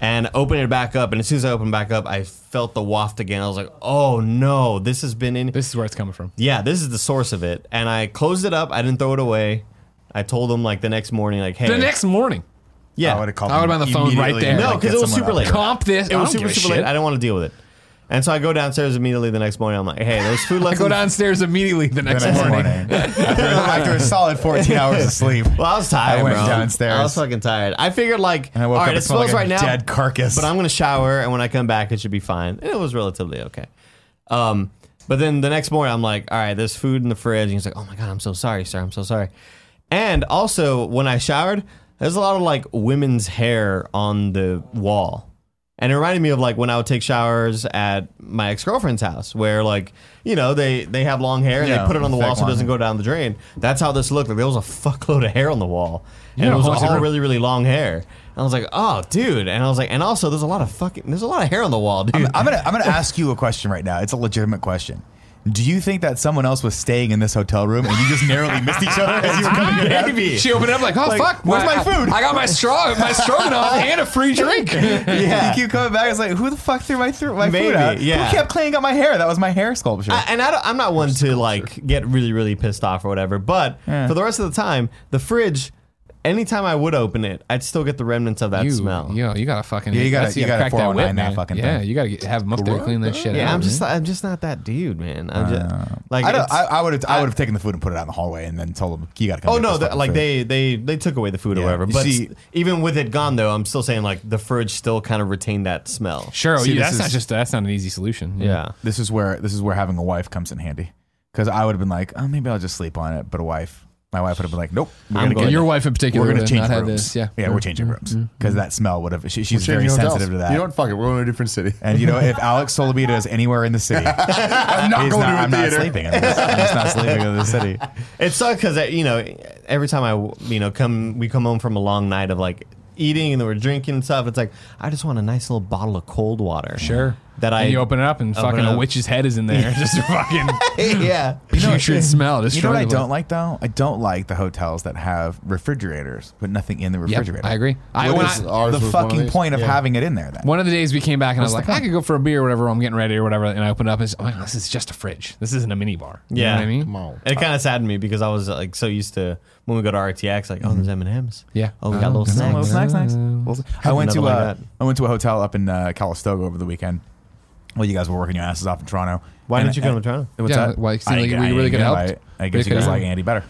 Speaker 3: and opened it back up. And as soon as I opened back up, I felt the waft again. I was like, "Oh no, this has been in."
Speaker 1: this is where it's coming from.
Speaker 3: yeah, this is the source of it. And I closed it up. I didn't throw it away. I told them like the next morning, like, hey,
Speaker 1: The next morning,
Speaker 3: yeah,
Speaker 2: I would have called.
Speaker 1: I would've
Speaker 2: them
Speaker 1: been on the phone right
Speaker 2: immediately
Speaker 1: there.
Speaker 2: and,
Speaker 1: No,
Speaker 2: like,
Speaker 3: 'cause
Speaker 2: get
Speaker 3: it was
Speaker 2: someone
Speaker 3: super
Speaker 2: up.
Speaker 3: late.
Speaker 1: comp this.
Speaker 3: it was
Speaker 1: I don't
Speaker 3: super
Speaker 1: give a
Speaker 3: super
Speaker 1: shit.
Speaker 3: late. I don't want to deal with it. And so I go downstairs immediately the next morning. I'm like, hey, there's
Speaker 1: (laughs)
Speaker 3: food
Speaker 1: I
Speaker 3: left.
Speaker 1: go
Speaker 3: in the-
Speaker 1: downstairs immediately the next,
Speaker 2: The next
Speaker 1: morning. (laughs)
Speaker 2: morning.
Speaker 3: (laughs)
Speaker 2: after, after a solid 14 hours of sleep.
Speaker 3: Well, I was tired.
Speaker 2: I went
Speaker 3: bro.
Speaker 2: downstairs.
Speaker 3: I was fucking tired. I figured like,
Speaker 2: And I woke
Speaker 3: all
Speaker 2: up
Speaker 3: right,
Speaker 2: it
Speaker 3: it
Speaker 2: smelled
Speaker 3: smells
Speaker 2: like a
Speaker 3: right now,
Speaker 2: dead carcass.
Speaker 3: But I'm gonna shower, and when I come back, it should be fine. And it was relatively okay. Um, but then the next morning, I'm like, all right, there's food in the fridge. And he's like, oh my god, I'm so sorry, sir. I'm so sorry. And also, when I showered, there's a lot of like women's hair on the wall. And it reminded me of like when I would take showers at my ex girlfriend's house, where like you know they they have long hair and
Speaker 2: Yeah,
Speaker 3: they put it on the wall
Speaker 2: thick
Speaker 3: so it doesn't
Speaker 2: long
Speaker 3: go down the drain. That's how this looked. Like there was a fuckload of hair on the wall, and
Speaker 1: Yeah,
Speaker 3: it was
Speaker 1: haunted
Speaker 3: all
Speaker 1: room.
Speaker 3: really really long hair. And I was like, oh dude, and I was like, and also there's a lot of fucking there's a lot of hair on the wall, dude.
Speaker 2: I'm gonna I'm gonna ask you a question right now. It's a legitimate question. Do you think that someone else was staying in this hotel room and you just narrowly missed each other as you were coming in?
Speaker 3: (laughs) Maybe.
Speaker 1: She opened it up like, oh fuck,
Speaker 2: where's my food?
Speaker 1: I got my straw, my stroganoff, and a free drink.
Speaker 2: Yeah. (laughs) You keep coming back. It's like, who the fuck threw my through my food
Speaker 3: Maybe,
Speaker 2: out?
Speaker 3: yeah.
Speaker 2: Who kept cleaning up my hair? That was my hair sculpture.
Speaker 3: I, and I don't, I'm not one to like get really, really pissed off or whatever. But for the rest of the time, the fridge, anytime I would open it, I'd still get the remnants of that
Speaker 1: you,
Speaker 3: smell. Yeah,
Speaker 1: Yo, you gotta fucking.
Speaker 2: Yeah, you gotta-
Speaker 1: that's-
Speaker 2: you gotta
Speaker 1: crack that
Speaker 2: 409
Speaker 1: whip,
Speaker 2: that
Speaker 1: man.
Speaker 2: fucking
Speaker 1: Yeah,
Speaker 2: thing.
Speaker 1: you gotta get, have them up there to clean that shit out.
Speaker 3: I'm
Speaker 1: man.
Speaker 3: just, I'm just not that dude, man. I'm just like,
Speaker 2: I, don't,
Speaker 3: it's-
Speaker 2: I, I would have I would have taken the food and put it out in the hallway and then told them you got to come.
Speaker 3: oh
Speaker 2: get
Speaker 3: no,
Speaker 2: this
Speaker 3: the,
Speaker 2: fucking
Speaker 3: like
Speaker 2: food."
Speaker 3: they, they, they took away the food
Speaker 2: Yeah.
Speaker 3: or whatever.
Speaker 2: You
Speaker 3: But
Speaker 2: see-
Speaker 3: s- even with it gone though, I'm still saying like the fridge still kind of retained that smell.
Speaker 1: sure.
Speaker 2: See,
Speaker 1: you-
Speaker 2: this
Speaker 1: that's not
Speaker 2: is-
Speaker 1: just that's not an easy solution.
Speaker 3: Yeah.
Speaker 2: This is where this is where having a wife comes in handy because I would have been like, oh, maybe I'll just sleep on it. But a wife, my wife would have been like, nope, we're
Speaker 1: I'm
Speaker 2: gonna
Speaker 1: going-
Speaker 2: get-
Speaker 1: your wife in particular
Speaker 2: We're gonna
Speaker 1: would've
Speaker 2: change
Speaker 1: not had
Speaker 2: rooms.
Speaker 1: this, yeah.
Speaker 2: yeah, we're changing rooms because that smell would have. She, she's
Speaker 4: We're
Speaker 2: very
Speaker 4: changing hotels.
Speaker 2: sensitive to that.
Speaker 4: You (laughs) know what? Fuck it. We're going to a different city.
Speaker 2: and you know, if Alex Solomita is anywhere in the city, I'm not
Speaker 4: going to a
Speaker 2: I'm not
Speaker 4: theater.
Speaker 2: sleeping. In this. I'm just not sleeping in the city.
Speaker 3: It sucks because you know every time I you know come we come home from a long night of like eating and then we're drinking and stuff. It's like I just want a nice little bottle of cold water.
Speaker 1: Sure.
Speaker 3: That I
Speaker 1: And you
Speaker 3: (laughs)
Speaker 1: open it up and
Speaker 3: open
Speaker 1: fucking
Speaker 3: it
Speaker 1: a
Speaker 3: up.
Speaker 1: witch's head is in
Speaker 2: (laughs)
Speaker 1: there. (laughs) Just a fucking
Speaker 3: yeah.
Speaker 1: putrid smell.
Speaker 2: You know what I
Speaker 1: destroyable.
Speaker 2: don't like though? I don't like the hotels that have refrigerators but nothing in the refrigerator.
Speaker 1: I agree. I,
Speaker 4: What
Speaker 1: when
Speaker 4: is
Speaker 1: I-
Speaker 4: ours
Speaker 2: the
Speaker 4: was one of
Speaker 2: fucking
Speaker 4: these.
Speaker 2: point of
Speaker 4: Yeah.
Speaker 2: having it in there then.
Speaker 1: one of the days we came back and I was like,
Speaker 2: the
Speaker 1: I could go for a beer or whatever. I'm getting ready or whatever. And I opened up and it's, oh, this is just a fridge. This isn't a mini bar. You know
Speaker 3: Yeah.
Speaker 1: what I mean?
Speaker 4: Come on.
Speaker 3: It kind of saddened me because I was like so used to when we go to RTX, like, oh, there's M and M's.
Speaker 1: Yeah.
Speaker 3: Oh, we got
Speaker 1: Oh,
Speaker 3: little
Speaker 1: that's
Speaker 3: snacks.
Speaker 2: Little snacks, nice. I went to
Speaker 3: Another
Speaker 2: uh,
Speaker 3: like that.
Speaker 2: I went to a hotel up in uh, Calistoga over the weekend. Well, you guys were working your asses off in Toronto.
Speaker 3: Why
Speaker 2: And-
Speaker 3: didn't you come to
Speaker 2: and-
Speaker 3: Toronto?
Speaker 2: What's
Speaker 1: Yeah,
Speaker 2: that?
Speaker 1: why- it seemed
Speaker 2: I
Speaker 1: like
Speaker 2: didn't-
Speaker 1: we
Speaker 2: I
Speaker 1: really
Speaker 2: didn't
Speaker 1: could've
Speaker 2: get-
Speaker 1: helped.
Speaker 2: I, I
Speaker 1: Really
Speaker 2: guess you guys
Speaker 1: could've
Speaker 2: like
Speaker 1: helped.
Speaker 2: Andy better.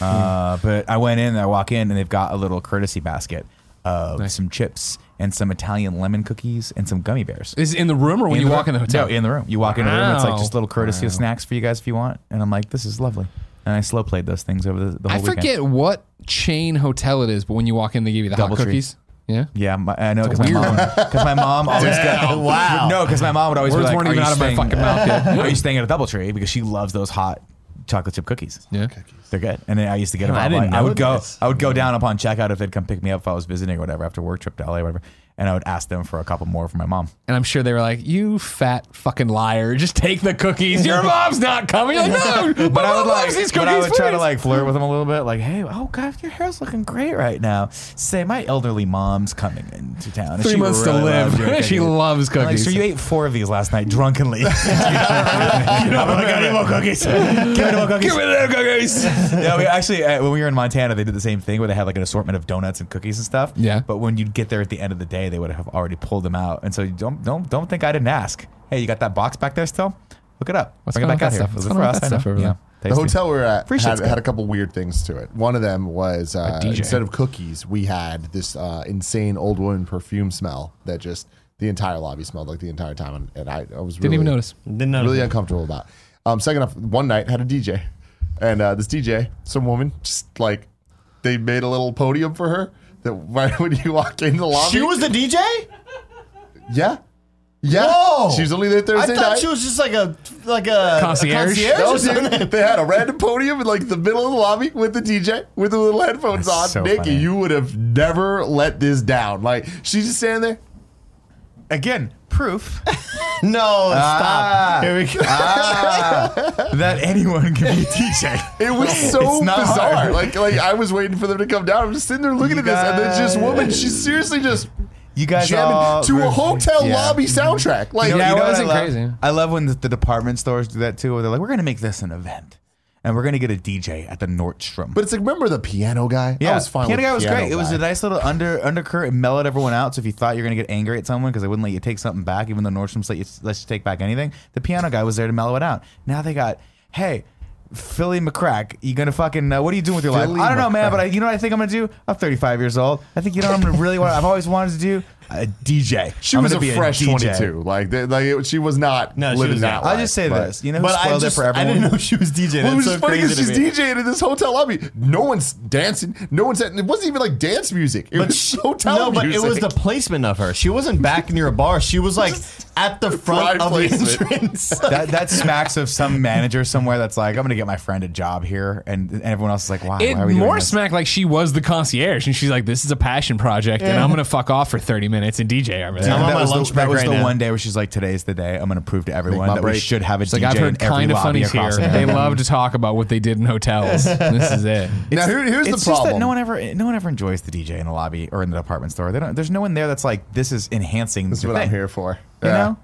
Speaker 2: Uh,
Speaker 1: Hmm.
Speaker 2: but I went in, and I walk in, and they've got a little courtesy basket of
Speaker 1: Nice.
Speaker 2: some chips and some Italian lemon cookies and some gummy bears.
Speaker 1: Is it in the room or when you
Speaker 2: the
Speaker 1: walk
Speaker 2: room.
Speaker 1: in the hotel?
Speaker 2: No, in the room. You walk in the room. It's like
Speaker 1: Wow.
Speaker 2: just little courtesy snacks for you guys if you want. And I'm like, this is lovely. And I slow played those things over the, the whole
Speaker 1: I
Speaker 2: weekend.
Speaker 1: forget what chain hotel it is, but when you walk in, they give you the
Speaker 2: Doubletree.
Speaker 1: hot cookies. Yeah.
Speaker 2: Yeah, my, I know because my mom, because my mom
Speaker 1: (laughs)
Speaker 2: always got
Speaker 3: wow.
Speaker 2: No, because my mom would always
Speaker 1: Words
Speaker 2: be like,
Speaker 1: weren't
Speaker 2: "Are
Speaker 1: even
Speaker 2: you
Speaker 1: out of my
Speaker 2: staying-
Speaker 1: fucking mouth
Speaker 2: (laughs)
Speaker 1: yet."
Speaker 2: Are you staying at a DoubleTree because she loves those hot chocolate chip cookies?
Speaker 1: Yeah.
Speaker 2: They're good, and then I used to get them.
Speaker 3: I
Speaker 2: I,
Speaker 3: didn't
Speaker 2: I
Speaker 3: know
Speaker 2: would go.
Speaker 3: this.
Speaker 2: I would go down upon checkout if they'd come pick me up if I was visiting or whatever after work trip to LA or whatever, and I would ask them for a couple more for
Speaker 1: (laughs)
Speaker 2: my mom.
Speaker 1: And I'm sure they were like, "You fat fucking liar! Just take the cookies. Your mom's not (laughs) coming." You're like, no,
Speaker 2: But I would like,
Speaker 1: loves these
Speaker 2: but
Speaker 1: cookies.
Speaker 2: I would try to
Speaker 1: please."
Speaker 2: like flirt with them a little bit, like, "Hey, oh god, your hair's looking great right now." Say, my elderly mom's coming into town. and
Speaker 1: Three
Speaker 2: she
Speaker 1: months to
Speaker 2: really
Speaker 1: live.
Speaker 2: loves
Speaker 1: (laughs)
Speaker 2: your (laughs)
Speaker 1: She loves
Speaker 2: I'm Like,
Speaker 1: cookies.
Speaker 2: so you ate four of these last
Speaker 1: (laughs)
Speaker 2: night drunkenly. you know, I'm like, I need more cookies. Give me more cookies.
Speaker 1: Give me the (laughs) cookies.
Speaker 2: yeah, we actually uh, when we were in Montana, they did the same thing where they had like an assortment of donuts and cookies and stuff.
Speaker 1: Yeah.
Speaker 2: But when you'd get there at the end of the day, they would have already pulled them out. And so you don't don't don't think I didn't ask. Hey, you got that box back there still? Look it up.
Speaker 1: What's
Speaker 2: Bring it
Speaker 1: going on
Speaker 2: back out
Speaker 1: with that
Speaker 2: here.
Speaker 1: stuff?
Speaker 2: Was
Speaker 1: What's
Speaker 2: it
Speaker 1: going
Speaker 2: for
Speaker 1: on
Speaker 2: us?
Speaker 1: with that
Speaker 2: I know.
Speaker 1: stuff over there?
Speaker 2: Yeah.
Speaker 4: The hotel we were at
Speaker 2: Free shit's
Speaker 4: had,
Speaker 2: good.
Speaker 4: had a couple weird things to it. One of them was uh,
Speaker 1: DJ.
Speaker 4: instead of cookies, we had this uh, insane old woman perfume smell that just the entire lobby smelled like the entire time, and, and I, I was
Speaker 1: Didn't
Speaker 4: really,
Speaker 1: even notice.
Speaker 3: Didn't know.
Speaker 4: really uncomfortable about. Um, second off, one night had a DJ, and uh, this DJ, some woman, just like they made a little podium for her. That (laughs) right when you walk into the lobby,
Speaker 3: she was the DJ.
Speaker 4: yeah, yeah.
Speaker 3: Whoa!
Speaker 4: She was only there
Speaker 3: I
Speaker 4: Thursday
Speaker 3: thought
Speaker 4: night.
Speaker 3: she was just like a like a
Speaker 1: Concierge?
Speaker 3: A concierge
Speaker 4: No,
Speaker 3: or something.
Speaker 4: dude, they had a random podium in like the middle of the lobby with the DJ with the little headphones
Speaker 2: That's
Speaker 4: on.
Speaker 2: so
Speaker 4: Nikki,
Speaker 2: funny.
Speaker 4: you would have never let this down. Like she's just standing there.
Speaker 2: Again, proof
Speaker 3: No,
Speaker 2: Ah.
Speaker 3: stop. Here we
Speaker 2: (laughs)
Speaker 3: go.
Speaker 2: that anyone can
Speaker 1: (laughs)
Speaker 2: be a DJ.
Speaker 4: It was so
Speaker 2: It's not
Speaker 4: bizarre.
Speaker 2: hard.
Speaker 4: Like like I was waiting for them to come down. I'm just sitting there looking
Speaker 2: You
Speaker 4: at this, and then just
Speaker 2: guys-
Speaker 4: woman, she's seriously just
Speaker 2: You guys all
Speaker 4: jamming to a
Speaker 2: were- (laughs)
Speaker 4: hotel
Speaker 2: Yeah.
Speaker 4: lobby soundtrack. Like
Speaker 1: know- Yeah, it
Speaker 2: what I
Speaker 1: wasn't
Speaker 2: love?
Speaker 1: crazy.
Speaker 2: I love when the, the department stores do that too, where they're like, "We're going to make this an event, and we're going to get a DJ at the Nordstrom."
Speaker 4: but it's like remember the piano guy? I was fine.
Speaker 2: Piano
Speaker 4: with
Speaker 2: guy was great. It was
Speaker 4: guy.
Speaker 2: a nice little under undercurrent. It mellowed everyone out. So if you thought you were going to get angry at someone because they wouldn't let you take something back, even though Nordstrom's let you, lets you take back anything, the piano guy was there to mellow it out. Now they got, hey, Philly McCrack, you gonna fucking uh, what are you doing with your life?
Speaker 4: Philly
Speaker 2: I don't know, man.
Speaker 4: McCrack.
Speaker 2: But I, you know what I think I'm gonna do? I'm 35 years old. I think you know what I'm gonna really want. I've always wanted to do a DJ.
Speaker 4: She
Speaker 2: I'm
Speaker 4: was
Speaker 2: gonna
Speaker 4: a
Speaker 2: be
Speaker 4: fresh
Speaker 2: DJ.
Speaker 4: 22. Like, they, like it, she was not
Speaker 3: No, she
Speaker 4: living
Speaker 3: was
Speaker 4: that
Speaker 3: not.
Speaker 2: I'll
Speaker 4: life,
Speaker 2: just say
Speaker 4: but-
Speaker 2: this. You know, who
Speaker 3: But I
Speaker 2: spoiled it
Speaker 3: just
Speaker 2: for everyone.
Speaker 3: I didn't know she was DJing.
Speaker 4: Well, it
Speaker 3: That's
Speaker 4: was
Speaker 3: so
Speaker 4: just funny
Speaker 3: crazy
Speaker 4: because
Speaker 3: to
Speaker 4: she's
Speaker 3: me.
Speaker 4: DJing in this hotel lobby. No one's dancing. No one's. It wasn't even like dance music. It was
Speaker 3: she-
Speaker 4: hotel
Speaker 3: no, but
Speaker 4: music.
Speaker 3: it was the placement of her. She wasn't back near a bar. She was like at the front
Speaker 4: Prime
Speaker 3: of the (laughs)
Speaker 4: placement.
Speaker 3: entrance.
Speaker 2: that, that smacks of some manager somewhere that's like, I'm gonna get my friend a job here, and, and everyone else is like, Wow,
Speaker 1: It
Speaker 2: why are we doing
Speaker 1: more
Speaker 2: this?
Speaker 1: smacked like she was the concierge, and she's like, "This is a passion project, and I'm gonna fuck off for 30 minutes and DJ over there."
Speaker 3: I'm
Speaker 2: And
Speaker 3: on
Speaker 2: that
Speaker 3: my
Speaker 2: was
Speaker 3: lunch
Speaker 2: the,
Speaker 3: break
Speaker 2: that was
Speaker 3: right
Speaker 2: the
Speaker 3: now.
Speaker 2: one day where she's like, "Today's the day. I'm going to prove to everyone
Speaker 4: my
Speaker 2: that we
Speaker 4: break."
Speaker 2: should have a
Speaker 1: It's like
Speaker 2: DJ
Speaker 1: I've
Speaker 2: in
Speaker 1: heard
Speaker 2: every
Speaker 1: kind of
Speaker 2: lobby
Speaker 1: funnies here.
Speaker 2: across
Speaker 1: They love to talk about what they did in
Speaker 4: (laughs)
Speaker 1: hotels. this is it.
Speaker 4: now here,
Speaker 2: It's
Speaker 4: here's the
Speaker 2: just
Speaker 4: problem.
Speaker 2: that no one ever, no one ever enjoys the DJ in the lobby or in the department store. They don't. There's no one there that's like, "This is enhancing."
Speaker 4: (laughs) That's
Speaker 2: the
Speaker 4: what
Speaker 2: thing.
Speaker 4: I'm here for.
Speaker 2: You
Speaker 4: Yeah.
Speaker 2: know?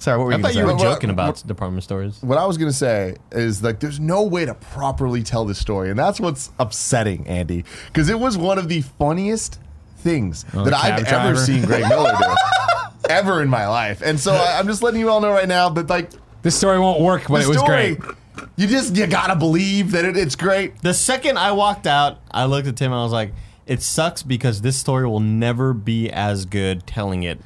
Speaker 2: Sorry, what were you? gonna
Speaker 4: thought you
Speaker 2: say? Oh,
Speaker 4: were-
Speaker 3: Joking about department stores.
Speaker 4: What I was gonna say is like, there's no way to properly tell this story, and that's what's upsetting, Andy, because it was one of the funniest things
Speaker 1: Oh, the
Speaker 4: that I've
Speaker 1: cab
Speaker 4: ever
Speaker 1: driver.
Speaker 4: seen Greg Miller do, ever in my life. And so I, I'm just letting you all know right now that like
Speaker 1: This story won't work, but
Speaker 4: the
Speaker 1: it was
Speaker 4: story,
Speaker 1: great.
Speaker 4: you just you gotta believe that it, it's great.
Speaker 3: The second I walked out, I looked at Tim and I was like, "It sucks because this story will never be as good telling it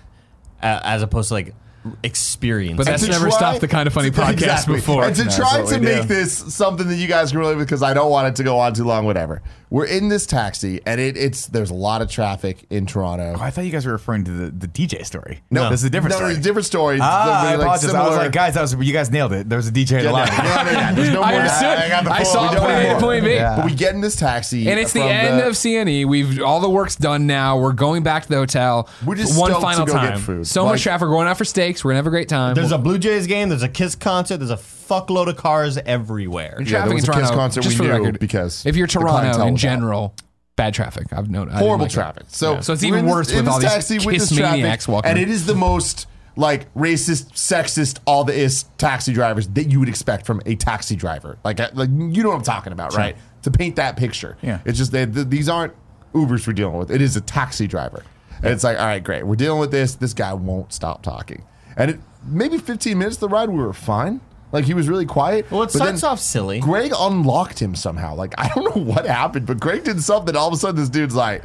Speaker 3: uh, as opposed to like experience."
Speaker 1: But that's
Speaker 4: to
Speaker 1: never stopped the Kind of
Speaker 4: (laughs)
Speaker 1: Funny podcast before.
Speaker 4: And to
Speaker 1: That's
Speaker 4: try
Speaker 2: what we
Speaker 4: to make
Speaker 2: do.
Speaker 4: this something that you guys can relate with, because I don't want it to go on too long, whatever. We're in this taxi, and it, it's there's a lot of traffic in Toronto.
Speaker 2: Oh, I thought you guys were referring to the, the DJ story.
Speaker 4: No.
Speaker 2: this is a different
Speaker 4: no,
Speaker 2: story.
Speaker 4: it's a different story.
Speaker 2: Ah, I
Speaker 4: Something, like,
Speaker 2: apologize. I was
Speaker 4: similar-
Speaker 2: like, guys, that was you guys nailed it. There was a DJ in the
Speaker 4: Yeah, no,
Speaker 2: lobby.
Speaker 4: no, no, no, there's
Speaker 1: (laughs)
Speaker 4: no
Speaker 1: I
Speaker 4: more.
Speaker 1: understood.
Speaker 4: I got the
Speaker 1: I
Speaker 4: full-
Speaker 1: saw
Speaker 4: we don't
Speaker 1: point
Speaker 4: have
Speaker 1: A to
Speaker 4: more.
Speaker 1: point B.
Speaker 2: Yeah.
Speaker 4: But we get in this taxi,
Speaker 1: And it's the
Speaker 4: from
Speaker 1: end of CNE. We've all the work's done now. We're going back to the hotel.
Speaker 4: We're just
Speaker 1: one
Speaker 4: stoked to
Speaker 1: final
Speaker 4: go
Speaker 1: time.
Speaker 4: get food.
Speaker 1: So
Speaker 4: Like-
Speaker 1: much traffic. We're going out for steaks. We're gonna have a great time.
Speaker 3: there's a Blue Jays game. There's a Kiss concert. There's a fuckload of cars everywhere.
Speaker 1: And
Speaker 4: Yeah,
Speaker 1: traffic
Speaker 4: there was
Speaker 1: in
Speaker 4: a Kiss
Speaker 1: Toronto.
Speaker 4: concert
Speaker 1: just
Speaker 4: we
Speaker 1: for the
Speaker 4: knew
Speaker 1: record,
Speaker 4: because
Speaker 1: if you're
Speaker 4: the clientele
Speaker 1: Toronto in
Speaker 4: was bad.
Speaker 1: general, bad traffic. I've known I
Speaker 4: horrible
Speaker 1: didn't like it.
Speaker 4: traffic. So,
Speaker 1: So it's
Speaker 4: we're
Speaker 1: even
Speaker 4: in this-
Speaker 1: worse
Speaker 4: in
Speaker 1: with
Speaker 4: this
Speaker 1: all these
Speaker 4: taxi with
Speaker 1: Kiss
Speaker 4: this traffic,
Speaker 1: maniacs walking
Speaker 4: and
Speaker 1: around.
Speaker 4: it is the most like racist, sexist, all the is taxi drivers that you would expect from a taxi driver. Like, I- like you know what I'm talking about, right? To paint that picture,
Speaker 2: Yeah.
Speaker 4: It's just that th- these aren't Ubers we're dealing with. It is a taxi driver, and it's like, all right, great, we're dealing with this. This guy won't stop talking, and it maybe 15 minutes of the ride we were fine. Like he was really quiet.
Speaker 3: Well, it
Speaker 4: but then
Speaker 3: starts off silly.
Speaker 4: Greg unlocked him somehow. Like I don't know what happened, but Greg did something. All of a sudden, this dude's like,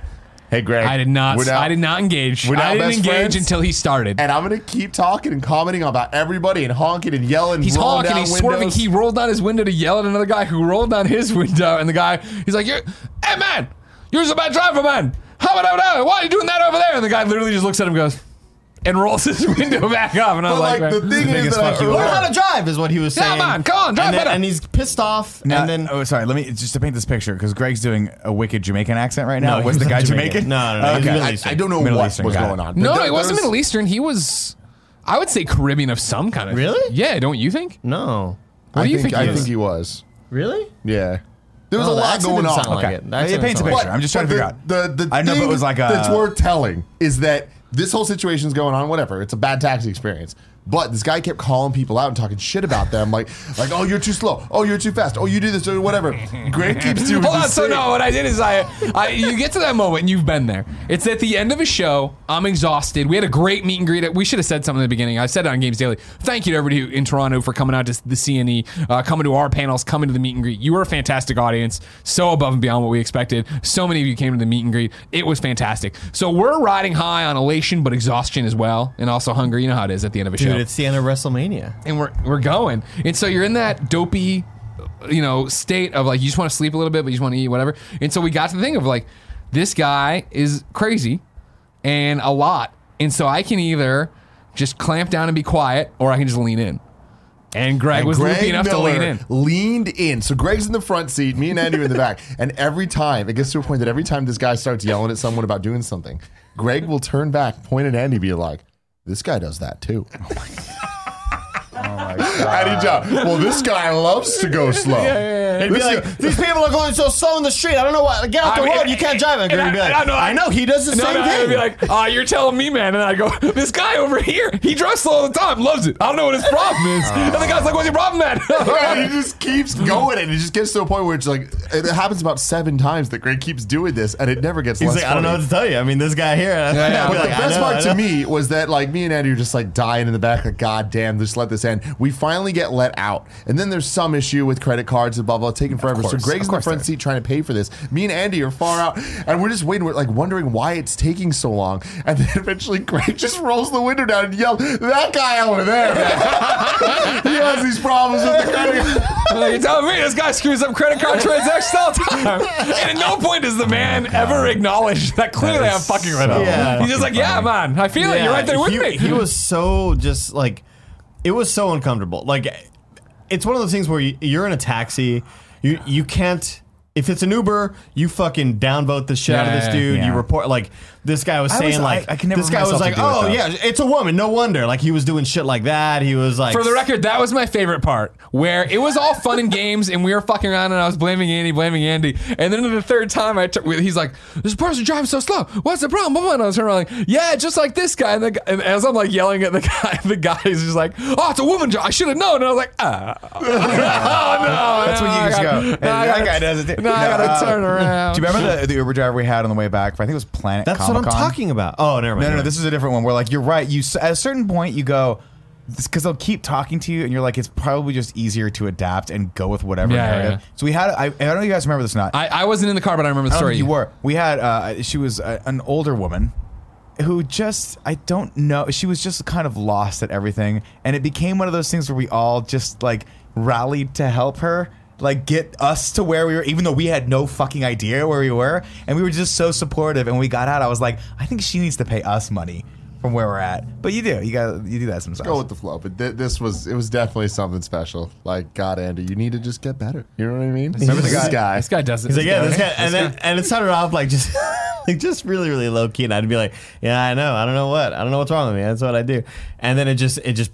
Speaker 4: "Hey, Greg,
Speaker 1: I did
Speaker 4: we're
Speaker 1: not.
Speaker 4: now-
Speaker 1: I did not engage.
Speaker 4: we're now
Speaker 1: I didn't
Speaker 4: best
Speaker 1: engage
Speaker 4: friends?
Speaker 1: until he started.
Speaker 4: And I'm gonna keep talking and commenting about everybody and honking and yelling.
Speaker 1: He's
Speaker 4: rolling
Speaker 1: honking,
Speaker 4: down
Speaker 1: he's swerving.
Speaker 4: windows.
Speaker 1: He rolled down his window to yell at another guy who rolled down his (laughs) window, and the guy, he's like, "You're, hey man, you're a bad driver, man. How about that? Why are you doing that over there?" And the guy literally just looks at him, and goes, and rolls (laughs) his window back up, and I'm
Speaker 4: But
Speaker 1: like,
Speaker 4: like, the
Speaker 1: "Man."
Speaker 4: thing is
Speaker 2: biggest
Speaker 4: that
Speaker 2: fuck you
Speaker 4: I,
Speaker 3: Learn how to drive is what he was
Speaker 1: Yeah,
Speaker 3: saying.
Speaker 1: man, come on, drive
Speaker 3: and, then,
Speaker 1: better.
Speaker 3: and he's pissed off.
Speaker 2: Now-
Speaker 3: and then
Speaker 2: oh, sorry. Let me just to paint this picture because Greg's doing a wicked Jamaican accent right now.
Speaker 3: No,
Speaker 2: was
Speaker 3: he's
Speaker 2: the guy
Speaker 3: not
Speaker 2: Jamaican?
Speaker 3: Jamaican. No, no, no, he's Middle
Speaker 4: I,
Speaker 3: Eastern.
Speaker 4: I don't know
Speaker 2: Middle
Speaker 4: what
Speaker 2: Eastern,
Speaker 4: was
Speaker 2: got it.
Speaker 4: going on.
Speaker 1: no,
Speaker 4: But there-
Speaker 1: it wasn't
Speaker 4: there was-
Speaker 1: Middle Eastern. He was, I would say Caribbean of some kind of.
Speaker 3: Really?
Speaker 1: Yeah, don't you think?
Speaker 3: no,
Speaker 1: What
Speaker 4: I
Speaker 1: do you
Speaker 4: think
Speaker 1: think? he
Speaker 4: I
Speaker 1: is?
Speaker 4: think he was.
Speaker 3: really?
Speaker 4: Yeah, there was
Speaker 3: Oh,
Speaker 4: a
Speaker 3: the
Speaker 4: lot
Speaker 3: accent
Speaker 4: going
Speaker 3: didn't
Speaker 4: on.
Speaker 3: sound like
Speaker 2: Okay.
Speaker 3: it. That
Speaker 2: It paints a
Speaker 3: sounds like-
Speaker 2: picture. I'm just trying to
Speaker 4: but
Speaker 2: figure
Speaker 4: the,
Speaker 2: out.
Speaker 4: The, the
Speaker 2: I know, but it
Speaker 4: thing
Speaker 2: was like uh, a-
Speaker 4: that's worth telling is that this whole situation's going on. Whatever, it's a bad taxi experience. But this guy kept calling people out and talking shit about them, like, like, oh, you're too slow, oh, you're too fast, oh, you do this or whatever. Greg keeps doing.
Speaker 1: Hold
Speaker 4: the
Speaker 1: on. So
Speaker 4: same.
Speaker 1: no, what I did is I, I, you get to that moment and you've been there. It's at the end of a show. I'm exhausted. We had a great meet and greet. We should have said something at the beginning. I said it on Games Daily. Thank you to everybody who- in Toronto for coming out to the CNE, uh, coming to our panels, coming to the meet and greet. You were a fantastic audience. So above and beyond what we expected. So many of you came to the meet and greet. It was fantastic. So we're riding high on elation, but exhaustion as well, and also hunger. You know how it is at the end of a show
Speaker 3: Dude, it's the end of WrestleMania.
Speaker 1: and we're we're going. And so you're in that dopey, you know, state of like you just want to sleep a little bit, but you just want to eat whatever. And so we got to the thing of like, this guy is crazy, and a lot. And so I can either just clamp down and be quiet, or I can just lean in. And Greg was loopy enough to
Speaker 4: Miller
Speaker 1: lean in.
Speaker 4: Leaned in. So Greg's in the front seat, me and Andy are in
Speaker 3: (laughs)
Speaker 4: the back. And every time, it gets to a point that every time this guy starts yelling at someone about doing something, Greg will turn back, point at Andy, be like, this guy does that too. Oh my god. Andy John, well, this guy loves to go slow.
Speaker 3: It'd be like, these people are going so slow in the street. I don't know why. Get off the
Speaker 1: I mean,
Speaker 3: road. You can't drive. And
Speaker 1: and
Speaker 3: Gregory would be
Speaker 1: I-
Speaker 3: like,
Speaker 1: I know, I-
Speaker 3: I know. He does the
Speaker 1: No,
Speaker 3: same
Speaker 1: no, I'd
Speaker 3: thing.
Speaker 1: be like, "Ah, you're telling me, man." And I go, "This guy over here, he drives slow all the time, loves it. I don't know what his problem is." and the guy's like, "What's your problem, man?" (laughs)
Speaker 4: And (laughs) he
Speaker 3: (laughs)
Speaker 4: just keeps going, and it just gets to a point where it's like it happens about seven times that Greg keeps doing this, and it never gets.
Speaker 3: He's
Speaker 4: less
Speaker 3: like, I don't know
Speaker 4: funny.
Speaker 3: what to tell you. I mean, this guy here. (laughs)
Speaker 1: yeah.
Speaker 3: I'd
Speaker 1: But
Speaker 3: be
Speaker 4: But
Speaker 3: like,
Speaker 4: the
Speaker 3: I
Speaker 4: best
Speaker 3: know, I
Speaker 4: part to
Speaker 3: know.
Speaker 4: me was that like me and Andy were just like dying in the back, like God damn, just let this end. We finally get let out, and then there's some issue with credit cards and blah blah, taking forever. so
Speaker 2: course, of
Speaker 4: Greg's in the
Speaker 2: course
Speaker 4: front
Speaker 2: there.
Speaker 4: seat trying to pay for this. Me and Andy are far out, and we're just waiting, we're like wondering why it's taking so long. And then (laughs) eventually Greg just rolls the window down and yells, "That guy over there, (laughs) he has these problems with the credit." card."
Speaker 1: you're telling me this guy screws up credit card transactions all the time. And at no point does the man ever acknowledge that clearly
Speaker 2: That
Speaker 1: I'm
Speaker 2: is
Speaker 1: fucking
Speaker 2: so
Speaker 1: with him.
Speaker 3: Yeah.
Speaker 1: He's just like, "Yeah, man, I feel it. You're right there with
Speaker 3: he,
Speaker 1: me."
Speaker 3: He was so just like, it was so uncomfortable. Like, it's one of those things where you, you're in a taxi, you you can't. If it's an Uber, you fucking downvote the shit out of
Speaker 1: Yeah,
Speaker 3: this
Speaker 1: yeah,
Speaker 3: dude.
Speaker 2: yeah.
Speaker 3: You report like this guy was
Speaker 2: I
Speaker 3: saying
Speaker 2: was-
Speaker 3: like
Speaker 2: I- I can never
Speaker 3: this
Speaker 2: bring
Speaker 3: guy was
Speaker 2: myself to
Speaker 3: like
Speaker 2: do it,
Speaker 3: oh
Speaker 2: though.
Speaker 3: yeah it's a woman no wonder like he was doing shit like that he was like
Speaker 1: For the record, that was my favorite part, where it was all fun and games, and we were fucking around, and I was blaming Andy, blaming Andy, and then the third time, I tur- he's like, "This person driving so slow. What's the problem?" Blah, blah, blah. And I was turning around, like, "Yeah, just like this guy." And, the, guy- and as I'm like yelling at the guy, (laughs) the guy is just like, "Oh, it's a woman. dri- I should have known." And I was like, "Ah, (laughs) oh, no."
Speaker 2: (laughs) That's
Speaker 1: no,
Speaker 2: when you
Speaker 1: I
Speaker 2: just
Speaker 1: gotta-
Speaker 2: go,
Speaker 1: no,
Speaker 4: (laughs)
Speaker 2: "Hey,
Speaker 1: I
Speaker 2: that
Speaker 1: gotta-
Speaker 2: guy does it too."
Speaker 1: No, I
Speaker 2: No,
Speaker 1: gotta
Speaker 2: uh,
Speaker 1: turn around.
Speaker 2: Do you remember the, the Uber driver we had on the way back? I think it was Planet.
Speaker 3: that's what I'm
Speaker 2: Comic-Con.
Speaker 3: talking about oh never mind
Speaker 2: No, no, no, this is a different one. Where like you're right. You s- at a certain point you go because they'll keep talking to you, and you're like, it's probably just easier to adapt and go with whatever
Speaker 1: Yeah, yeah,
Speaker 2: narrative.
Speaker 1: yeah.
Speaker 2: So we had. I, I don't know if you guys remember this or not.
Speaker 1: I, I wasn't in the car, but I remember the
Speaker 2: I don't
Speaker 1: story.
Speaker 2: think Um, you were. We had. Uh, she was uh an older woman who just I don't know. She was just kind of lost at everything, and it became one of those things where we all just like rallied to help her. Like get us to where we were, even though we had no fucking idea where we were, and we were just so supportive. And when we got out, I was like, I think she needs to pay us money from where we're at. But you do, you got, you do that sometimes.
Speaker 4: go with the flow. But th- this was it was definitely something special. Like God, Andy, you need to just get better. You know what I mean? Remember
Speaker 2: the
Speaker 4: this
Speaker 2: guy-
Speaker 4: guy?
Speaker 1: This guy does it.
Speaker 3: He's like, yeah, this
Speaker 1: right?
Speaker 3: guy, and then and it started off like just (laughs) like just really, really low key, and I'd be like, yeah, I know, I don't know what, I don't know what's wrong with me. That's what I do, and then it just it just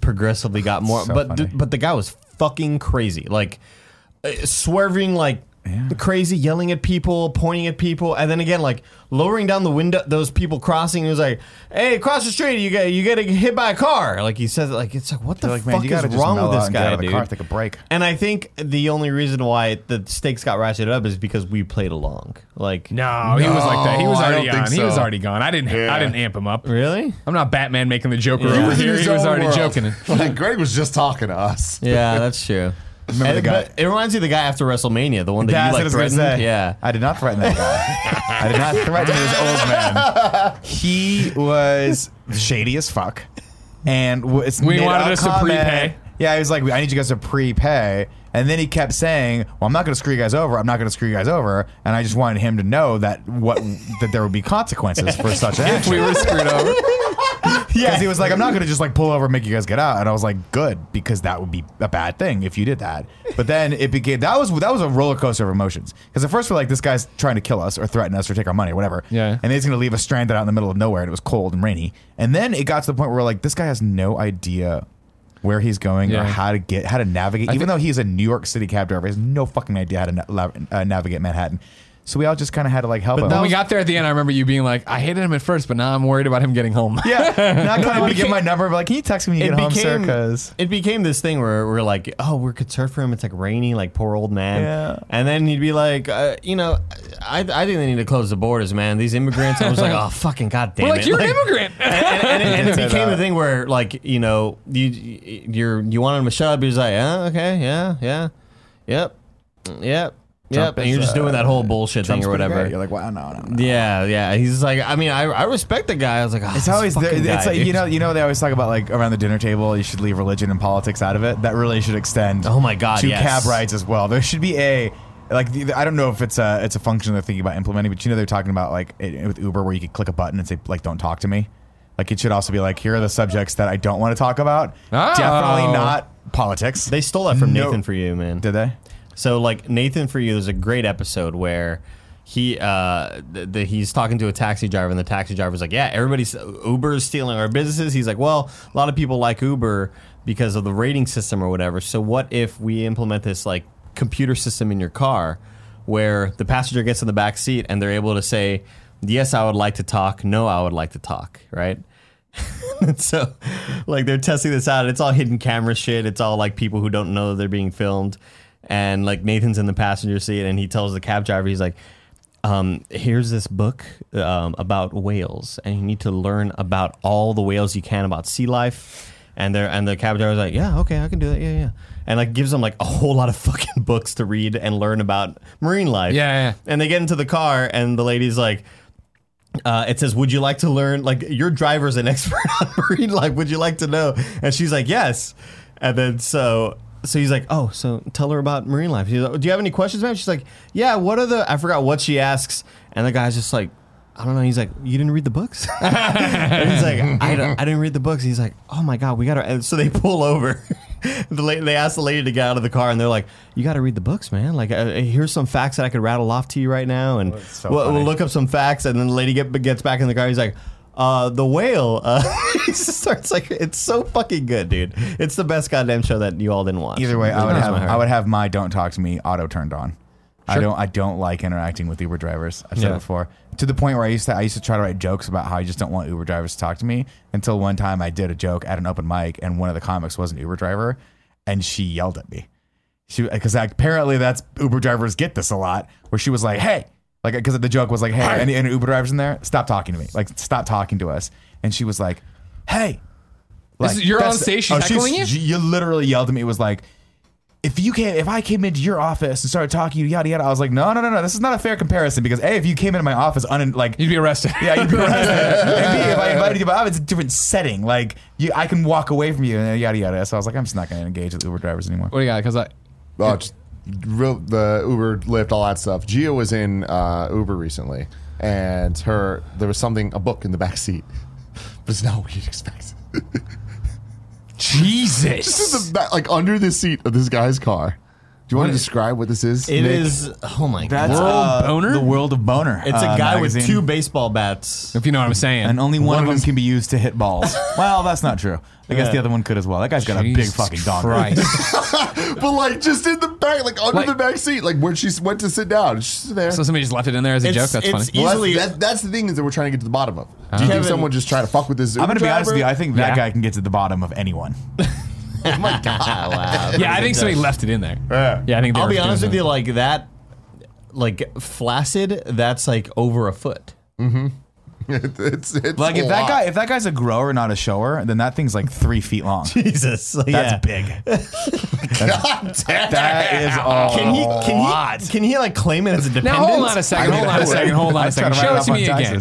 Speaker 2: (laughs)
Speaker 3: progressively got more.
Speaker 2: So
Speaker 3: but th-
Speaker 2: funny.
Speaker 3: but the guy was fucking crazy, like uh, swerving like crazy, yelling at people, pointing at people, and then again like lowering down the window. Those people crossing, he was like, hey, cross the street, you get you get hit by a car. Like he says it like it's like what the
Speaker 2: You're like,
Speaker 3: fuck
Speaker 2: man, you gotta
Speaker 3: is
Speaker 2: just
Speaker 3: wrong
Speaker 2: mellow
Speaker 3: with
Speaker 2: out
Speaker 3: this
Speaker 2: and get
Speaker 3: guy,
Speaker 2: out of the
Speaker 3: dude?
Speaker 2: car, take a break.
Speaker 3: And I think the only reason why the stakes got ratcheted up is because we played along. Like,
Speaker 1: No, he was like that. He was
Speaker 4: No, I
Speaker 1: already
Speaker 4: don't think
Speaker 1: on. He was
Speaker 4: so.
Speaker 1: already gone. I didn't. I didn't amp him up.
Speaker 3: really?
Speaker 1: I'm not Batman making the Joker
Speaker 3: He
Speaker 1: over
Speaker 3: was
Speaker 4: in
Speaker 1: here.
Speaker 4: his
Speaker 1: He was
Speaker 4: own
Speaker 1: already
Speaker 4: world.
Speaker 1: joking.
Speaker 4: (laughs) Like Greg was just talking to us.
Speaker 3: Yeah, that's true.
Speaker 2: Remember the
Speaker 3: And-
Speaker 2: guy-
Speaker 3: but It reminds me of the guy after WrestleMania, the one that
Speaker 2: That's
Speaker 3: you
Speaker 2: what I
Speaker 3: like
Speaker 2: was gonna
Speaker 3: threatened.
Speaker 2: say.
Speaker 3: Yeah.
Speaker 2: I did not threaten that guy. I did not threaten this old man. He was shady as fuck, and w- it's
Speaker 1: We
Speaker 2: made
Speaker 1: wanted
Speaker 2: a
Speaker 1: us to
Speaker 2: comment.
Speaker 1: prepay.
Speaker 2: Yeah, he was like, "I need you guys to prepay," and then he kept saying, "Well, I'm not going to screw you guys over. I'm not going to screw you guys over." And I just wanted him to know that what that there would be consequences for such an action.
Speaker 1: we were screwed over.
Speaker 2: Because he was like, I'm not going to just like pull over and make you guys get out. And I was like, good, because that would be a bad thing if you did that. But then it became that was that was a roller coaster of emotions. Because at first we're like, this guy's trying to kill us or threaten us or take our money or whatever.
Speaker 1: Yeah.
Speaker 2: And then he's going to leave us stranded out in the middle of nowhere. And it was cold and rainy. And then it got to the point where we're like, this guy has no idea where he's going
Speaker 1: Yeah.
Speaker 2: or how to get how to navigate. Even though he's a New York City cab driver, he has no fucking idea how to na- la- uh, navigate Manhattan. So we all just kind of had to like help him.
Speaker 1: When we got there at the end, I remember you being like, "I hated him at first, but now I'm worried about him getting home."
Speaker 2: yeah, now I kind of want to get my number, but like, can you text me when you
Speaker 3: It
Speaker 2: get home, sir?
Speaker 3: became,
Speaker 2: 'Cause-
Speaker 3: it became this thing where we're like, oh, we're concerned for him. It's like rainy, like poor old man.
Speaker 2: Yeah.
Speaker 3: And then he'd be like, uh, you know, I, I think they need to close the borders, man. These immigrants. I was
Speaker 2: (laughs)
Speaker 3: like, oh, fucking goddamn
Speaker 1: We're (laughs)
Speaker 3: it.
Speaker 1: like, "You're an immigrant."
Speaker 3: and, and, and it
Speaker 2: Say
Speaker 3: became
Speaker 2: that.
Speaker 3: the thing where like you know you you're you wanted him to shut up. He was like, yeah, okay, yeah, yeah, yep, yep, yep,
Speaker 2: Trump
Speaker 3: and you're
Speaker 2: is, uh,
Speaker 3: just doing that whole bullshit thing
Speaker 2: Trump's
Speaker 3: or
Speaker 2: pretty
Speaker 3: whatever.
Speaker 2: great. You're like, wow, no, no. no.
Speaker 3: yeah, yeah. He's like, I mean, I, I respect the guy. I was like, oh,
Speaker 2: It's always
Speaker 3: guy,
Speaker 2: it's like you
Speaker 3: dude.
Speaker 2: know you know they always talk about like around the dinner table you should leave religion and politics out of it. That really should extend.
Speaker 3: Oh my God,
Speaker 2: to
Speaker 3: yes.
Speaker 2: cab rides as well. There should be a like the, I don't know if it's a it's a function they're thinking about implementing, but you know they're talking about like it, with Uber where you could click a button and say like don't talk to me. Like it should also be like here are the subjects that I don't want to talk about.
Speaker 1: Oh.
Speaker 2: Definitely not politics.
Speaker 3: They stole that from
Speaker 2: No.
Speaker 3: Nathan for you, man.
Speaker 2: did they?
Speaker 3: So like Nathan for you, there's a great episode where he uh th- th- he's talking to a taxi driver and the taxi driver's like, yeah, everybody's Uber's stealing our businesses. He's like, well, a lot of people like Uber because of the rating system or whatever. So what if we implement this like computer system in your car where the passenger gets in the back seat and they're able to say, "Yes, I would like to talk. No, I would like to talk." Right. And (laughs) so, like, they're testing this out. and It's all hidden camera shit. It's all like people who don't know they're being filmed. And like Nathan's in the passenger seat, and he tells the cab driver, he's like, um, "Here's this book um, about whales, and you need to learn about all the whales you can about sea life." And they and the cab driver's like, "Yeah, okay, I can do that. Yeah, yeah." And like gives them like a whole lot of fucking (laughs) books to read and learn about marine life.
Speaker 1: Yeah, yeah, yeah.
Speaker 3: And they get into the car, and the lady's like, uh, it says, "Would you like to learn? Like your driver's an (laughs) expert on marine life. Would you like to know?" And she's like, "Yes." And then so so he's like, "Oh, so tell her about marine life." He's like, "Do you have any questions, ma'am?" She's like, "Yeah. What are the? I forgot what she asks." And the guy's just like, "I don't know." He's like, "You didn't read the books?" (laughs) and he's like, I, don't- "I didn't read the books." He's like, "Oh my god, we gotta." And so they pull over. (laughs) the la- they ask the lady to get out of the car, and they're like, "You gotta read the books, man. Like, uh, here's some facts that I could rattle off to you right now, and
Speaker 2: so
Speaker 3: we'll-
Speaker 2: funny.
Speaker 3: we'll look up some facts, and then the lady get, gets back in the car. He's like, uh, the whale. Uh, (laughs) he just starts like, it's so fucking good, dude. It's the best goddamn show that you all didn't watch.
Speaker 2: Either way,
Speaker 3: It
Speaker 2: I would
Speaker 3: warms
Speaker 2: have
Speaker 3: my heart.
Speaker 2: I would have my don't talk to me auto turned on. I don't I don't like interacting with Uber drivers. I've said
Speaker 3: Yeah.
Speaker 2: it before. To the point where I used to I used to try to write jokes about how I just don't want Uber drivers to talk to me until one time I did a joke at an open mic and one of the comics was an Uber driver and she yelled at me. She because apparently that's Uber drivers get this a lot where she was like, "Hey." Like, because the joke was like, hey, any, any Uber drivers in there? Stop talking to me. Like, stop talking to us. And she was like, hey. Like,
Speaker 1: is- you're on
Speaker 2: that's- Oh,
Speaker 1: stage, she's heckling you?
Speaker 2: she- You literally yelled at me. It was like, if you came, if I came into your office and started talking to you, yada yada, I was like, no, no, no, no, this is not a fair comparison because a, if you came into my office, un- like,
Speaker 1: You'd be arrested.
Speaker 2: yeah, you'd be arrested. and b, if I invited you, but it's a different setting. Like, you, I can walk away from you and yada yada. So I was like, I'm just not going to engage with Uber drivers anymore.
Speaker 1: (laughs) What do you got? Because I.
Speaker 4: Oh, just real, the Uber, Lyft, all that stuff. Gia was in uh, Uber recently, and her there was something a book in the back seat, (laughs) but it's not what you'd expect. this
Speaker 1: Jesus.
Speaker 4: is the back, like under the seat of this guy's car. Do you want to describe what this is?
Speaker 3: It
Speaker 4: Nick?
Speaker 3: is. Oh my god. uh,
Speaker 2: That's, uh,
Speaker 1: World Boner?
Speaker 2: The world of boner.
Speaker 3: It's
Speaker 2: uh,
Speaker 3: a guy with
Speaker 2: magazine.
Speaker 3: two baseball (laughs) bats.
Speaker 1: If you know what I'm saying.
Speaker 2: and only one, of them can be used to hit balls. well, that's not true. I guess
Speaker 3: Yeah.
Speaker 2: the other one could as well. That guy's got
Speaker 1: Jesus
Speaker 2: a big fucking dong.
Speaker 1: Christ.
Speaker 4: (laughs) but like just in the back, like under
Speaker 1: Like-
Speaker 4: the back seat, like where she s- went to sit down. It's just
Speaker 1: (laughs)
Speaker 4: there.
Speaker 1: so somebody just left it in there as a joke.
Speaker 3: It's-
Speaker 1: That's
Speaker 3: it's
Speaker 1: funny.
Speaker 3: e-
Speaker 4: Well, that's-
Speaker 3: easily-
Speaker 4: that- that's the thing is that we're trying to get to the bottom of. Do you think
Speaker 3: Kevin-
Speaker 4: someone just trying to fuck with this? Uber
Speaker 2: I'm gonna be honest with you. I think that
Speaker 1: Yeah.
Speaker 2: guy can get to the bottom of anyone.
Speaker 3: (laughs)
Speaker 4: oh my god!
Speaker 3: Wow.
Speaker 1: yeah, I think somebody left it in there. Yeah, I think. they
Speaker 3: I'll
Speaker 1: were
Speaker 3: be
Speaker 1: doing
Speaker 3: honest with
Speaker 1: something.
Speaker 3: you, like that, like flaccid. That's like over a foot.
Speaker 4: (laughs) it's, it's
Speaker 2: Like
Speaker 4: a
Speaker 2: if that
Speaker 4: lot.
Speaker 2: guy, if that guy's a grower, not a shower, then that thing's like three
Speaker 1: (laughs)
Speaker 2: feet long.
Speaker 3: (laughs) Jesus, like,
Speaker 2: That's
Speaker 3: yeah.
Speaker 2: big.
Speaker 4: (laughs)
Speaker 2: That's- that is all.
Speaker 3: Can he? Can he? Can he like claim it as a dependent?
Speaker 1: Now hold on a second. Hold on a
Speaker 2: (laughs)
Speaker 1: second. Hold on a second. Show it to me again.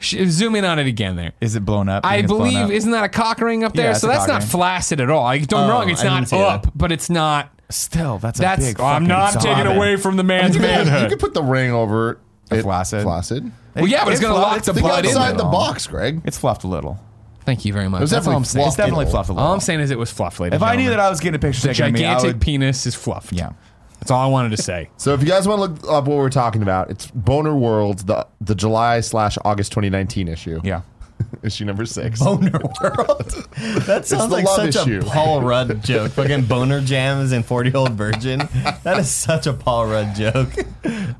Speaker 1: Sh- Zoom in on it again. There.
Speaker 2: Is it blown up? You
Speaker 1: I
Speaker 2: think it's blown
Speaker 1: believe
Speaker 2: up?
Speaker 1: isn't that a cock ring up there?
Speaker 2: Yeah, it's
Speaker 1: so
Speaker 2: a
Speaker 1: that's
Speaker 2: cock
Speaker 1: not
Speaker 2: ring.
Speaker 1: flaccid at all. I don't
Speaker 3: Oh,
Speaker 1: wrong. It's
Speaker 3: I didn't
Speaker 1: not
Speaker 3: see that.
Speaker 1: up, but it's not.
Speaker 2: still that's. a
Speaker 1: That's.
Speaker 2: big
Speaker 1: I'm
Speaker 2: fucking
Speaker 1: not taking
Speaker 2: zombie.
Speaker 1: away from the man's
Speaker 4: You could- You
Speaker 1: manhood.
Speaker 4: could put the ring over it.
Speaker 2: flaccid.
Speaker 4: Flaccid.
Speaker 1: Well, yeah, but it's
Speaker 2: It
Speaker 1: gonna
Speaker 2: flo-
Speaker 1: lock
Speaker 2: it's
Speaker 1: the
Speaker 2: big
Speaker 1: blood in
Speaker 2: outside
Speaker 1: there.
Speaker 4: Inside the
Speaker 2: all.
Speaker 4: box, Greg.
Speaker 2: It's fluffed a little.
Speaker 1: Thank you very much.
Speaker 4: was
Speaker 1: That's all
Speaker 4: definitely
Speaker 1: I'm saying.
Speaker 2: It's definitely
Speaker 4: Fluffed
Speaker 2: fluffed a little.
Speaker 1: All I'm saying is it was fluff, ladies.
Speaker 2: if I knew that I was getting a picture taken of me, I
Speaker 1: gigantic
Speaker 2: would.
Speaker 1: penis is fluffed.
Speaker 2: Yeah.
Speaker 1: That's all I wanted to
Speaker 2: (laughs)
Speaker 1: say.
Speaker 4: So if you guys want to look up what we're talking about, it's Boner World, the the July slash August 2019 issue.
Speaker 2: Yeah.
Speaker 4: issue number six. (laughs)
Speaker 3: boner (laughs) world. That sounds
Speaker 4: the
Speaker 3: like
Speaker 4: love
Speaker 3: such
Speaker 4: issue.
Speaker 3: a Paul Rudd joke. Fucking boner jams and forty year old virgin. That is such a Paul Rudd joke.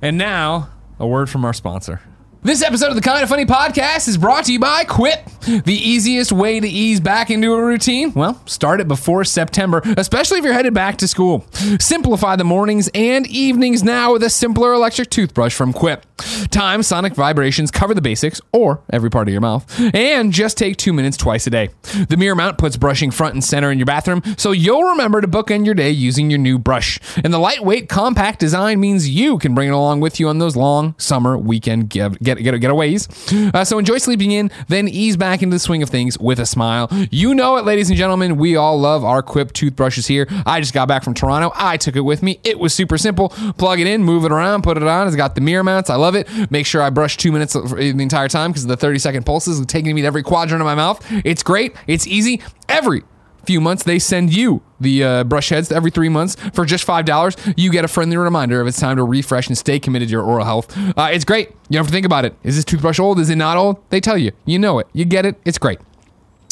Speaker 1: And now, a word from our sponsor. This episode of the Kind of Funny podcast is brought to you by Quip. The easiest way to ease back into a routine? Well, start it before September, especially if you're headed back to school. Simplify the mornings and evenings now with a simpler electric toothbrush from Quip. Time, sonic vibrations cover the basics or every part of your mouth, and just take two minutes twice a day. The mirror mount puts brushing front and center in your bathroom, so you'll remember to bookend your day using your new brush. And the lightweight, compact design means you can bring it along with you on those long summer weekend get, get, get, getaways. Uh, so enjoy sleeping in, then ease back into the swing of things with a smile. You know it, ladies and gentlemen. We all love our Quip toothbrushes here. I just got back from Toronto. I took it with me. It was super simple. Plug it in, move it around, put it on. It's got the mirror mounts. I love it. Make sure I brush two minutes the entire time because the 30 second pulses are taking me to every quadrant of my mouth. It's great. It's easy. Every few months they send you the uh, brush heads every three months for just five dollars you get a friendly reminder of it's time to refresh and stay committed to your oral health uh, it's great you don't have to think about it is this toothbrush old is it not old they tell you you know it you get it it's great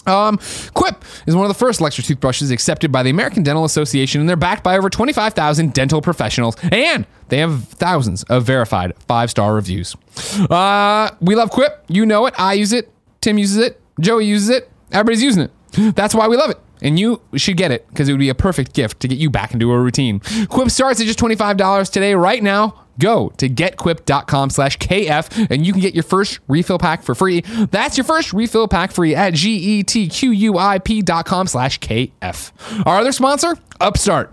Speaker 1: Um, Quip is one of the first electric toothbrushes accepted by the American Dental Association, and they're backed by over 25,000 dental professionals, and they have thousands of verified five star reviews. Uh, we love Quip. You know it. I use it. Tim uses it. Joey uses it. Everybody's using it. That's why we love it. And you should get it because it would be a perfect gift to get you back into a routine. Quip starts at just $25 today, right now. Go to getquip.com slash KF and you can get your first refill pack for free. That's your first refill pack free at E getquip.com slash KF. Our other sponsor, Upstart.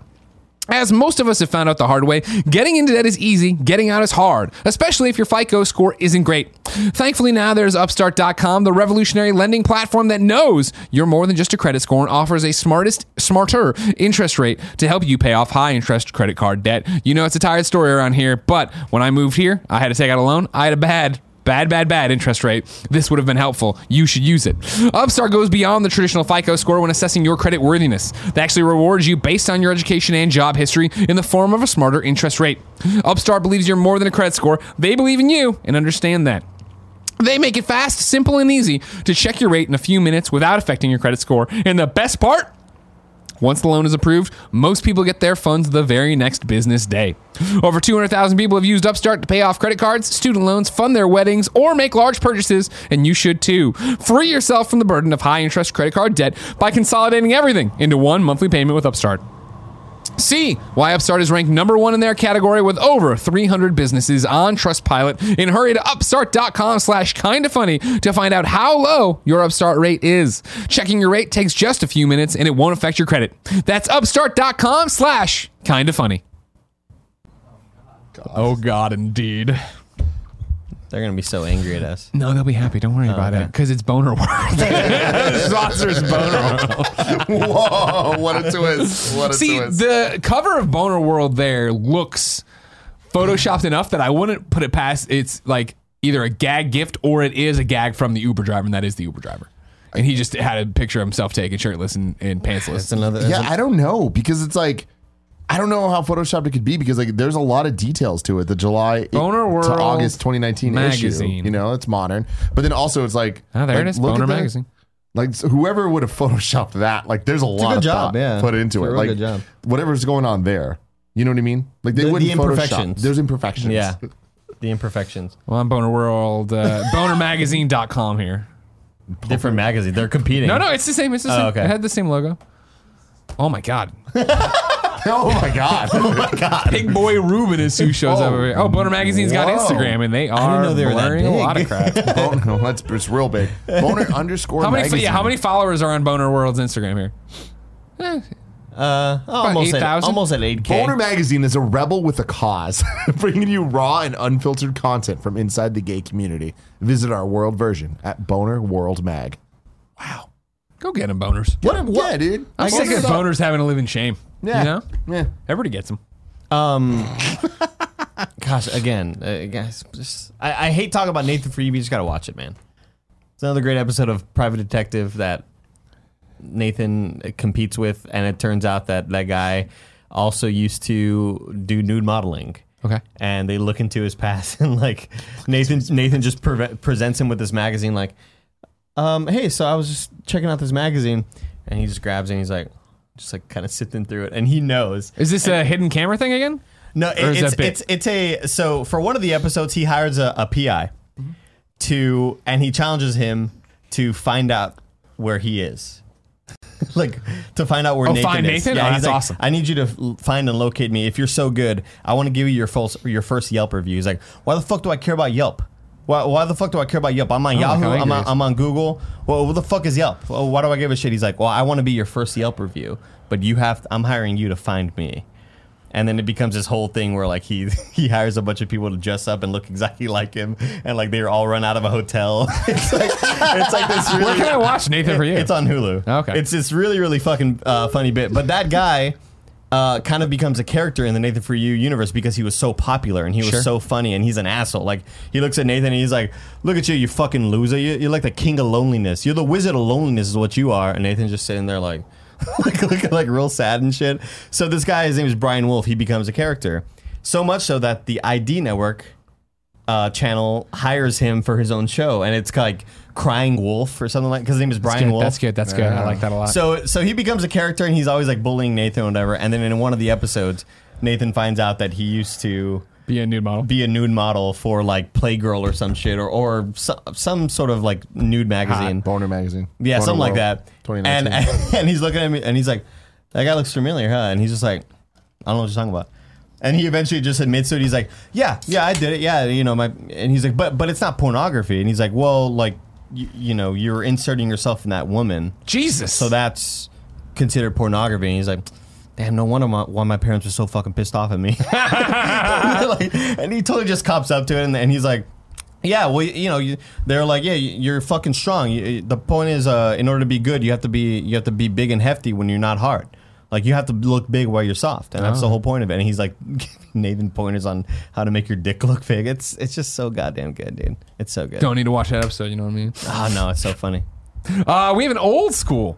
Speaker 1: As most of us have found out the hard way, getting into debt is easy, getting out is hard, especially if your FICO score isn't great. Thankfully, now there's Upstart.com, the revolutionary lending platform that knows you're more than just a credit score and offers a smartest, smarter interest rate to help you pay off high interest credit card debt. You know, it's a tired story around here, but when I moved here, I had to take out a loan. I had a bad bad, bad, bad interest rate, this would have been helpful. You should use it. Upstart goes beyond the traditional FICO score when assessing your credit worthiness. They actually reward you based on your education and job history in the form of a smarter interest rate. Upstart believes you're more than a credit score, they believe in you and understand that. They make it fast, simple, and easy to check your rate in a few minutes without affecting your credit score. And the best part? Once the loan is approved, most people get their funds the very next business day. Over 200,000 people have used Upstart to pay off credit cards, student loans, fund their weddings, or make large purchases, and you should too. Free yourself from the burden of high interest credit card debt by consolidating everything into one monthly payment with Upstart. See why Upstart is ranked number one in their category with over 300 businesses on Trustpilot. And hurry to upstart.com slash kinda funny to find out how low your Upstart rate is. Checking your rate takes just a few minutes and it won't affect your credit. That's upstart.com slash kinda funny. Oh, God, indeed.
Speaker 3: They're gonna be so angry at us.
Speaker 1: No, they'll be happy. Don't worry about
Speaker 3: okay.
Speaker 1: it because it's boner worth.
Speaker 4: Saucer's boner. Whoa! What a twist! What a
Speaker 1: See,
Speaker 4: twist!
Speaker 1: the cover of Boner World there looks photoshopped enough that I wouldn't put it past. It's like either a gag gift or it is a gag from the Uber driver, and that is the Uber driver. And he just had a picture of himself taken shirtless and, and
Speaker 3: It's
Speaker 1: pantsless.
Speaker 3: another.
Speaker 4: yeah, I don't know because it's like I don't know how photoshopped it could be because like there's a lot of details to it. The July
Speaker 1: Boner
Speaker 4: to
Speaker 1: World
Speaker 4: August 2019
Speaker 1: magazine.
Speaker 4: issue, you know, it's modern. But then also it's like
Speaker 1: Oh, there
Speaker 4: like,
Speaker 1: it is,
Speaker 4: look at
Speaker 1: Boner
Speaker 4: the-
Speaker 1: Magazine.
Speaker 4: Like so whoever would have (laughs) photoshopped that, like there's a lot
Speaker 3: good
Speaker 4: of
Speaker 3: job,
Speaker 4: thought
Speaker 3: yeah.
Speaker 4: put into
Speaker 3: It's a
Speaker 4: it.
Speaker 3: real
Speaker 4: Like
Speaker 3: good job.
Speaker 4: whatever's going on there, you know what I mean? Like they
Speaker 3: The-
Speaker 4: wouldn't
Speaker 3: the
Speaker 4: photoshop.
Speaker 3: imperfections.
Speaker 4: There's imperfections.
Speaker 3: Yeah. The imperfections.
Speaker 1: Well, I'm Boner World, uh, (laughs) bonermagazine.com here.
Speaker 3: Different magazine. They're competing.
Speaker 1: No, no, it's the same. It's the
Speaker 3: Oh,
Speaker 1: same.
Speaker 3: okay.
Speaker 1: It had the same logo. Oh my God!
Speaker 4: (laughs) oh my
Speaker 1: (laughs)
Speaker 4: god. (laughs)
Speaker 1: Big boy Ruben is who shows up over here. Oh, Boner Magazine's got
Speaker 4: Whoa.
Speaker 1: Instagram, and they are
Speaker 3: know they were that
Speaker 1: blurring a
Speaker 3: big. (laughs)
Speaker 1: lot of crap.
Speaker 4: Boner, that's it's real big. Boner underscore.
Speaker 1: How many?
Speaker 4: magazine.
Speaker 1: Yeah, how many followers are on Boner World's Instagram here?
Speaker 3: Uh, almost at
Speaker 1: 8,000?
Speaker 3: almost at eight k.
Speaker 4: Boner Magazine is a rebel with a cause, (laughs) bringing you raw and unfiltered content from inside the gay community. Visit our world version at Boner World Mag.
Speaker 1: Go get them, boners.
Speaker 4: What? what? Yeah, dude.
Speaker 1: I'm sick of boners having to live in shame.
Speaker 4: Yeah.
Speaker 1: You know?
Speaker 4: Yeah.
Speaker 1: Everybody gets them.
Speaker 3: Um, gosh, again, uh, guys, just, I, I hate talking about Nathan for you, but you just gotta watch it, man. It's another great episode of Private Detective that Nathan competes with, and it turns out that that guy also used to do nude modeling.
Speaker 1: Okay.
Speaker 3: And they look into his past, (laughs) and like Nathan, Nathan just preve- presents him with this magazine, like, um, hey, so I was just checking out this magazine, and he just grabs it, and he's like, just like kind of sifting through it, and he knows.
Speaker 1: Is this a hidden camera thing again?
Speaker 3: No, it,
Speaker 1: is
Speaker 3: it's,
Speaker 1: that big?
Speaker 3: it's it's a so for one of the episodes he hires a, a PI to and he challenges him to find out where he is. (laughs) like to find out where
Speaker 1: Oh,
Speaker 3: Nathan
Speaker 1: find
Speaker 3: is.
Speaker 1: Nathan? Oh,
Speaker 3: he's
Speaker 1: that's
Speaker 3: like,
Speaker 1: awesome.
Speaker 3: I need you to f- find and locate me. If you're so good, I want to give you your first your first Yelp review. He's like, why the fuck do I care about Yelp? Why, why the fuck do I care about Yelp? I'm on Yahoo.
Speaker 1: how angry
Speaker 3: I'm
Speaker 1: he
Speaker 3: on,
Speaker 1: is.
Speaker 3: I'm on Google. Well, what the fuck is Yelp? Well, why do I give a shit? He's like, well, I want to be your first Yelp review, but you have. I'm hiring you to find me. And then it becomes this whole thing where like he (laughs) he hires a bunch of people to dress up and look (laughs) exactly like him, and like they're all run out of a hotel. (laughs) it's like it's like this really.
Speaker 1: Where can I watch Nathan for you?
Speaker 3: It's on Hulu.
Speaker 1: Okay.
Speaker 3: It's this really, really fucking uh, funny bit. But that guy uh, kind of becomes a character in the Nathan for You universe because he was so popular and he was
Speaker 1: Sure.
Speaker 3: so funny and he's an asshole. Like he looks at Nathan and he's like, "Look at you, you fucking loser. You, you're like the king of loneliness. You're the wizard of loneliness, is what you are." And Nathan's just sitting there like, (laughs) like, looking like real sad and shit. So this guy, his name is Brian Wolf. He becomes a character so much so that the ID network uh, channel hires him for his own show, and it's like Crying Wolf or something like. Because his name is Brian
Speaker 1: good.
Speaker 3: Wolf.
Speaker 1: That's good. That's good. I like that a lot.
Speaker 3: So so he becomes a character and he's always like bullying Nathan or whatever. And then in one of the episodes, Nathan finds out that he used to
Speaker 1: be a nude model.
Speaker 3: be a nude model for like Playgirl or some shit or or so, some sort of like nude magazine.
Speaker 4: Boner magazine.
Speaker 3: Yeah,
Speaker 4: Boner
Speaker 3: something like
Speaker 4: World,
Speaker 3: that. And, uh,
Speaker 4: 2019.
Speaker 3: and (laughs) and he's looking at me and he's like, "That guy looks familiar, huh?" And he's just like, "I don't know what you're talking about." And he eventually just admits to it. He's like, "Yeah, yeah, I did it. Yeah, you know my." And he's like, "But but it's not pornography." And he's like, "Well, like you, you know, you're inserting yourself in that woman,
Speaker 1: Jesus.
Speaker 3: so that's considered pornography." And he's like. Damn, no wonder my, why my parents were so fucking pissed off at me. (laughs) Like, and he totally just cops up to it, and, and he's like, "Yeah, well, you know, you, they're like, yeah, you- you're fucking strong. You, the point is, uh, in order to be good, you have to be you have to be big and hefty when you're not hard. Like you have to look big while you're soft, and that's the whole point of it." And he's like, (laughs) giving Nathan pointers on how to make your dick look big. It's it's just so goddamn good, dude. It's so good.
Speaker 1: Don't need to watch that episode. You know what I mean?
Speaker 3: Oh no, it's so funny.
Speaker 1: Uh, we have an old school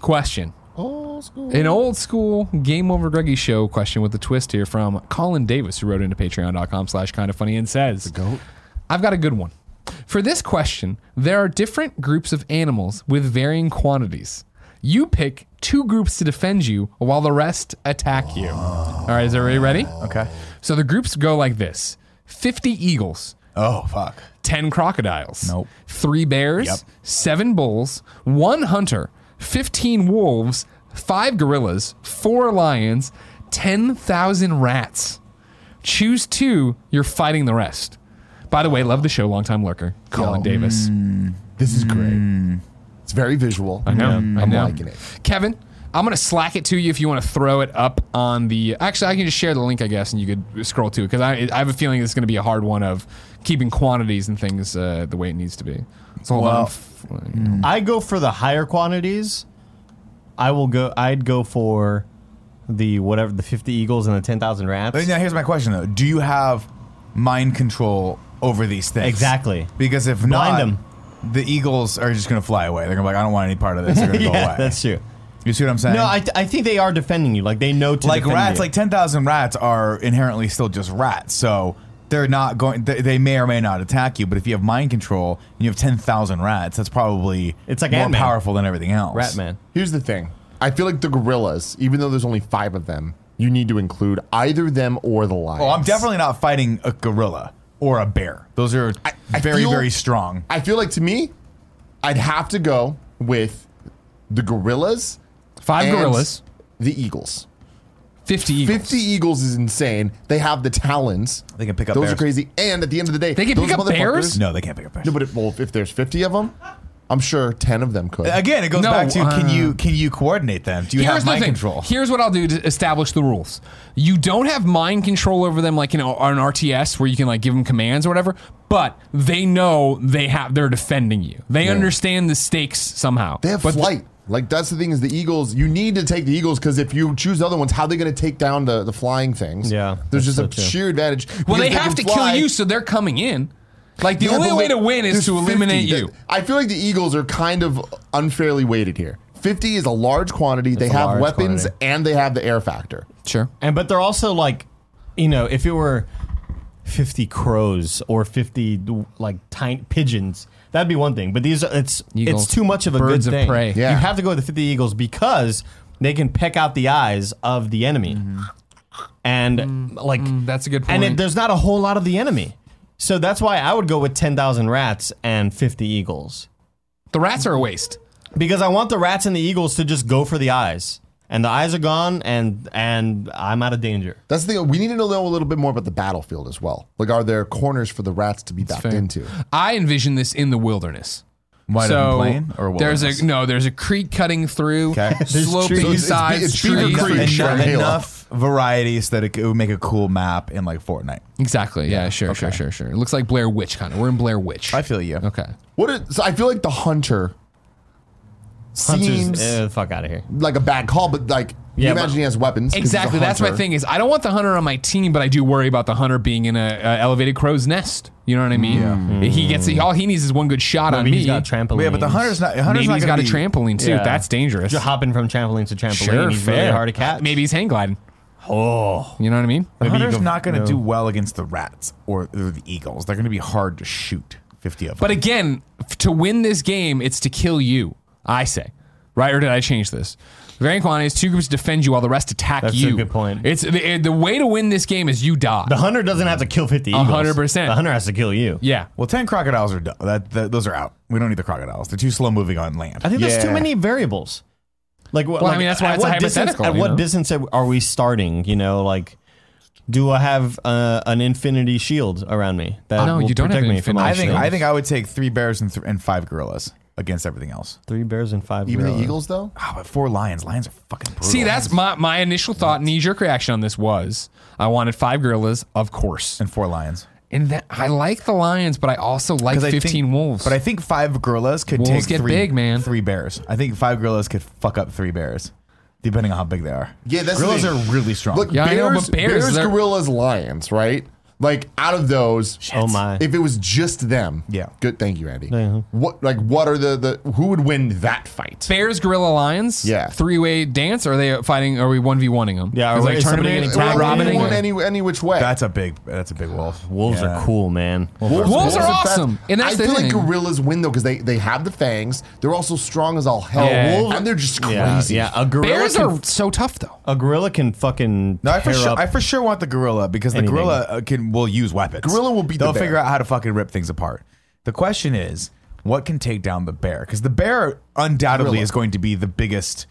Speaker 1: question.
Speaker 4: Old school.
Speaker 1: An old school Game Over Druggy Show question with a twist here from Colin Davis, who wrote into patreon.com slash kind of funny and says,
Speaker 4: Goat.
Speaker 1: I've got a good one. For this question, there are different groups of animals with varying quantities. You pick two groups to defend you while the rest attack you. All right, is everybody ready?
Speaker 2: Okay.
Speaker 1: So the groups go like this 50 eagles,
Speaker 2: Oh fuck.
Speaker 1: 10 crocodiles,
Speaker 2: Nope.
Speaker 1: 3 bears,
Speaker 2: Yep.
Speaker 1: 7 bulls, 1 hunter, 15 wolves, 5 gorillas, 4 lions, 10,000 rats. Choose two, you're fighting the rest. By the way, love the show, longtime lurker, Colin Davis.
Speaker 4: This is great. It's very visual. I
Speaker 1: know, I
Speaker 4: Mm, I'm
Speaker 1: know.
Speaker 4: liking it.
Speaker 1: Kevin, I'm going to slack it to you if you want to throw it up on the. Actually, I can just share the link, I guess, and you could scroll to it because I, I have a feeling it's going to be a hard one of keeping quantities and things uh, the way it needs to be. So hold on.
Speaker 2: Well,
Speaker 1: F-
Speaker 3: I go for the higher quantities. I will go. I'd go for the whatever the fifty eagles and the ten thousand rats. (laughs)
Speaker 2: But now here's my question though: Do you have mind control over these things?
Speaker 3: Exactly.
Speaker 2: Because if
Speaker 3: Blind
Speaker 2: not,
Speaker 3: them.
Speaker 2: the eagles are just gonna fly away. They're gonna be like, I don't want any part of this. They're gonna
Speaker 3: (laughs) yeah,
Speaker 2: go away.
Speaker 3: that's true.
Speaker 2: you see what I'm saying?
Speaker 3: No, I, th- I think they are defending you. Like they know to
Speaker 2: like
Speaker 3: defend
Speaker 2: rats,
Speaker 3: you.
Speaker 2: like ten thousand rats are inherently still just rats. So they're not going. They, they may or may not attack you. But if you have mind control and you have ten thousand rats, that's probably
Speaker 3: It's like
Speaker 2: more
Speaker 3: Ant-Man.
Speaker 2: powerful than everything else.
Speaker 3: rat man.
Speaker 4: Here's the thing. I feel like the gorillas, even though there's only five of them, you need to include either them or the lions.
Speaker 2: Oh, I'm definitely not fighting a gorilla or a bear. Those are
Speaker 4: I
Speaker 2: very
Speaker 4: feel-
Speaker 2: very strong.
Speaker 4: I feel like to me, I'd have to go with the gorillas.
Speaker 1: five
Speaker 4: and
Speaker 1: gorillas,
Speaker 4: The eagles.
Speaker 1: 50 eagles.
Speaker 4: 50 eagles is insane. They have the talons.
Speaker 2: They can pick up
Speaker 4: Those
Speaker 2: bears.
Speaker 4: are crazy. And at the end of the day,
Speaker 1: They can
Speaker 4: those
Speaker 1: pick up
Speaker 4: motherfuckers-
Speaker 1: bears?
Speaker 2: No, they can't pick up bears.
Speaker 4: No, but it, well, if there's 50 of them, I'm sure 10 of them could.
Speaker 2: Again, it goes
Speaker 1: No,
Speaker 2: back to can
Speaker 1: uh,
Speaker 2: you can you coordinate them? Do you have
Speaker 1: the
Speaker 2: mind
Speaker 1: thing.
Speaker 2: control?
Speaker 1: Here's what I'll do to establish the rules. You don't have mind control over them like in a- on an RTS where you can like give them commands or whatever, but they know they have they're defending you. They understand the stakes somehow.
Speaker 4: They have
Speaker 1: but
Speaker 4: flight. like that's the thing is the Eagles. You need to take the Eagles because if you choose the other ones, how are they going to take down the, the flying things?
Speaker 3: Yeah,
Speaker 4: there's just
Speaker 3: that's
Speaker 4: a
Speaker 3: so true.
Speaker 4: sheer advantage.
Speaker 1: well,
Speaker 4: because
Speaker 1: they,
Speaker 4: can
Speaker 1: have to
Speaker 4: fly.
Speaker 1: kill you, so they're coming in. Like the
Speaker 4: Yeah,
Speaker 1: only
Speaker 4: but
Speaker 1: way
Speaker 4: wait,
Speaker 1: to win is
Speaker 4: there's
Speaker 1: to
Speaker 4: 50.
Speaker 1: eliminate
Speaker 4: That-
Speaker 1: you.
Speaker 4: I feel like the Eagles are kind of unfairly weighted here. 50 is a large quantity. They
Speaker 3: a
Speaker 4: have
Speaker 3: large
Speaker 4: weapons
Speaker 3: quantity.
Speaker 4: and they have the air factor.
Speaker 1: Sure.
Speaker 3: And but they're also like, you know, if it were fifty crows or fifty like tiny pigeons, that'd be one thing. But these are- it's
Speaker 1: Eagles.
Speaker 3: it's too much of a
Speaker 1: Birds
Speaker 3: good
Speaker 1: of
Speaker 3: thing.
Speaker 1: prey.
Speaker 4: Yeah.
Speaker 3: You have to go with the fifty eagles because they can peck out the eyes of the enemy, and like
Speaker 1: Mm-hmm. Mm, That's a good point.
Speaker 3: and it, there's not a whole lot of the enemy. So that's why I would go with ten thousand rats and fifty eagles.
Speaker 1: the rats are a waste.
Speaker 3: because I want the rats and the eagles to just go for the eyes, and the eyes are gone, and and I'm out of danger.
Speaker 4: That's the thing. We need to know a little bit more about the battlefield as well. Like, are there corners for the rats to be backed
Speaker 1: fair.
Speaker 4: into?
Speaker 1: I envision this in the wilderness.
Speaker 2: Wide
Speaker 1: so
Speaker 2: open plain or
Speaker 1: there's
Speaker 2: wilderness?
Speaker 1: a no, there's a creek cutting through, (laughs)
Speaker 2: Okay. There's
Speaker 1: sloping
Speaker 3: trees. So
Speaker 4: it's-
Speaker 1: sides,
Speaker 4: it's Beaver
Speaker 1: trees.
Speaker 4: Creek.
Speaker 2: enough,
Speaker 4: Sure, Halo.
Speaker 2: enough varieties that it, c- it would make a cool map in like Fortnite.
Speaker 1: Exactly. Yeah. sure. Sure. Sure. Sure. It looks like Blair Witch kind of. We're in Blair Witch.
Speaker 2: I feel you.
Speaker 1: okay.
Speaker 4: What is, so I feel like the hunter
Speaker 3: Hunters,
Speaker 4: seems
Speaker 3: eh, the fuck out of here.
Speaker 4: like a bad call, but like you
Speaker 3: Yeah,
Speaker 4: imagine
Speaker 3: but-
Speaker 4: he has weapons. 'cause he's a
Speaker 1: Exactly. That's my
Speaker 4: hunter.
Speaker 1: thing. Is I don't want the hunter on my team, but I do worry about the hunter being in a, a elevated crow's nest. You know what I mean? He gets all he needs is one good shot on
Speaker 3: Maybe
Speaker 1: me.
Speaker 3: he's got trampoline.
Speaker 2: Yeah, but the hunter's not. Hunter's
Speaker 1: Maybe
Speaker 2: not
Speaker 1: he's got
Speaker 2: gonna
Speaker 1: a
Speaker 2: be-
Speaker 1: trampoline too.
Speaker 3: Yeah.
Speaker 1: That's dangerous.
Speaker 3: Just hopping from trampoline to trampoline.
Speaker 1: Sure.
Speaker 3: he's
Speaker 1: fair.
Speaker 3: really hard to catch.
Speaker 1: Maybe he's hang gliding.
Speaker 3: Oh,
Speaker 1: You know what I mean?
Speaker 2: The
Speaker 3: Maybe
Speaker 2: hunter's
Speaker 3: eagle-
Speaker 2: not going to
Speaker 3: no.
Speaker 2: do well against the rats or, or the eagles. They're going to be hard to shoot. Fifty of them.
Speaker 1: But again, f- to win this game, it's to kill you. I say, right? Or did I change this? The Grand quantity is two groups defend you while the rest attack
Speaker 3: That's a
Speaker 1: you.
Speaker 3: good point.
Speaker 1: It's the, the way to win this game is you die.
Speaker 3: the hunter doesn't have to kill fifty eagles.
Speaker 1: 100%.
Speaker 3: The hunter has to kill you.
Speaker 1: (laughs) yeah.
Speaker 2: well, ten crocodiles are done. That, that those are out. We don't need the crocodiles. They're too slow moving on land.
Speaker 3: I think there's too
Speaker 2: Yeah.
Speaker 3: many variables. Like, well,
Speaker 1: I mean, that's why it's a hypothetical,
Speaker 3: Distance,
Speaker 1: you
Speaker 3: at
Speaker 1: know?
Speaker 3: what distance are we starting? You know, like, do I have uh, an infinity shield around me that
Speaker 1: No,
Speaker 3: will
Speaker 1: you don't have
Speaker 3: protect
Speaker 1: an
Speaker 3: me from
Speaker 1: infinity
Speaker 2: I
Speaker 3: all
Speaker 2: think
Speaker 3: shields?
Speaker 2: I think I would take three bears and th- and five gorillas against everything else.
Speaker 3: three bears and five.
Speaker 4: Even the
Speaker 3: gorillas.
Speaker 4: Eagles, though?
Speaker 2: Oh, but four lions. Lions are fucking brutal.
Speaker 1: See, that's my, my initial thought, knee jerk reaction on this was I wanted five gorillas, of course.
Speaker 2: and four lions.
Speaker 1: And that I like the lions, but I also like
Speaker 2: 'Cause I
Speaker 1: 15
Speaker 2: think-
Speaker 1: wolves.
Speaker 2: But I think five gorillas could
Speaker 1: Wolves
Speaker 2: take
Speaker 1: get
Speaker 2: three,
Speaker 1: big, man.
Speaker 2: Three bears. I think five gorillas could fuck up three bears, depending on how big they are.
Speaker 4: Yeah, that's the
Speaker 2: gorillas
Speaker 4: thing.
Speaker 2: are really strong.
Speaker 4: Look,
Speaker 1: Yeah, I
Speaker 4: bears,
Speaker 1: know, but bears,
Speaker 4: bears,
Speaker 1: they're-
Speaker 4: gorillas, lions, right? Like out of those,
Speaker 3: Oh my.
Speaker 4: If it was just them,
Speaker 2: Yeah.
Speaker 4: Good, thank you, Andy. What, like, what are the the who would win that fight?
Speaker 1: Bears, gorilla, lions.
Speaker 4: Yeah.
Speaker 1: Three way dance. Or are they fighting? Are we one v oneing them?
Speaker 3: Yeah,
Speaker 1: Is
Speaker 3: or
Speaker 1: like
Speaker 3: is
Speaker 1: tournament
Speaker 3: somebody
Speaker 1: and
Speaker 3: in a
Speaker 1: round
Speaker 3: team?
Speaker 4: Well,
Speaker 1: robining?
Speaker 4: anyone, any any which way.
Speaker 2: that's a big. That's a big wolf.
Speaker 3: wolves
Speaker 2: Yeah.
Speaker 3: are cool, man.
Speaker 1: Wolves are
Speaker 4: fast.
Speaker 1: awesome, and that's
Speaker 4: I
Speaker 1: the
Speaker 4: feel
Speaker 1: thing.
Speaker 4: like gorillas win though because they, they have the fangs. They're also strong as all hell,
Speaker 1: Yeah.
Speaker 4: Wolves- and they're just
Speaker 3: Yeah,
Speaker 4: crazy.
Speaker 3: yeah. A gorilla
Speaker 1: Bears
Speaker 3: can,
Speaker 1: are so tough though.
Speaker 3: a gorilla can fucking
Speaker 2: No, I for
Speaker 3: tear
Speaker 2: sure.
Speaker 3: up.
Speaker 2: I for sure want the gorilla because
Speaker 3: anything.
Speaker 2: the gorilla uh, can will use weapons.
Speaker 4: Gorilla will beat the
Speaker 2: They'll
Speaker 4: bear.
Speaker 2: figure out how to fucking rip things apart. The question is, what can take down the bear? Because the bear undoubtedly
Speaker 4: Gorilla.
Speaker 2: is going to be the biggest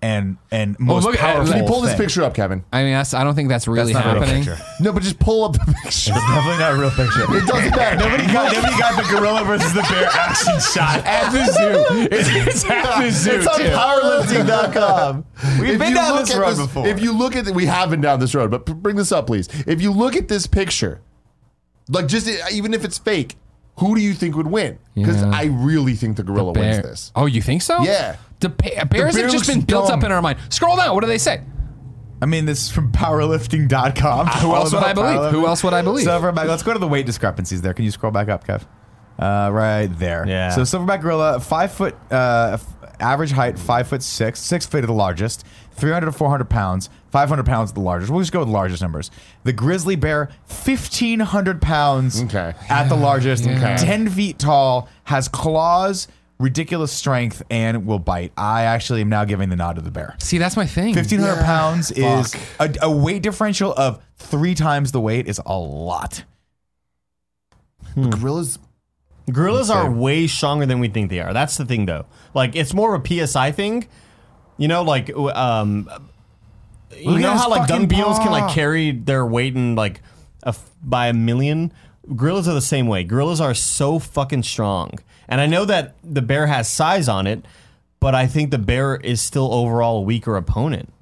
Speaker 2: and
Speaker 4: Oh,
Speaker 2: and most
Speaker 1: look at- let
Speaker 2: powerful.
Speaker 1: me
Speaker 4: Can you pull this
Speaker 2: thing.
Speaker 4: picture up, Kevin?
Speaker 1: I mean, that's, I don't think that's really
Speaker 2: It's not a real
Speaker 1: happening.
Speaker 2: picture. (laughs)
Speaker 4: No, but just pull up the (laughs) picture.
Speaker 2: Definitely not a real picture. (laughs)
Speaker 4: It doesn't matter.
Speaker 2: Nobody got, nobody got the gorilla versus the bear action shot (laughs)
Speaker 4: (laughs)
Speaker 2: at the zoo. It's, at the zoo.
Speaker 4: It's on powerlifting.com.
Speaker 2: (laughs) We've
Speaker 4: If
Speaker 2: been
Speaker 4: you
Speaker 2: down
Speaker 4: look
Speaker 2: this
Speaker 4: at
Speaker 2: road before.
Speaker 4: If you look at the, we have been down this road, but p- bring this up, please. If you look at this picture, like just uh, even if it's fake, who do you think would win? Because
Speaker 1: Yeah.
Speaker 4: I really think the gorilla wins
Speaker 1: Bear-
Speaker 4: this.
Speaker 1: Oh, you think so?
Speaker 4: Yeah.
Speaker 1: The pa- bears
Speaker 4: bear
Speaker 1: have just
Speaker 4: looks
Speaker 1: been built up
Speaker 4: dumb.
Speaker 1: in our mind. Scroll down. What do they say?
Speaker 2: I mean, this is from (laughs) powerlifting.com.
Speaker 1: Ah, Who else would I believe? Who else would I believe?
Speaker 2: Silverback. Let's go to the weight discrepancies there. Can you scroll back up, Kev? Uh, right there.
Speaker 3: Yeah.
Speaker 2: So silverback gorilla, five foot, uh, f- average height, five foot six, six feet of the largest, 300 to 400 pounds, 500 pounds at the largest. We'll just go with the largest numbers. The grizzly bear, 1,500 pounds
Speaker 4: Okay.
Speaker 2: at the largest,
Speaker 1: Yeah.
Speaker 2: 10 feet tall, has claws, ridiculous strength, and will bite. I actually am now giving the nod to the bear.
Speaker 1: See, that's my thing.
Speaker 2: Fifteen hundred
Speaker 4: Yeah.
Speaker 2: pounds is
Speaker 4: Fuck.
Speaker 2: a, a weight differential of three times the weight is a lot.
Speaker 4: Gorillas.
Speaker 3: Gorillas are way stronger than we think they are. That's the thing, though. Like, it's more of a PSI thing. You know, like, w- um, you
Speaker 2: Look at
Speaker 3: know
Speaker 2: his
Speaker 3: how like
Speaker 2: fucking
Speaker 3: dumbbells can
Speaker 2: paw.
Speaker 3: like carry their weight in like a f- by a million. Gorillas are the same way. Gorillas are so fucking strong, and I know that the bear has size on it, but I think the bear is still overall a weaker opponent.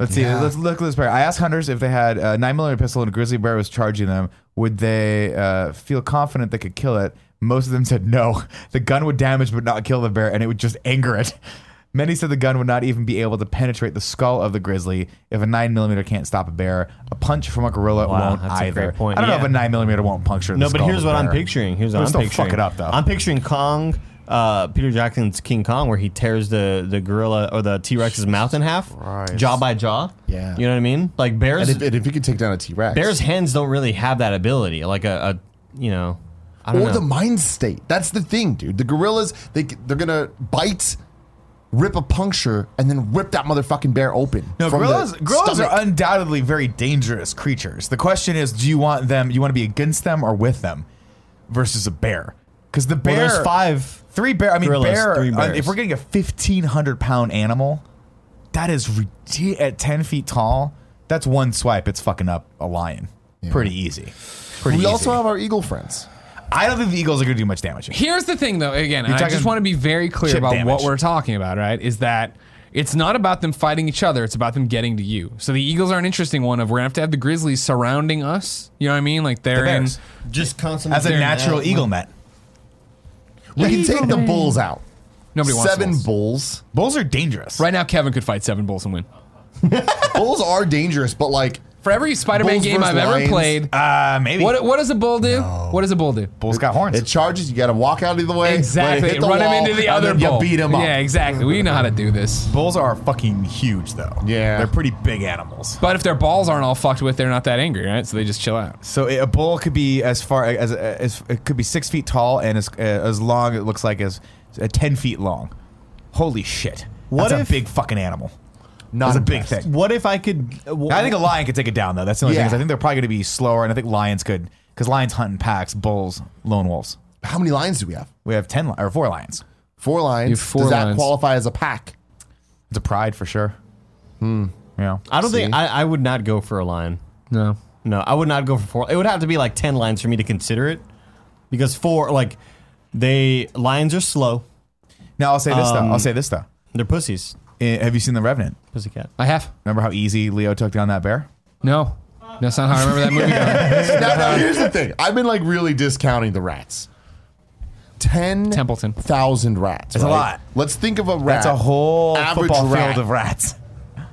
Speaker 2: Let's see. Let's look at this pair. I asked hunters if they had a nine millimeter pistol and a grizzly bear was charging them, would they uh, feel confident they could kill it? Most of them said no. (laughs) The gun would damage but not kill the bear, and it would just anger it. (laughs) Many said the gun would not even be able to penetrate the skull of the grizzly. If a nine millimeter can't stop a bear, a punch from a gorilla
Speaker 3: Wow,
Speaker 2: won't
Speaker 3: that's a
Speaker 2: either.
Speaker 3: great point.
Speaker 2: I don't know
Speaker 3: Yeah.
Speaker 2: if a nine millimeter won't puncture. The
Speaker 3: No, but
Speaker 2: skull
Speaker 3: here's
Speaker 2: of a
Speaker 3: what I'm
Speaker 2: bear.
Speaker 3: picturing. Here's
Speaker 2: But
Speaker 3: what I'm
Speaker 2: it's still
Speaker 3: picturing.
Speaker 2: Fuck it up though.
Speaker 3: I'm picturing Kong. Uh, Peter Jackson's King Kong, where he tears the, the gorilla or the T Rex's mouth in half, jaw by jaw.
Speaker 4: Yeah.
Speaker 3: you know what I mean. Like bears,
Speaker 4: And if, and if you could take down a T Rex,
Speaker 3: bears' hands don't really have that ability. Like a, a you know, I don't
Speaker 4: or
Speaker 3: know.
Speaker 4: the mind state. That's the thing, dude. The gorillas, they c- they're gonna bite, rip a puncture, and then rip that motherfucking bear open.
Speaker 2: No,
Speaker 4: from the
Speaker 2: gorillas, gorillas
Speaker 4: stomach.
Speaker 2: are undoubtedly very dangerous creatures. The question is, do you want them? You want to be against them or with them, versus a bear? Because the
Speaker 3: well,
Speaker 2: bear,
Speaker 3: there's five.
Speaker 2: three bear. I mean,
Speaker 3: gorillas,
Speaker 2: bear.
Speaker 3: three
Speaker 2: uh,
Speaker 3: bears.
Speaker 2: if we're getting a fifteen hundred pound animal, that is ridiculous. At ten feet tall, that's one swipe. It's fucking up a lion. Pretty easy. Pretty
Speaker 4: we
Speaker 2: easy.
Speaker 4: also have our eagle friends.
Speaker 2: I don't think the eagles are going to do much damage. here.
Speaker 1: Here's the thing, though. Again, and I
Speaker 2: talking
Speaker 1: just want to be very clear
Speaker 2: chip
Speaker 1: about what
Speaker 2: damage.
Speaker 1: we're talking about. Right? Is that it's not about them fighting each other; it's about them getting to you. So the Eagles are an interesting one. Of we're gonna have to have the Grizzlies surrounding us. You know what I mean? Like they're
Speaker 2: The
Speaker 1: in.
Speaker 2: bears.
Speaker 3: Just constantly
Speaker 2: As a natural eagle net.
Speaker 4: We can take the bulls out.
Speaker 1: Nobody wants
Speaker 4: Seven
Speaker 1: bulls.
Speaker 4: bulls.
Speaker 2: Bulls are dangerous.
Speaker 1: Right now, Kevin could fight seven bulls and win.
Speaker 4: Bulls are dangerous, but like
Speaker 1: For every Spider-Man
Speaker 4: Bulls
Speaker 1: game
Speaker 4: versus
Speaker 1: I've ever
Speaker 4: lions.
Speaker 1: played,
Speaker 2: Uh, maybe.
Speaker 1: what what does a bull do? What does a bull do?
Speaker 2: Bull's got horns.
Speaker 4: It charges. You got to walk out of the way.
Speaker 1: Exactly.
Speaker 4: Let it hit the
Speaker 1: Run
Speaker 4: wall,
Speaker 1: him into the
Speaker 4: and
Speaker 1: other
Speaker 4: then
Speaker 1: bull.
Speaker 4: You beat him up.
Speaker 1: Yeah, exactly. We know how to do this.
Speaker 2: Bulls are fucking huge, though.
Speaker 4: Yeah.
Speaker 2: They're pretty big animals.
Speaker 1: But if their balls aren't all fucked with, they're not that angry, right? So they just chill out.
Speaker 2: So a bull could be as far as, as it could be six feet tall and as as long it looks like as uh, ten feet long. Holy shit!
Speaker 3: What
Speaker 2: That's
Speaker 3: if-
Speaker 2: a big fucking animal.
Speaker 4: Not
Speaker 2: That's a big
Speaker 4: impressed.
Speaker 2: thing.
Speaker 3: What if I could? w-
Speaker 2: I think a lion could take it down though. That's the only
Speaker 4: Yeah.
Speaker 2: thing. is I think they're probably going to be slower, and I think lions could because lions hunt in packs. Bulls, lone wolves.
Speaker 4: How many lions do we have?
Speaker 2: We have ten li- or four lions.
Speaker 4: Four lions.
Speaker 1: You have four
Speaker 4: Does that
Speaker 1: lions.
Speaker 4: qualify as a pack?
Speaker 2: It's a pride for sure. Hmm. Yeah.
Speaker 3: I don't think I, I would not go for a line.
Speaker 1: No.
Speaker 3: No, I would not go for four. It would have to be like ten lines for me to consider it, because four like they lions are slow.
Speaker 2: Now I'll say this
Speaker 3: Um,
Speaker 2: though. I'll say this though.
Speaker 3: They're pussies.
Speaker 2: Eh, have you seen the Revenant?
Speaker 3: Pussycat.
Speaker 1: I have.
Speaker 2: Remember how easy Leo took down that bear?
Speaker 1: No. That's not how I remember that movie.
Speaker 4: (laughs)
Speaker 1: going.
Speaker 4: now,
Speaker 2: Uh-huh.
Speaker 4: now, here's the thing. I've been like really discounting the rats. Ten
Speaker 1: Templeton.
Speaker 4: thousand rats. That's
Speaker 2: a lot.
Speaker 4: Let's think of a rat.
Speaker 2: That's a whole
Speaker 4: Average
Speaker 2: football
Speaker 4: rat.
Speaker 2: field of rats.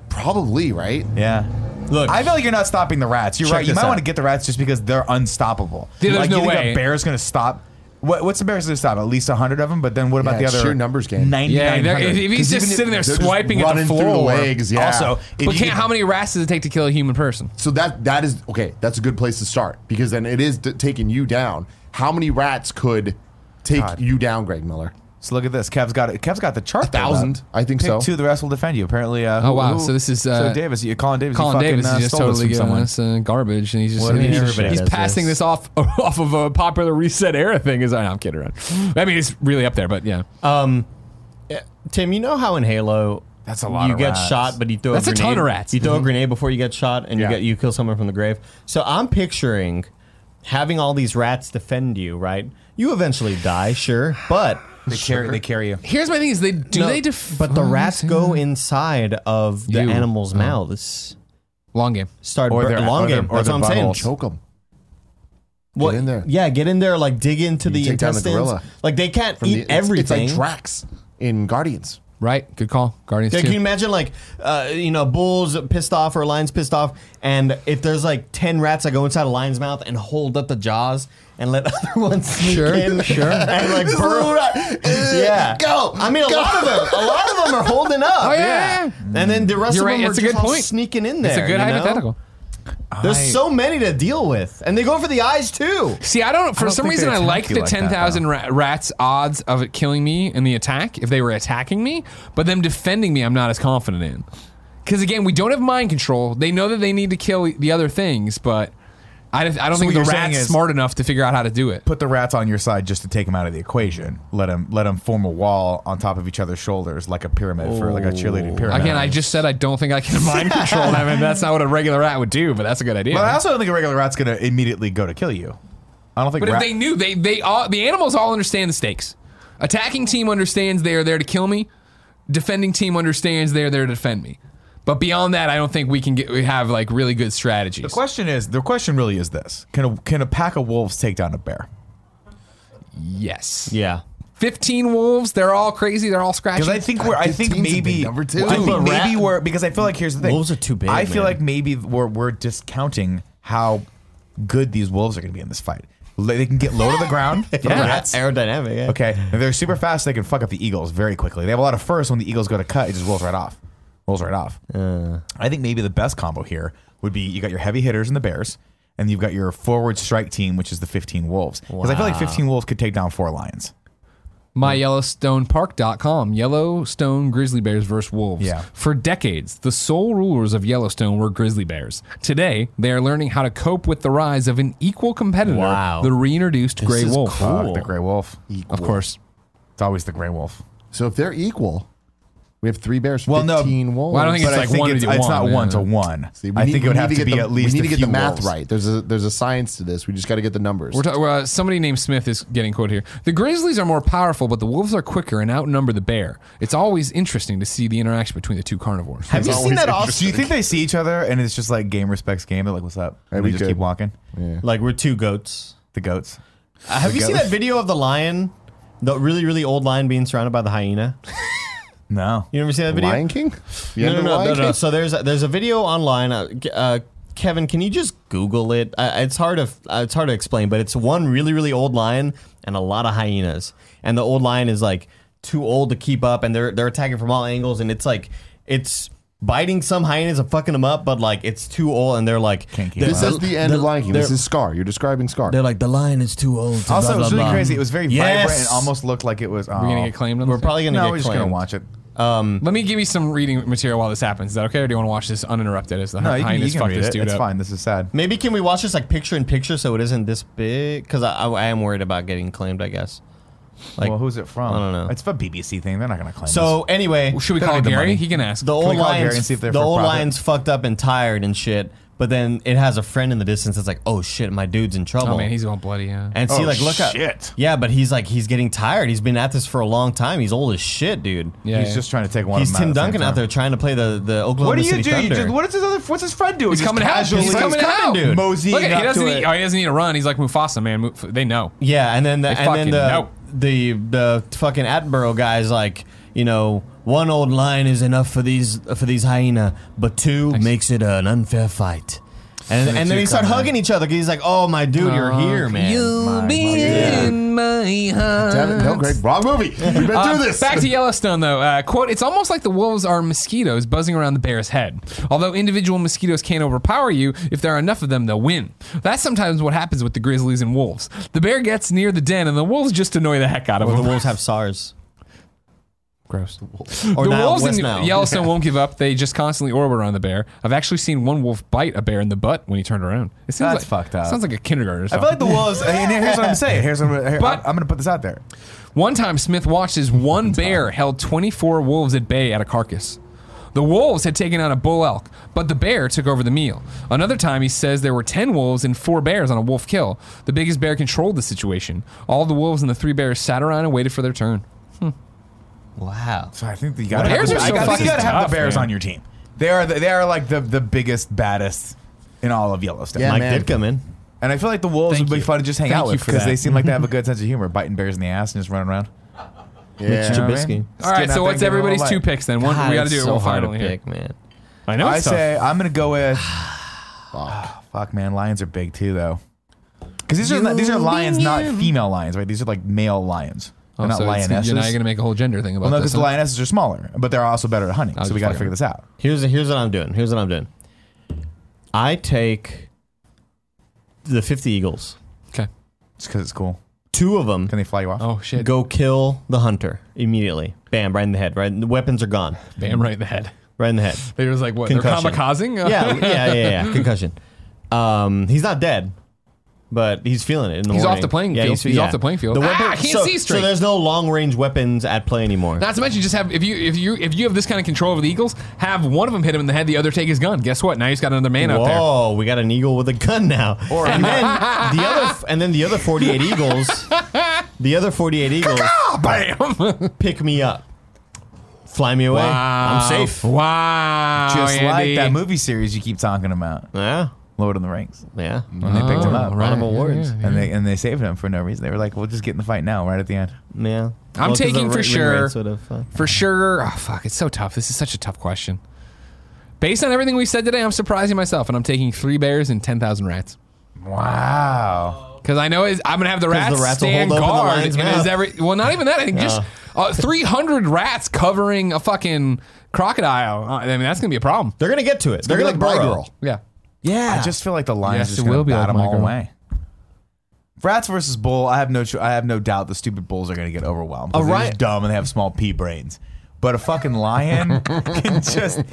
Speaker 4: probably right.
Speaker 2: Yeah.
Speaker 3: Look,
Speaker 2: I feel like you're not stopping the rats. You're
Speaker 3: Check
Speaker 2: right. You
Speaker 3: this
Speaker 2: might
Speaker 3: out.
Speaker 2: want to get the rats just because they're unstoppable.
Speaker 1: Dude, there's
Speaker 2: like,
Speaker 1: no
Speaker 2: you think
Speaker 1: way.
Speaker 2: a bear's going to stop? What, what's the bear's going to stop? At least 100 of them? But then what about
Speaker 4: Yeah,
Speaker 2: the
Speaker 4: it's
Speaker 2: other
Speaker 4: sheer numbers game.
Speaker 2: 90,
Speaker 1: Yeah, they're- if, if he's
Speaker 4: 'Cause
Speaker 1: just
Speaker 4: even
Speaker 1: sitting there
Speaker 4: if they're just
Speaker 1: swiping at the
Speaker 4: running through
Speaker 1: floor.
Speaker 4: the legs, yeah.
Speaker 2: Also,
Speaker 1: but
Speaker 2: if you
Speaker 1: can't,
Speaker 2: could-
Speaker 1: how many rats does it take to kill a human person?
Speaker 4: So that that is okay. That's a good place to start because then it is d- taking you down. How many rats could take
Speaker 2: God.
Speaker 4: you down, Greg Miller?
Speaker 2: So look at this. Kev's got it. Kev's got the chart. there,
Speaker 4: thousand,
Speaker 2: Rob.
Speaker 4: I think
Speaker 2: Pick
Speaker 4: so.
Speaker 2: Two, the rest will defend you. Apparently. Uh,
Speaker 1: Oh, wow. So this is, uh,
Speaker 2: so Davis. You Colin Davis. he
Speaker 1: Colin
Speaker 2: fucking,
Speaker 1: Davis
Speaker 2: uh,
Speaker 1: is just
Speaker 2: stole this
Speaker 1: totally
Speaker 2: from
Speaker 1: giving
Speaker 2: someone.
Speaker 1: us uh, garbage, and he's just
Speaker 3: What do you mean
Speaker 1: he's-
Speaker 3: everybody
Speaker 1: he's
Speaker 3: does
Speaker 1: passing this,
Speaker 3: this?
Speaker 1: off (laughs) off of a popular reset era thing. Is I no, I'm kidding around. I mean, it's really up there, but yeah,
Speaker 3: Tim, you know how in Halo
Speaker 2: That's a lot
Speaker 3: You
Speaker 2: of
Speaker 3: get
Speaker 2: rats.
Speaker 3: shot, but you throw
Speaker 1: That's a
Speaker 3: a
Speaker 1: ton
Speaker 3: grenade.
Speaker 1: of rats. Mm-hmm.
Speaker 3: You throw a grenade before you get shot, and
Speaker 2: Yeah.
Speaker 3: you get you kill someone from the grave. So I'm picturing having all these rats defend you. Right? You eventually die, sure, but
Speaker 2: (laughs) They carry. They carry you.
Speaker 1: here's my thing: is they do
Speaker 3: No,
Speaker 1: they def-
Speaker 3: but the rats go inside of the
Speaker 1: You.
Speaker 3: animals'
Speaker 1: Oh.
Speaker 3: mouths.
Speaker 1: long game.
Speaker 3: Start
Speaker 2: Or
Speaker 3: bur-
Speaker 2: their-
Speaker 3: long
Speaker 2: or their-
Speaker 3: game.
Speaker 2: or
Speaker 3: That's
Speaker 2: their
Speaker 3: what I'm saying.
Speaker 2: buttholes.
Speaker 4: Choke them.
Speaker 3: Well,
Speaker 4: in there.
Speaker 3: Yeah, get in there. Like dig into the
Speaker 4: take down the
Speaker 3: intestines.
Speaker 4: gorilla.
Speaker 3: like they can't eat everything.
Speaker 4: It's like Drax in Guardians.
Speaker 1: Right, good call, Guardians
Speaker 3: Yeah,
Speaker 1: too.
Speaker 3: can you imagine like uh, you know bulls pissed off or lions pissed off, and if there's like ten rats that go inside a lion's mouth and hold up the jaws and let (laughs) other ones sneak
Speaker 1: Sure,
Speaker 3: in,
Speaker 1: sure.
Speaker 3: (laughs) and like burrow. yeah,
Speaker 4: go,
Speaker 3: I mean, a lot of them, a lot of them are holding
Speaker 1: (laughs)
Speaker 3: up.
Speaker 1: Oh, yeah, yeah, yeah.
Speaker 3: And then the rest
Speaker 1: You're
Speaker 3: of
Speaker 1: right,
Speaker 3: them are
Speaker 1: it's a
Speaker 3: just
Speaker 1: good
Speaker 3: all
Speaker 1: point.
Speaker 3: sneaking in there.
Speaker 1: it's a good
Speaker 3: you know?
Speaker 1: hypothetical.
Speaker 2: I-
Speaker 3: There's so many to deal with, and they go for the eyes too.
Speaker 1: See, I don't. For
Speaker 2: don't
Speaker 1: some
Speaker 2: think they
Speaker 1: reason, I
Speaker 2: attack
Speaker 1: like
Speaker 2: you
Speaker 1: the
Speaker 2: like that,
Speaker 1: ten thousand ra- rats odds of it killing me in the attack if they were attacking me, but them defending me, I'm not as confident in. Because again, we don't have mind control. They know that they need to kill the other things, but I, don't- I don't think
Speaker 2: what
Speaker 1: the
Speaker 2: you're saying
Speaker 1: rat's
Speaker 2: is-
Speaker 1: smart enough to figure out how to do it.
Speaker 2: put the rats on your side just to take them out of the equation. Let them let them form a wall on top of each other's shoulders like a pyramid for like a cheerleading pyramid.
Speaker 1: Again, I just said I don't think I can (laughs) mind control them, and that's not what a regular rat would do. But that's a good idea.
Speaker 2: But I also don't think a regular rat's gonna immediately go to kill you. I don't think.
Speaker 1: But if
Speaker 2: rat-
Speaker 1: they knew, they they all the animals all understand the stakes. Attacking team understands they are there to kill me. Defending team understands they are there to defend me. But beyond that, I don't think we can get we have like really good strategies.
Speaker 2: the question is, the question really is this: Can a, can a pack of wolves take down a bear?
Speaker 1: yes,
Speaker 3: Yeah,
Speaker 1: fifteen wolves. They're all crazy. They're all
Speaker 2: Because I
Speaker 1: scratching.
Speaker 2: think we're, I
Speaker 4: 15's
Speaker 2: think
Speaker 4: a big
Speaker 2: maybe
Speaker 4: number, too.
Speaker 2: I think
Speaker 3: Dude,
Speaker 2: maybe
Speaker 3: rat-
Speaker 2: we're because I feel like here's the thing:
Speaker 3: Wolves are too big,
Speaker 2: I feel
Speaker 3: man.
Speaker 2: like maybe we're we're discounting how good these wolves are going to be in this fight. They can get low to the ground. The rats.
Speaker 3: aerodynamic. Yeah.
Speaker 2: Okay. If they're super fast, they can fuck up the Eagles very quickly. They have a lot of firsts. When the Eagles go to cut, it just rolls right off. Rolls right off. I think maybe the best combo here would be you got your heavy hitters and the Bears, and you've got your forward strike team, which is the 15 Wolves. Because I feel like 15 Wolves could take down four Lions.
Speaker 1: MyYellowstonePark.com, Yellowstone grizzly bears versus wolves.
Speaker 2: Yeah.
Speaker 1: For decades, the sole rulers of Yellowstone were grizzly bears. Today, they are learning how to cope with the rise of an equal competitor,
Speaker 3: Wow.
Speaker 1: the reintroduced gray
Speaker 3: is
Speaker 1: wolf.
Speaker 3: cool.
Speaker 2: Fuck, the Gray Wolf.
Speaker 1: Of course.
Speaker 2: It's always the Gray Wolf.
Speaker 4: So if they're equal, we have three bears,
Speaker 2: Well, no.
Speaker 4: fifteen wolves.
Speaker 1: Well, I don't think
Speaker 2: But
Speaker 1: it's
Speaker 2: I
Speaker 1: like
Speaker 2: think
Speaker 1: one
Speaker 2: it's,
Speaker 1: to
Speaker 2: it's not
Speaker 1: one,
Speaker 2: one
Speaker 1: yeah.
Speaker 2: to one.
Speaker 4: See, we
Speaker 2: I
Speaker 4: need-
Speaker 2: think it
Speaker 4: we
Speaker 2: would
Speaker 4: need
Speaker 2: have to,
Speaker 4: get
Speaker 2: be
Speaker 4: the-
Speaker 2: at least
Speaker 4: we need
Speaker 2: a
Speaker 4: to get
Speaker 2: few
Speaker 4: the math
Speaker 2: wolves.
Speaker 4: right. There's a there's a science to this. We just got to get the numbers.
Speaker 1: We're ta- uh, somebody named Smith is getting quoted here. The grizzlies are more powerful, but the wolves are quicker and outnumber the bear. It's always interesting to see the interaction between the two carnivores.
Speaker 3: Have you seen that
Speaker 2: Do
Speaker 3: also?
Speaker 2: you think they see each other and it's just like game respects game? They're like, what's up? And
Speaker 4: we
Speaker 2: they just
Speaker 4: could.
Speaker 2: keep walking.
Speaker 3: Like we're two goats.
Speaker 2: The goats.
Speaker 3: Uh, have you
Speaker 2: Together.
Speaker 3: seen that video of the lion, the really really old lion being surrounded by the hyena?
Speaker 2: No.
Speaker 3: You never seen that video?
Speaker 4: Lion King. The
Speaker 3: No,
Speaker 4: end
Speaker 3: no,
Speaker 4: of
Speaker 3: no,
Speaker 4: Lion
Speaker 3: no, no.
Speaker 4: King?
Speaker 3: So there's there's a video online. Uh, g- uh, Kevin, can you just Google it? I, it's hard to f- uh, it's hard to explain, but it's one really really old lion and a lot of hyenas, and the old lion is like too old to keep up, and they're they're attacking from all angles, and it's like it's biting some hyenas and fucking them up, but like it's too old, and they're like
Speaker 2: Can't keep
Speaker 3: they're-
Speaker 2: up.
Speaker 4: This is the end of Lion King. This is Scar. You're describing Scar.
Speaker 3: they're like the lion is too old. to
Speaker 2: Also,
Speaker 3: blah,
Speaker 2: it was
Speaker 3: blah,
Speaker 2: really
Speaker 3: blah."
Speaker 2: crazy. It was very vibrant
Speaker 3: Yes!
Speaker 2: and almost looked like it was. Oh.
Speaker 1: We're gonna get claimed on this.
Speaker 3: We're probably gonna
Speaker 2: No,
Speaker 3: get
Speaker 2: we're just gonna
Speaker 3: claimed.
Speaker 2: watch it.
Speaker 1: Let me give you some reading material while this happens. Is that okay? Or do you want to watch this uninterrupted? As the
Speaker 2: No, you can, you
Speaker 1: hyenas
Speaker 2: can
Speaker 1: fuck
Speaker 2: read
Speaker 1: this
Speaker 2: it.
Speaker 1: dude
Speaker 2: It's
Speaker 1: up.
Speaker 2: fine. This is sad.
Speaker 3: Maybe can we watch this like picture in picture so it isn't this big? Because I, I, I am worried about getting claimed. I guess. Like,
Speaker 2: well, who's it from?
Speaker 3: I don't know.
Speaker 2: It's a BBC thing. They're not gonna claim.
Speaker 3: so anyway,
Speaker 1: Should we
Speaker 2: Don't
Speaker 1: call
Speaker 2: need the
Speaker 1: Gary?
Speaker 2: money.
Speaker 1: He can ask. Oh,
Speaker 3: the
Speaker 2: we
Speaker 3: old
Speaker 2: call Gary
Speaker 3: lions,
Speaker 2: and see if they're
Speaker 3: the
Speaker 2: for
Speaker 3: old
Speaker 2: profit?
Speaker 3: lions fucked up and tired and shit. But then it has a friend in the distance that's like, "Oh shit, my dude's in trouble."
Speaker 1: oh man, he's all bloody. Yeah.
Speaker 3: and see,
Speaker 2: Oh,
Speaker 3: like, look
Speaker 2: shit.
Speaker 3: up. Yeah, but he's like, he's getting tired. He's been at this for a long time. He's old as shit, dude.
Speaker 1: yeah,
Speaker 2: this. He's
Speaker 1: yeah.
Speaker 2: just trying to take one.
Speaker 3: he's
Speaker 2: of them
Speaker 3: Tim
Speaker 2: at the same
Speaker 3: Duncan out
Speaker 2: time.
Speaker 3: there trying to play the the Oklahoma
Speaker 2: What do you
Speaker 3: City
Speaker 2: do?
Speaker 3: Thunder.
Speaker 2: You just, what is his other? What's his friend doing?
Speaker 1: He's coming out. He's
Speaker 2: He's
Speaker 1: coming out.
Speaker 2: dude. Moseying
Speaker 1: Look at it. He
Speaker 2: up to
Speaker 1: doesn't
Speaker 2: it.
Speaker 1: need. Oh, he doesn't need to run. He's like Mufasa, man. Mu- They know.
Speaker 3: Yeah, and then the, and
Speaker 1: fucking
Speaker 3: then the,
Speaker 1: know.
Speaker 3: the the fucking Attenborough guy's like, you know, one old lion is enough for these for these hyena, but two makes it an unfair fight. And, and,
Speaker 2: the
Speaker 3: then
Speaker 2: two
Speaker 3: they start
Speaker 2: come in.
Speaker 3: hugging each other. 'cause He's like, "Oh my dude, you're here, man."
Speaker 2: My- been
Speaker 1: my
Speaker 4: Damn it. No, Greg. Wrong movie. We've been through this.
Speaker 1: Uh, Back to Yellowstone, though. Uh, quote, it's almost like the wolves are mosquitoes buzzing around the bear's head. Although individual mosquitoes can't overpower you, if there are enough of them, they'll win. That's sometimes what happens with the grizzlies and wolves. The bear gets near the den, and the wolves just annoy the heck out of
Speaker 3: Or
Speaker 1: him.
Speaker 3: the wolves
Speaker 1: (laughs)
Speaker 3: have SARS.
Speaker 1: Gross.
Speaker 3: Or
Speaker 1: the
Speaker 3: now,
Speaker 1: wolves
Speaker 3: West
Speaker 1: in
Speaker 3: now.
Speaker 1: Yellowstone won't give up. They just constantly orbit around the bear. I've actually seen one wolf bite a bear in the butt when he turned around. It sounds
Speaker 2: That's
Speaker 1: like,
Speaker 2: fucked up.
Speaker 1: Sounds like a kindergarten. Or
Speaker 2: I
Speaker 1: something.
Speaker 2: feel like the wolves. And here's what I'm saying. Here's what I'm, here,
Speaker 1: But-
Speaker 2: I'm gonna put this out there.
Speaker 1: One time, Smith watched as one bear held 24 wolves at bay at a carcass. The wolves had taken out a bull elk, but the bear took over the meal. Another time, he says there were 10 wolves and 4 bears on a wolf kill. The biggest bear controlled the situation. All the wolves and the 3 bears sat around and waited for their turn.
Speaker 3: Wow.
Speaker 2: So I think that you gotta.
Speaker 1: Bears
Speaker 2: have,
Speaker 1: are
Speaker 2: the-
Speaker 1: so
Speaker 2: I think
Speaker 1: fucking
Speaker 2: you gotta have
Speaker 1: tough,
Speaker 2: the bears
Speaker 1: man.
Speaker 2: on your team. They are. The, they are like the the biggest, baddest in all of Yellowstone.
Speaker 4: Yeah,
Speaker 2: Like,
Speaker 3: Mike
Speaker 4: man.
Speaker 3: did come in.
Speaker 2: and I feel like the wolves
Speaker 1: Thank
Speaker 2: would be
Speaker 1: you.
Speaker 2: fun to just hang
Speaker 1: Thank
Speaker 2: out
Speaker 1: you
Speaker 2: with
Speaker 1: for
Speaker 2: because
Speaker 1: that.
Speaker 2: they seem like they
Speaker 1: (laughs)
Speaker 2: have a good sense of humor, biting bears in the ass and just running around. You
Speaker 4: Yeah.
Speaker 2: know what I mean?
Speaker 3: Trubisky.
Speaker 1: All right,
Speaker 2: Just getting out
Speaker 1: so
Speaker 2: there
Speaker 1: what's
Speaker 2: and giving it a
Speaker 1: everybody's
Speaker 2: little
Speaker 1: two
Speaker 2: light.
Speaker 1: picks then? One,
Speaker 3: God,
Speaker 1: we got to
Speaker 3: it's
Speaker 1: do it
Speaker 3: so
Speaker 1: one
Speaker 3: hard to
Speaker 1: finally. Here.
Speaker 3: pick, man.
Speaker 1: I know.
Speaker 2: I
Speaker 1: It's tough.
Speaker 2: say I'm gonna go with. (sighs) Fuck, man, lions are big too, though. Because these are not, these are lions, not female lions, right? These are like male lions, They're
Speaker 1: Oh,
Speaker 2: not
Speaker 1: so it's-
Speaker 2: lionesses.
Speaker 1: You're not going to make a whole gender thing about
Speaker 2: well, no, because
Speaker 1: this.
Speaker 2: the
Speaker 1: huh?
Speaker 2: lionesses are smaller, but they're also better at hunting.
Speaker 1: was
Speaker 2: So we
Speaker 1: just
Speaker 2: got to
Speaker 1: fucking-
Speaker 2: figure this out.
Speaker 3: Here's here's what I'm doing. Here's what I'm doing. I take the 50 eagles.
Speaker 1: Okay.
Speaker 2: Just because it's cool.
Speaker 3: Two of them
Speaker 2: Can they fly you off?
Speaker 1: Oh shit.
Speaker 3: go kill the hunter immediately. Bam, right in the head. Right, the weapons are gone.
Speaker 1: Bam right in the head.
Speaker 3: Right in the head.
Speaker 1: They was like what? They're
Speaker 3: Concussion.
Speaker 1: (laughs) kamikazing.
Speaker 3: yeah, yeah, yeah, yeah. Concussion. Um, he's not dead, but he's feeling it. In the
Speaker 1: He's off
Speaker 3: morning.
Speaker 1: the playing field. He's off the playing field. Ah, I can't
Speaker 3: so,
Speaker 1: see straight.
Speaker 3: So there's no long range weapons at play anymore.
Speaker 1: Not to mention, just have if you if you if you have this kind of control over the Eagles, have one of them hit him in the head, the other take his gun. Guess what? Now he's got another man out there.
Speaker 3: Whoa, we got an eagle with a gun now. and then the other, and then the
Speaker 1: (laughs)
Speaker 3: other 48 eagles, the other 48 eagles
Speaker 1: Bam! (laughs)
Speaker 3: pick me up, fly me away. I'm safe.
Speaker 1: Wow!
Speaker 2: Just like
Speaker 1: Andy.
Speaker 2: that movie series you keep talking about,
Speaker 3: Yeah,
Speaker 2: Lord of the Rings.
Speaker 3: yeah.
Speaker 2: When they
Speaker 1: Oh,
Speaker 2: picked him up,
Speaker 3: Honorable
Speaker 1: Yeah,
Speaker 3: awards.
Speaker 1: yeah, yeah.
Speaker 2: and they and they saved him for no reason. They were like, "We'll just get in the fight now, right at the end."
Speaker 3: Yeah.
Speaker 1: I'm
Speaker 3: Well, 'cause the
Speaker 1: taking for
Speaker 3: win
Speaker 1: sure-
Speaker 3: rates would have, uh,
Speaker 1: For sure. Oh fuck! It's so tough. This is such a tough question. Based on everything we said today, I'm surprising myself, and I'm taking three bears and ten thousand rats.
Speaker 2: Wow.
Speaker 1: Because I know it's, I'm gonna have the rats,
Speaker 3: the rats will
Speaker 1: stand
Speaker 3: hold open the
Speaker 1: guard.
Speaker 3: lines.
Speaker 1: and
Speaker 3: Yeah.
Speaker 1: is every- well, not even that. I think just uh, 300 rats covering a fucking crocodile. Uh, I mean, that's gonna be a problem.
Speaker 3: They're gonna get to it. They're
Speaker 4: You're
Speaker 3: gonna
Speaker 4: like Bride
Speaker 3: burrow.
Speaker 4: Girl.
Speaker 1: Yeah.
Speaker 3: Yeah.
Speaker 2: I just feel like the Lions
Speaker 1: Yes,
Speaker 2: just
Speaker 1: it
Speaker 2: gonna
Speaker 1: will be
Speaker 2: bat
Speaker 1: like
Speaker 2: them all
Speaker 1: Michael.
Speaker 2: away. Rats versus bull. I have no. Tr- I have no doubt the stupid bulls are going to get overwhelmed. 'cause
Speaker 3: A
Speaker 2: they're
Speaker 3: ri-
Speaker 2: just dumb and they have small pea brains. But a fucking
Speaker 3: (laughs)
Speaker 2: lion can just,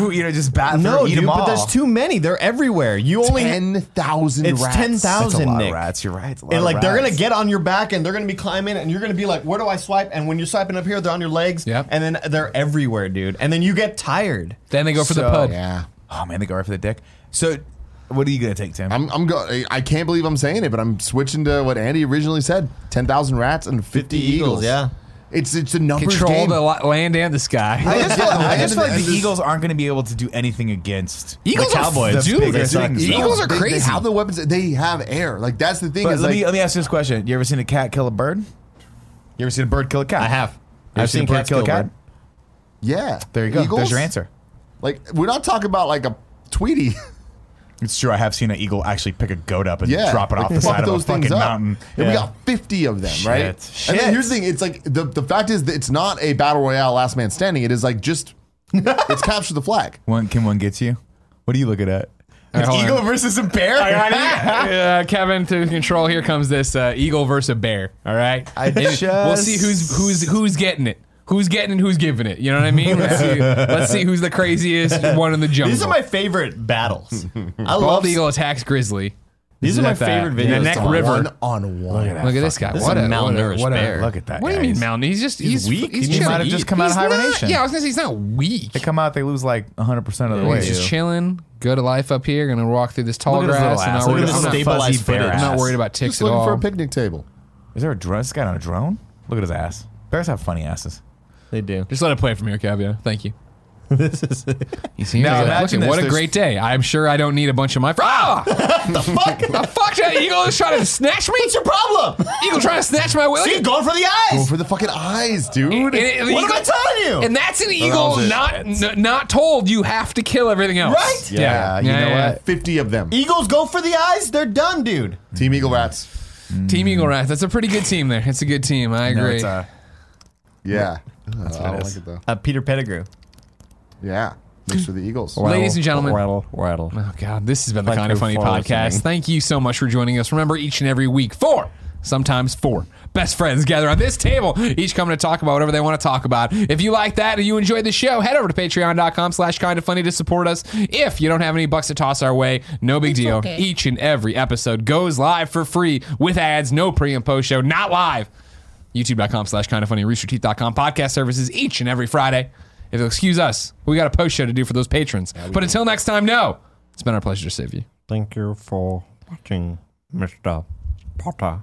Speaker 2: you know, just bat through,
Speaker 3: no,
Speaker 2: eat
Speaker 3: dude,
Speaker 2: them all.
Speaker 3: but there's too many. They're everywhere. You only
Speaker 4: Ten thousand.
Speaker 3: It's
Speaker 4: rats.
Speaker 3: 10,000.
Speaker 2: That's a lot
Speaker 3: Nick.
Speaker 2: of rats. You're right. It's a lot
Speaker 3: and
Speaker 2: of
Speaker 3: like they're
Speaker 2: rats.
Speaker 3: gonna get on your back and they're gonna be climbing and you're gonna be like, where do I swipe? And when you're swiping up here, they're on your legs.
Speaker 1: Yep.
Speaker 3: And then they're everywhere, dude. And then you get tired.
Speaker 1: Then they go for the
Speaker 2: So-
Speaker 1: pub.
Speaker 4: Yeah.
Speaker 2: Oh man, they go right for the dick. So, what are you gonna take, Tim?
Speaker 4: I'm, I'm go- I can't believe I'm saying it, but I'm switching to what Andy originally said: ten thousand rats and fifty, eagles.
Speaker 3: yeah.
Speaker 4: It's it's a numbers
Speaker 1: Control
Speaker 4: game.
Speaker 1: the li- land and the sky. (laughs)
Speaker 2: I just feel,
Speaker 4: Yeah,
Speaker 2: I just feel like
Speaker 4: and
Speaker 2: the
Speaker 4: this-
Speaker 2: Eagles aren't going to be able to do anything against
Speaker 1: Eagles
Speaker 2: the
Speaker 1: are
Speaker 2: Cowboys.
Speaker 1: dude,
Speaker 2: The
Speaker 1: they
Speaker 2: biggest
Speaker 1: suck.
Speaker 2: things,
Speaker 1: The
Speaker 2: though.
Speaker 1: Eagles are
Speaker 4: They-
Speaker 1: crazy.
Speaker 4: They have the weapons. They have air. Like that's the thing.
Speaker 2: But
Speaker 4: is
Speaker 2: let
Speaker 4: like,
Speaker 2: me uh, let me ask you this question: You ever seen a cat kill a bird? You ever seen a bird kill a cat?
Speaker 3: I have.
Speaker 2: You ever
Speaker 3: I've
Speaker 2: seen,
Speaker 3: seen
Speaker 2: a bird
Speaker 3: cats
Speaker 2: kill a
Speaker 3: kill a
Speaker 2: cat?
Speaker 3: bird.
Speaker 4: yeah.
Speaker 2: There you go.
Speaker 4: Eagles?
Speaker 2: There's your answer.
Speaker 4: Like we're not talking about like a Tweety. (laughs)
Speaker 2: It's true. I have seen an eagle actually pick a goat up and
Speaker 4: yeah,
Speaker 2: drop it
Speaker 4: like,
Speaker 2: off the
Speaker 4: fuck
Speaker 2: side of a
Speaker 4: those things
Speaker 2: fucking
Speaker 4: up.
Speaker 2: mountain.
Speaker 4: And we
Speaker 3: Yeah.
Speaker 4: got 50 of them, right?
Speaker 2: Shit.
Speaker 4: And then
Speaker 2: Shit.
Speaker 4: here's the thing it's like the, the fact is that it's not a battle royale last man standing. It is
Speaker 2: (laughs)
Speaker 4: like just, it's capture the flag.
Speaker 2: One can one get you? What are you looking at?
Speaker 1: All right,
Speaker 2: An
Speaker 1: hold
Speaker 2: eagle
Speaker 1: on.
Speaker 2: versus a bear? (laughs)
Speaker 1: uh, Kevin to control. Here comes this uh, eagle versus a bear. All right,
Speaker 2: I
Speaker 1: And we'll see who's
Speaker 2: just-
Speaker 1: who's who's getting it. Who's getting and who's giving it? You know what I mean? Let's see, let's see who's the craziest
Speaker 2: (laughs)
Speaker 1: one in the jungle.
Speaker 3: These are my favorite battles. I love
Speaker 1: bald
Speaker 3: these.
Speaker 1: eagle attacks grizzly.
Speaker 3: These are my
Speaker 1: At that-
Speaker 3: favorite videos.
Speaker 1: The neck
Speaker 4: It's a
Speaker 1: river.
Speaker 4: One on one.
Speaker 1: Look at this guy.
Speaker 3: This is
Speaker 1: what
Speaker 3: a
Speaker 1: a, what a,
Speaker 3: malnourished
Speaker 1: what a-
Speaker 3: bear.
Speaker 2: Look at that
Speaker 1: What do
Speaker 2: guy.
Speaker 1: you mean
Speaker 2: He's-
Speaker 1: malnourished? He's just he's,
Speaker 2: he's weak.
Speaker 1: He's
Speaker 2: He
Speaker 1: chilling.
Speaker 2: might have just come out
Speaker 1: He's
Speaker 2: of hibernation.
Speaker 1: Not, yeah, I was gonna say he's not weak.
Speaker 2: They come out, they lose like 100% of the way.
Speaker 1: He's just chilling. Good life up here. Gonna walk through this tall
Speaker 2: Look at
Speaker 1: grass.
Speaker 2: his little
Speaker 1: And not
Speaker 2: ass. Look
Speaker 1: worried,
Speaker 2: at his
Speaker 3: worried-
Speaker 1: I'm,
Speaker 3: little
Speaker 1: not,
Speaker 2: little
Speaker 3: stabilized
Speaker 2: fuzzy bear
Speaker 3: footage.
Speaker 1: I'm not
Speaker 2: ass.
Speaker 1: worried about ticks
Speaker 4: Just
Speaker 1: at
Speaker 4: looking
Speaker 1: all.
Speaker 4: for a picnic table.
Speaker 2: Is there a drone? This guy on a drone? Look at his ass. Bears have funny asses.
Speaker 3: They do.
Speaker 1: Just let it play from here, Cav. Yeah, thank you.
Speaker 3: (laughs) this is
Speaker 1: He's here.
Speaker 2: Now
Speaker 1: He's like,
Speaker 2: imagine
Speaker 1: "Look,
Speaker 2: this.
Speaker 1: what a
Speaker 2: There's-
Speaker 1: great day. I'm sure I don't need a bunch of my. Fr-
Speaker 3: (laughs)
Speaker 1: ah! the fuck? the fuck? That eagle is trying to snatch me.
Speaker 3: What's your problem?
Speaker 1: Eagle trying to snatch my
Speaker 3: See,
Speaker 1: whale.
Speaker 3: going for the
Speaker 4: Go
Speaker 3: eyes.
Speaker 4: Oh, for the fucking eyes, dude.
Speaker 1: And- and-
Speaker 3: What am
Speaker 1: eagle-
Speaker 3: I telling you?
Speaker 1: And that's an eagle
Speaker 4: was it.
Speaker 1: not n- not told you have to kill everything else.
Speaker 3: Right?
Speaker 2: Yeah, you know what?
Speaker 4: 50 of them.
Speaker 3: Eagles go for the eyes. They're done, dude.
Speaker 4: Team Eagle Rats.
Speaker 1: Team Eagle Rats. That's a pretty good team there. It's a good team. I
Speaker 2: Mm. No,
Speaker 1: agree.
Speaker 2: it's uh,
Speaker 4: Yeah. Uh, I
Speaker 2: it
Speaker 4: don't
Speaker 2: is.
Speaker 4: like it though.
Speaker 3: Uh, Peter Pettigrew.
Speaker 4: Yeah. Thanks for the Eagles.
Speaker 1: Ladies and gentlemen.
Speaker 3: Rattle, rattle.
Speaker 1: Oh God, this has been the
Speaker 3: Thank
Speaker 1: kind of
Speaker 3: you
Speaker 1: funny
Speaker 3: for
Speaker 1: podcast.
Speaker 3: listening.
Speaker 1: Thank you so much for joining us. Remember, each and every week, four, sometimes four, best friends gather on this table, each coming to talk about whatever they want to talk about. If you like that and you enjoyed the show, head over to patreon.com slash kind of funny to support us. If you don't have any bucks to toss our way, no big deal. Each and every episode goes live for free with ads, no pre and post show, not live. YouTube.com slash kind of funny, roosterteeth.com podcast services each and every Friday. If you'll excuse us, we got a post show to do for those patrons. but until next time, no. It's been our pleasure to save you.
Speaker 3: Thank you for watching, Mr. Potter.